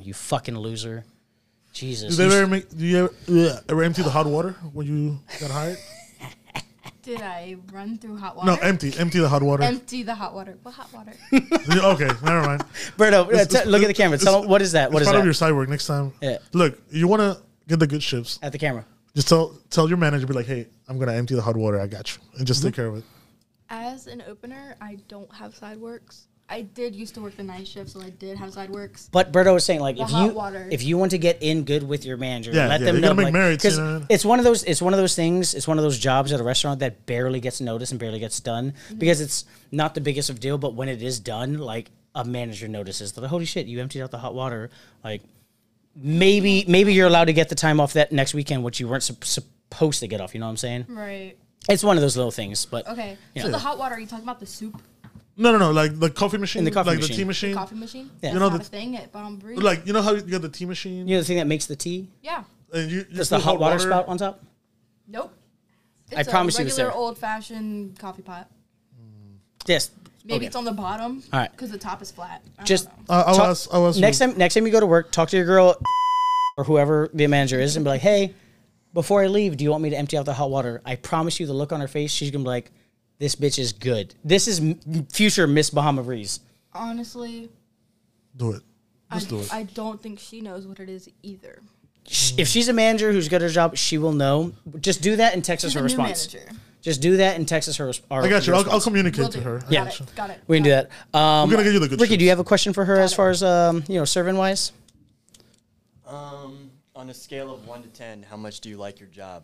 Speaker 1: You fucking loser. Jesus,
Speaker 3: Did they
Speaker 1: you-
Speaker 3: ever make? Do you ever, yeah, ever empty the hot water when you got hired?
Speaker 5: Did I run through hot water?
Speaker 3: No, empty, empty the hot water.
Speaker 5: Empty the hot water. What hot water?
Speaker 3: Yeah, okay, never mind.
Speaker 1: Berto, uh, t-
Speaker 3: it's-
Speaker 1: look at the camera. Tell
Speaker 3: it's-
Speaker 1: him what is that? What is
Speaker 3: it's part
Speaker 1: that?
Speaker 3: of your side work next time.
Speaker 1: Yeah.
Speaker 3: Look, you want to get the good shifts.
Speaker 1: At the camera.
Speaker 3: Just tell tell your manager, be like, hey, I'm gonna empty the hot water. I got you, and just
Speaker 1: Mm-hmm.
Speaker 3: take care of it.
Speaker 5: As an opener, I don't have side works. I did used to work the night shift, so I did have side works.
Speaker 1: But Berto was saying like
Speaker 5: The
Speaker 1: if
Speaker 5: hot
Speaker 1: you
Speaker 5: water.
Speaker 1: if you want to get in good with your manager,
Speaker 3: Yeah,
Speaker 1: let
Speaker 3: yeah,
Speaker 1: them
Speaker 3: you
Speaker 1: know
Speaker 3: gotta make
Speaker 1: like,
Speaker 3: merits,
Speaker 1: 'cause
Speaker 3: you know?
Speaker 1: it's one of those it's one of those things, it's one of those jobs at a restaurant that barely gets noticed and barely gets done
Speaker 5: Mm-hmm.
Speaker 1: because it's not the biggest of deal, but when it is done, like a manager notices that holy shit, you emptied out the hot water, like maybe maybe you're allowed to get the time off that next weekend which you weren't sup- supposed to get off, you know what I'm saying?
Speaker 5: Right.
Speaker 1: It's one of those little things, but
Speaker 5: Mm-hmm. Okay. So the hot water, are you talking about the soup
Speaker 3: No, no, no. Like the coffee machine,
Speaker 1: the coffee
Speaker 3: like the
Speaker 1: machine.
Speaker 3: tea machine.
Speaker 5: coffee machine?
Speaker 1: Yeah.
Speaker 5: That's
Speaker 1: You
Speaker 3: know,
Speaker 5: not
Speaker 3: the-
Speaker 5: a thing at Bottom Breeze.
Speaker 3: Like you know how you got the tea machine?
Speaker 1: you know the thing that makes the tea?
Speaker 5: yeah.
Speaker 3: And you, you
Speaker 1: Just the
Speaker 3: put
Speaker 1: hot water spout on top?
Speaker 5: Nope.
Speaker 1: I promise you it's
Speaker 5: regular
Speaker 1: there.
Speaker 5: old fashioned coffee pot.
Speaker 1: Yes.
Speaker 5: Maybe
Speaker 1: Okay.
Speaker 5: it's on the bottom.
Speaker 1: Alright.
Speaker 5: Because the top is flat. I don't
Speaker 1: Just
Speaker 5: know.
Speaker 3: Uh, I'll
Speaker 1: Talk-
Speaker 3: ask. I'll ask
Speaker 1: next
Speaker 3: you.
Speaker 1: time next time you go to work talk to your girl or whoever the manager is and be like hey before i leave do you want me to empty out the hot water i promise you the look on her face she's gonna be like this bitch is good this is m- future miss bahama breeze
Speaker 5: honestly,
Speaker 3: do it.
Speaker 5: I,
Speaker 3: Just do it.
Speaker 5: I don't think she knows what it is either.
Speaker 1: Sh- if she's a manager who's good at her job she will know just do that and text us
Speaker 5: She's
Speaker 1: her
Speaker 5: a new
Speaker 1: response
Speaker 5: manager.
Speaker 1: just do that and text us her res- our
Speaker 3: I got you. I'll, I'll
Speaker 1: response.
Speaker 5: Will
Speaker 3: communicate
Speaker 5: do.
Speaker 3: to her. I
Speaker 1: Yeah.
Speaker 3: got
Speaker 5: Got
Speaker 3: you.
Speaker 5: it. Got it.
Speaker 1: we can do that um,
Speaker 3: I'm gonna give you the good.
Speaker 1: ricky do
Speaker 3: shifts.
Speaker 1: you have a question for her as far as um, you know serving wise
Speaker 4: Um, on a scale of one to ten, how much do you like your job?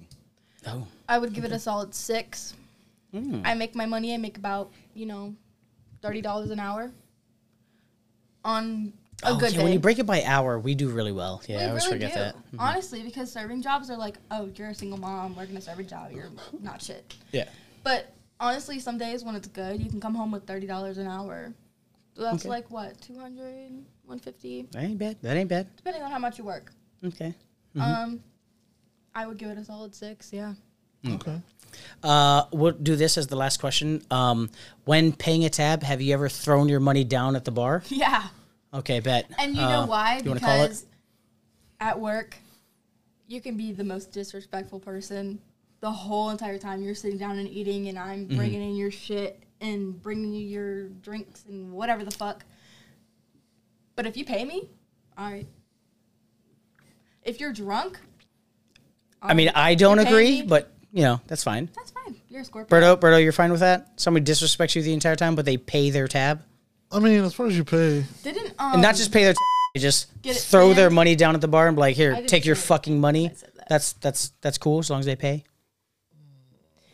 Speaker 1: oh
Speaker 5: I would give it a solid six.
Speaker 1: Mm.
Speaker 5: I make my money. I make about you know, thirty dollars an hour. On a
Speaker 1: Oh,
Speaker 5: good
Speaker 1: yeah,
Speaker 5: day,
Speaker 1: when you break it by hour we do really well yeah
Speaker 5: We
Speaker 1: i always
Speaker 5: really
Speaker 1: forget
Speaker 5: do.
Speaker 1: that Mm-hmm.
Speaker 5: Honestly, because serving jobs are like, oh, you're a single mom working a serving job. You're not shit.
Speaker 1: yeah
Speaker 5: But honestly, some days when it's good, you can come home with thirty dollars an hour. So that's
Speaker 1: Okay.
Speaker 5: like what 200, 150,
Speaker 1: that ain't bad that ain't bad
Speaker 5: depending on how much you work.
Speaker 1: okay
Speaker 5: Um, I would give it a solid six. Yeah.
Speaker 3: Okay.
Speaker 1: Uh, we'll do this as the last question. Um, when paying a tab, have you ever thrown your money down at the bar?
Speaker 5: Yeah.
Speaker 1: Okay, bet.
Speaker 5: And you
Speaker 1: Uh,
Speaker 5: know why?
Speaker 1: You wanna call it?
Speaker 5: because at work, you can be the most disrespectful person the whole entire time you're sitting down and eating, and I'm
Speaker 1: Mm-hmm.
Speaker 5: bringing in your shit and bringing you your drinks and whatever the fuck. But if you pay me, all right. If you're drunk,
Speaker 1: I mean, I don't
Speaker 5: You pay
Speaker 1: agree,
Speaker 5: me?
Speaker 1: but you know that's fine.
Speaker 5: that's fine. You're a scorpion.
Speaker 1: Berto, Berto, you're fine with that? Somebody disrespects you the entire time, but they pay their tab,
Speaker 3: I mean, as far as you pay,
Speaker 5: Didn't um,
Speaker 1: and not just pay their. tab, They just
Speaker 5: Get it
Speaker 1: throw their
Speaker 5: planned.
Speaker 1: money down at the bar and be like, "Here,
Speaker 5: didn't
Speaker 1: take your
Speaker 5: say it.
Speaker 1: fucking money."
Speaker 5: I said that.
Speaker 1: That's that's that's cool as long as they pay.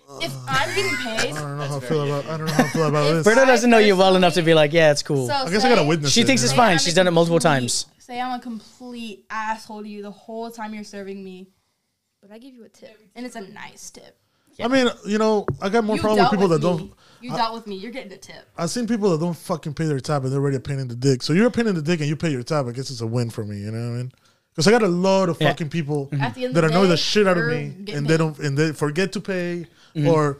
Speaker 5: um, if I'm getting paid.
Speaker 3: I don't know how I feel about. I don't know how I feel about this.
Speaker 1: Berto doesn't know you well
Speaker 5: personally-
Speaker 1: enough to be like, "Yeah, it's cool."
Speaker 5: So
Speaker 3: I guess I got a
Speaker 5: say-
Speaker 3: witness.
Speaker 1: She
Speaker 3: it,
Speaker 1: thinks
Speaker 3: you
Speaker 1: it's
Speaker 3: know?
Speaker 5: Say
Speaker 1: fine.
Speaker 5: I'm
Speaker 1: She's
Speaker 5: a
Speaker 1: done it multiple
Speaker 5: complete-
Speaker 1: times.
Speaker 5: Say I'm a complete asshole to you the whole time you're serving me, but I give you a tip, and it's a nice tip.
Speaker 3: I mean, you know, I got more
Speaker 5: you
Speaker 3: problem with
Speaker 5: dealt
Speaker 3: people that
Speaker 5: with me.
Speaker 3: don't.
Speaker 5: You dealt with me. You're getting a tip.
Speaker 3: I've seen people that don't fucking pay their tab and they're already a pain in the dick. So you're a pain in the dick and you pay your tab. I guess it's a win for me. You know what I mean? Because I got a lot of
Speaker 1: Yeah. Mm-hmm.
Speaker 3: fucking people
Speaker 5: At the end
Speaker 3: that
Speaker 5: of the
Speaker 3: annoy the
Speaker 5: day,
Speaker 3: shit out of
Speaker 5: you're
Speaker 3: me
Speaker 5: getting
Speaker 3: and they
Speaker 5: paid.
Speaker 3: don't and they forget to pay
Speaker 1: Mm-hmm.
Speaker 3: or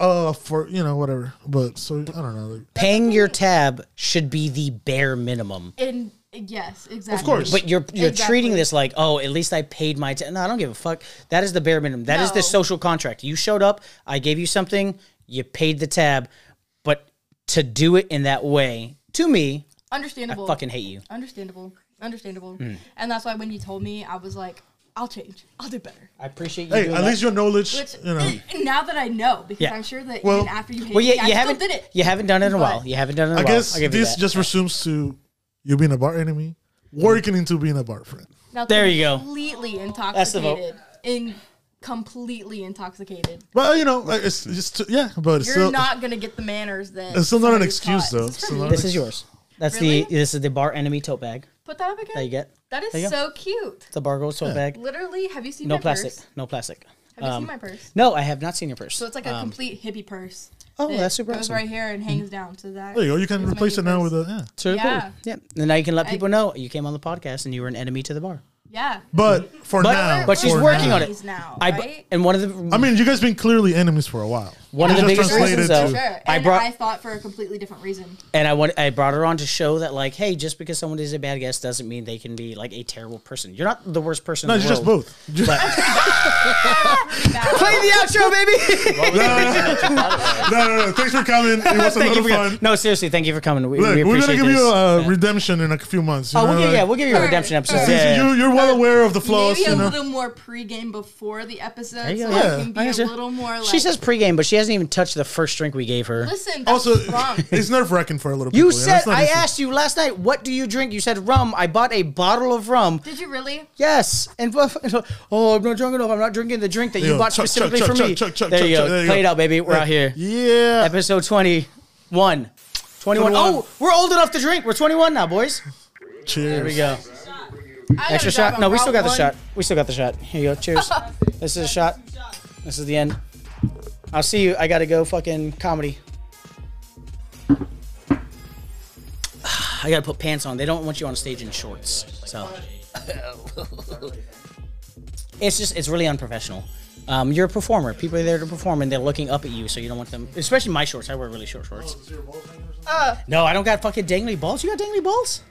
Speaker 3: uh for you know whatever. But so I don't know. Like,
Speaker 1: Paying your tab should be the bare minimum.
Speaker 5: And yes, exactly.
Speaker 3: of course,
Speaker 1: But you're you're
Speaker 5: Exactly.
Speaker 1: treating this like, oh, at least I paid my tab. No, I don't give a fuck. That is the bare minimum. That is the
Speaker 5: No.
Speaker 1: social contract. You showed up, I gave you something, you paid the tab, but to do it in that way, to me,
Speaker 5: understandable.
Speaker 1: fucking hate Mm. you.
Speaker 5: Understandable. Understandable. And that's why when you told me, I was like, I'll change. I'll do better.
Speaker 1: I appreciate you.
Speaker 3: hey,
Speaker 1: doing
Speaker 3: at
Speaker 1: that.
Speaker 3: least your knowledge,
Speaker 5: Which
Speaker 3: you know.
Speaker 5: now that I know, because
Speaker 1: Yeah.
Speaker 5: I'm sure that
Speaker 3: Well-
Speaker 5: even after you hit
Speaker 1: well,
Speaker 5: me,
Speaker 1: yeah,
Speaker 5: I
Speaker 1: you
Speaker 5: still
Speaker 1: haven't
Speaker 5: did it.
Speaker 1: you haven't done it in a while.
Speaker 5: But-
Speaker 1: You haven't done it in a
Speaker 3: I
Speaker 1: while.
Speaker 3: guess
Speaker 1: I'll give you
Speaker 3: this
Speaker 1: that.
Speaker 3: just resumes to you being a bar enemy, working into being a bar friend.
Speaker 5: Now
Speaker 1: There you go.
Speaker 5: Completely intoxicated.
Speaker 1: That's the vote.
Speaker 5: In completely intoxicated.
Speaker 3: But you know, like, it's just yeah. But it's
Speaker 5: You're
Speaker 3: still,
Speaker 5: not gonna get the manners that.
Speaker 3: it's still not an
Speaker 5: somebody
Speaker 3: excuse
Speaker 5: taught.
Speaker 3: though.
Speaker 5: It's for
Speaker 3: Still
Speaker 5: me.
Speaker 3: not an
Speaker 1: this is yours. That's
Speaker 5: Really?
Speaker 1: the this is the bar enemy tote bag
Speaker 5: Put that up again.
Speaker 1: that you get.
Speaker 5: That is
Speaker 1: There you go.
Speaker 5: so cute.
Speaker 1: It's a bar gold tote bag.
Speaker 5: Literally, have you seen
Speaker 1: No
Speaker 5: my
Speaker 1: plastic.
Speaker 5: purse?
Speaker 1: No plastic.
Speaker 5: Have you
Speaker 1: Um,
Speaker 5: seen my purse?
Speaker 1: No, I have not seen your purse.
Speaker 5: So it's like a complete hippie purse.
Speaker 1: Um, oh,
Speaker 5: that
Speaker 1: that's super
Speaker 5: goes
Speaker 1: awesome. Hmm.
Speaker 5: right here and hangs down to that.
Speaker 3: There you go. You can
Speaker 5: is my
Speaker 3: replace it now
Speaker 5: purse.
Speaker 3: with a yeah.
Speaker 1: It's really cool.
Speaker 5: Yeah.
Speaker 1: Yeah. And now you can let people know you came on the podcast and you were an enemy to the bar.
Speaker 5: Yeah.
Speaker 3: But for
Speaker 1: But-
Speaker 3: now,
Speaker 1: but she's
Speaker 3: for
Speaker 1: working
Speaker 3: now.
Speaker 1: on it.
Speaker 5: These Now,
Speaker 1: I
Speaker 5: right?
Speaker 1: and one of the
Speaker 3: I mean, you guys been clearly enemies for a while.
Speaker 1: one of
Speaker 3: It
Speaker 1: the
Speaker 3: just
Speaker 1: biggest
Speaker 5: Sure,
Speaker 1: reasons
Speaker 3: translated
Speaker 1: though
Speaker 5: sure. And
Speaker 1: I brought
Speaker 5: I thought for a completely different reason.
Speaker 1: and I want I brought her on to show that like hey just because someone is a bad guest doesn't mean they can be like a terrible person. You're not the worst person.
Speaker 3: No,
Speaker 1: in
Speaker 3: it's
Speaker 1: the
Speaker 3: just
Speaker 1: world.
Speaker 3: both. Just-
Speaker 1: Play the outro, baby.
Speaker 3: no, no, no. Thanks for coming. It was a
Speaker 1: Thank
Speaker 3: lot
Speaker 1: you
Speaker 3: of
Speaker 1: for
Speaker 3: fun.
Speaker 1: No, seriously, thank you for coming. We,
Speaker 3: Look,
Speaker 1: we
Speaker 3: we're gonna
Speaker 1: appreciate
Speaker 3: give
Speaker 1: this.
Speaker 3: you a redemption in a few months. you
Speaker 1: oh, we'll
Speaker 3: know,
Speaker 1: give, yeah,
Speaker 3: like-
Speaker 1: we'll give you a redemption episode.
Speaker 5: Since
Speaker 1: Yeah, yeah, yeah.
Speaker 3: you, you're well aware of the flaws,
Speaker 5: Maybe
Speaker 3: you
Speaker 5: a
Speaker 3: know.
Speaker 5: little more pregame before the episode,
Speaker 1: you
Speaker 5: so
Speaker 1: go.
Speaker 5: it
Speaker 3: Yeah.
Speaker 5: can
Speaker 1: I
Speaker 5: be a
Speaker 1: gotcha.
Speaker 5: little more like.
Speaker 1: She says pregame, but she hasn't even touched the first drink we gave her.
Speaker 5: "Listen, that's
Speaker 3: Also,
Speaker 5: wrong."
Speaker 3: it's nerve wracking for a little.
Speaker 1: You
Speaker 3: people, know,
Speaker 1: said
Speaker 3: it's not
Speaker 1: I
Speaker 3: easy.
Speaker 1: asked you last night, what do you drink? You said rum. I bought a bottle of rum.
Speaker 5: Did you really?
Speaker 1: Yes, and oh, I'm not drunk enough. I'm not drinking the drink that you
Speaker 3: Yeah,
Speaker 1: bought
Speaker 3: chug,
Speaker 1: specifically
Speaker 3: chug,
Speaker 1: for
Speaker 3: chug,
Speaker 1: me.
Speaker 3: chug, chug,
Speaker 1: there you go.
Speaker 3: chug, chug, there you
Speaker 1: Play it
Speaker 3: go.
Speaker 1: out, baby. We're out here.
Speaker 3: Yeah.
Speaker 1: Episode 21. 21.
Speaker 3: 21.
Speaker 1: Oh, we're old enough to drink. We're 21 now, boys.
Speaker 3: Cheers.
Speaker 1: Here we go.
Speaker 5: I gotta
Speaker 1: Extra
Speaker 5: drive
Speaker 1: shot.
Speaker 5: on
Speaker 1: No, we still
Speaker 5: Route
Speaker 1: got the
Speaker 5: one.
Speaker 1: shot. We still got the shot. Here you go. Cheers. this is a shot. This is the end. I'll see you. I gotta go. Fucking comedy. I gotta put pants on. They don't want you on stage in shorts. So it's just it's really unprofessional. Um, you're a performer. People are there to perform, and they're looking up at you, so you don't want them. Especially my shorts. I wear really short
Speaker 5: Oh,
Speaker 1: shorts. No, I don't got fucking dangly balls. You got dangly balls?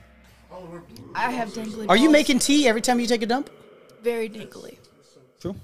Speaker 5: I have dangly.
Speaker 1: Are you
Speaker 5: balls.
Speaker 1: making tea every time you take a dump?
Speaker 5: very dangly?
Speaker 1: True.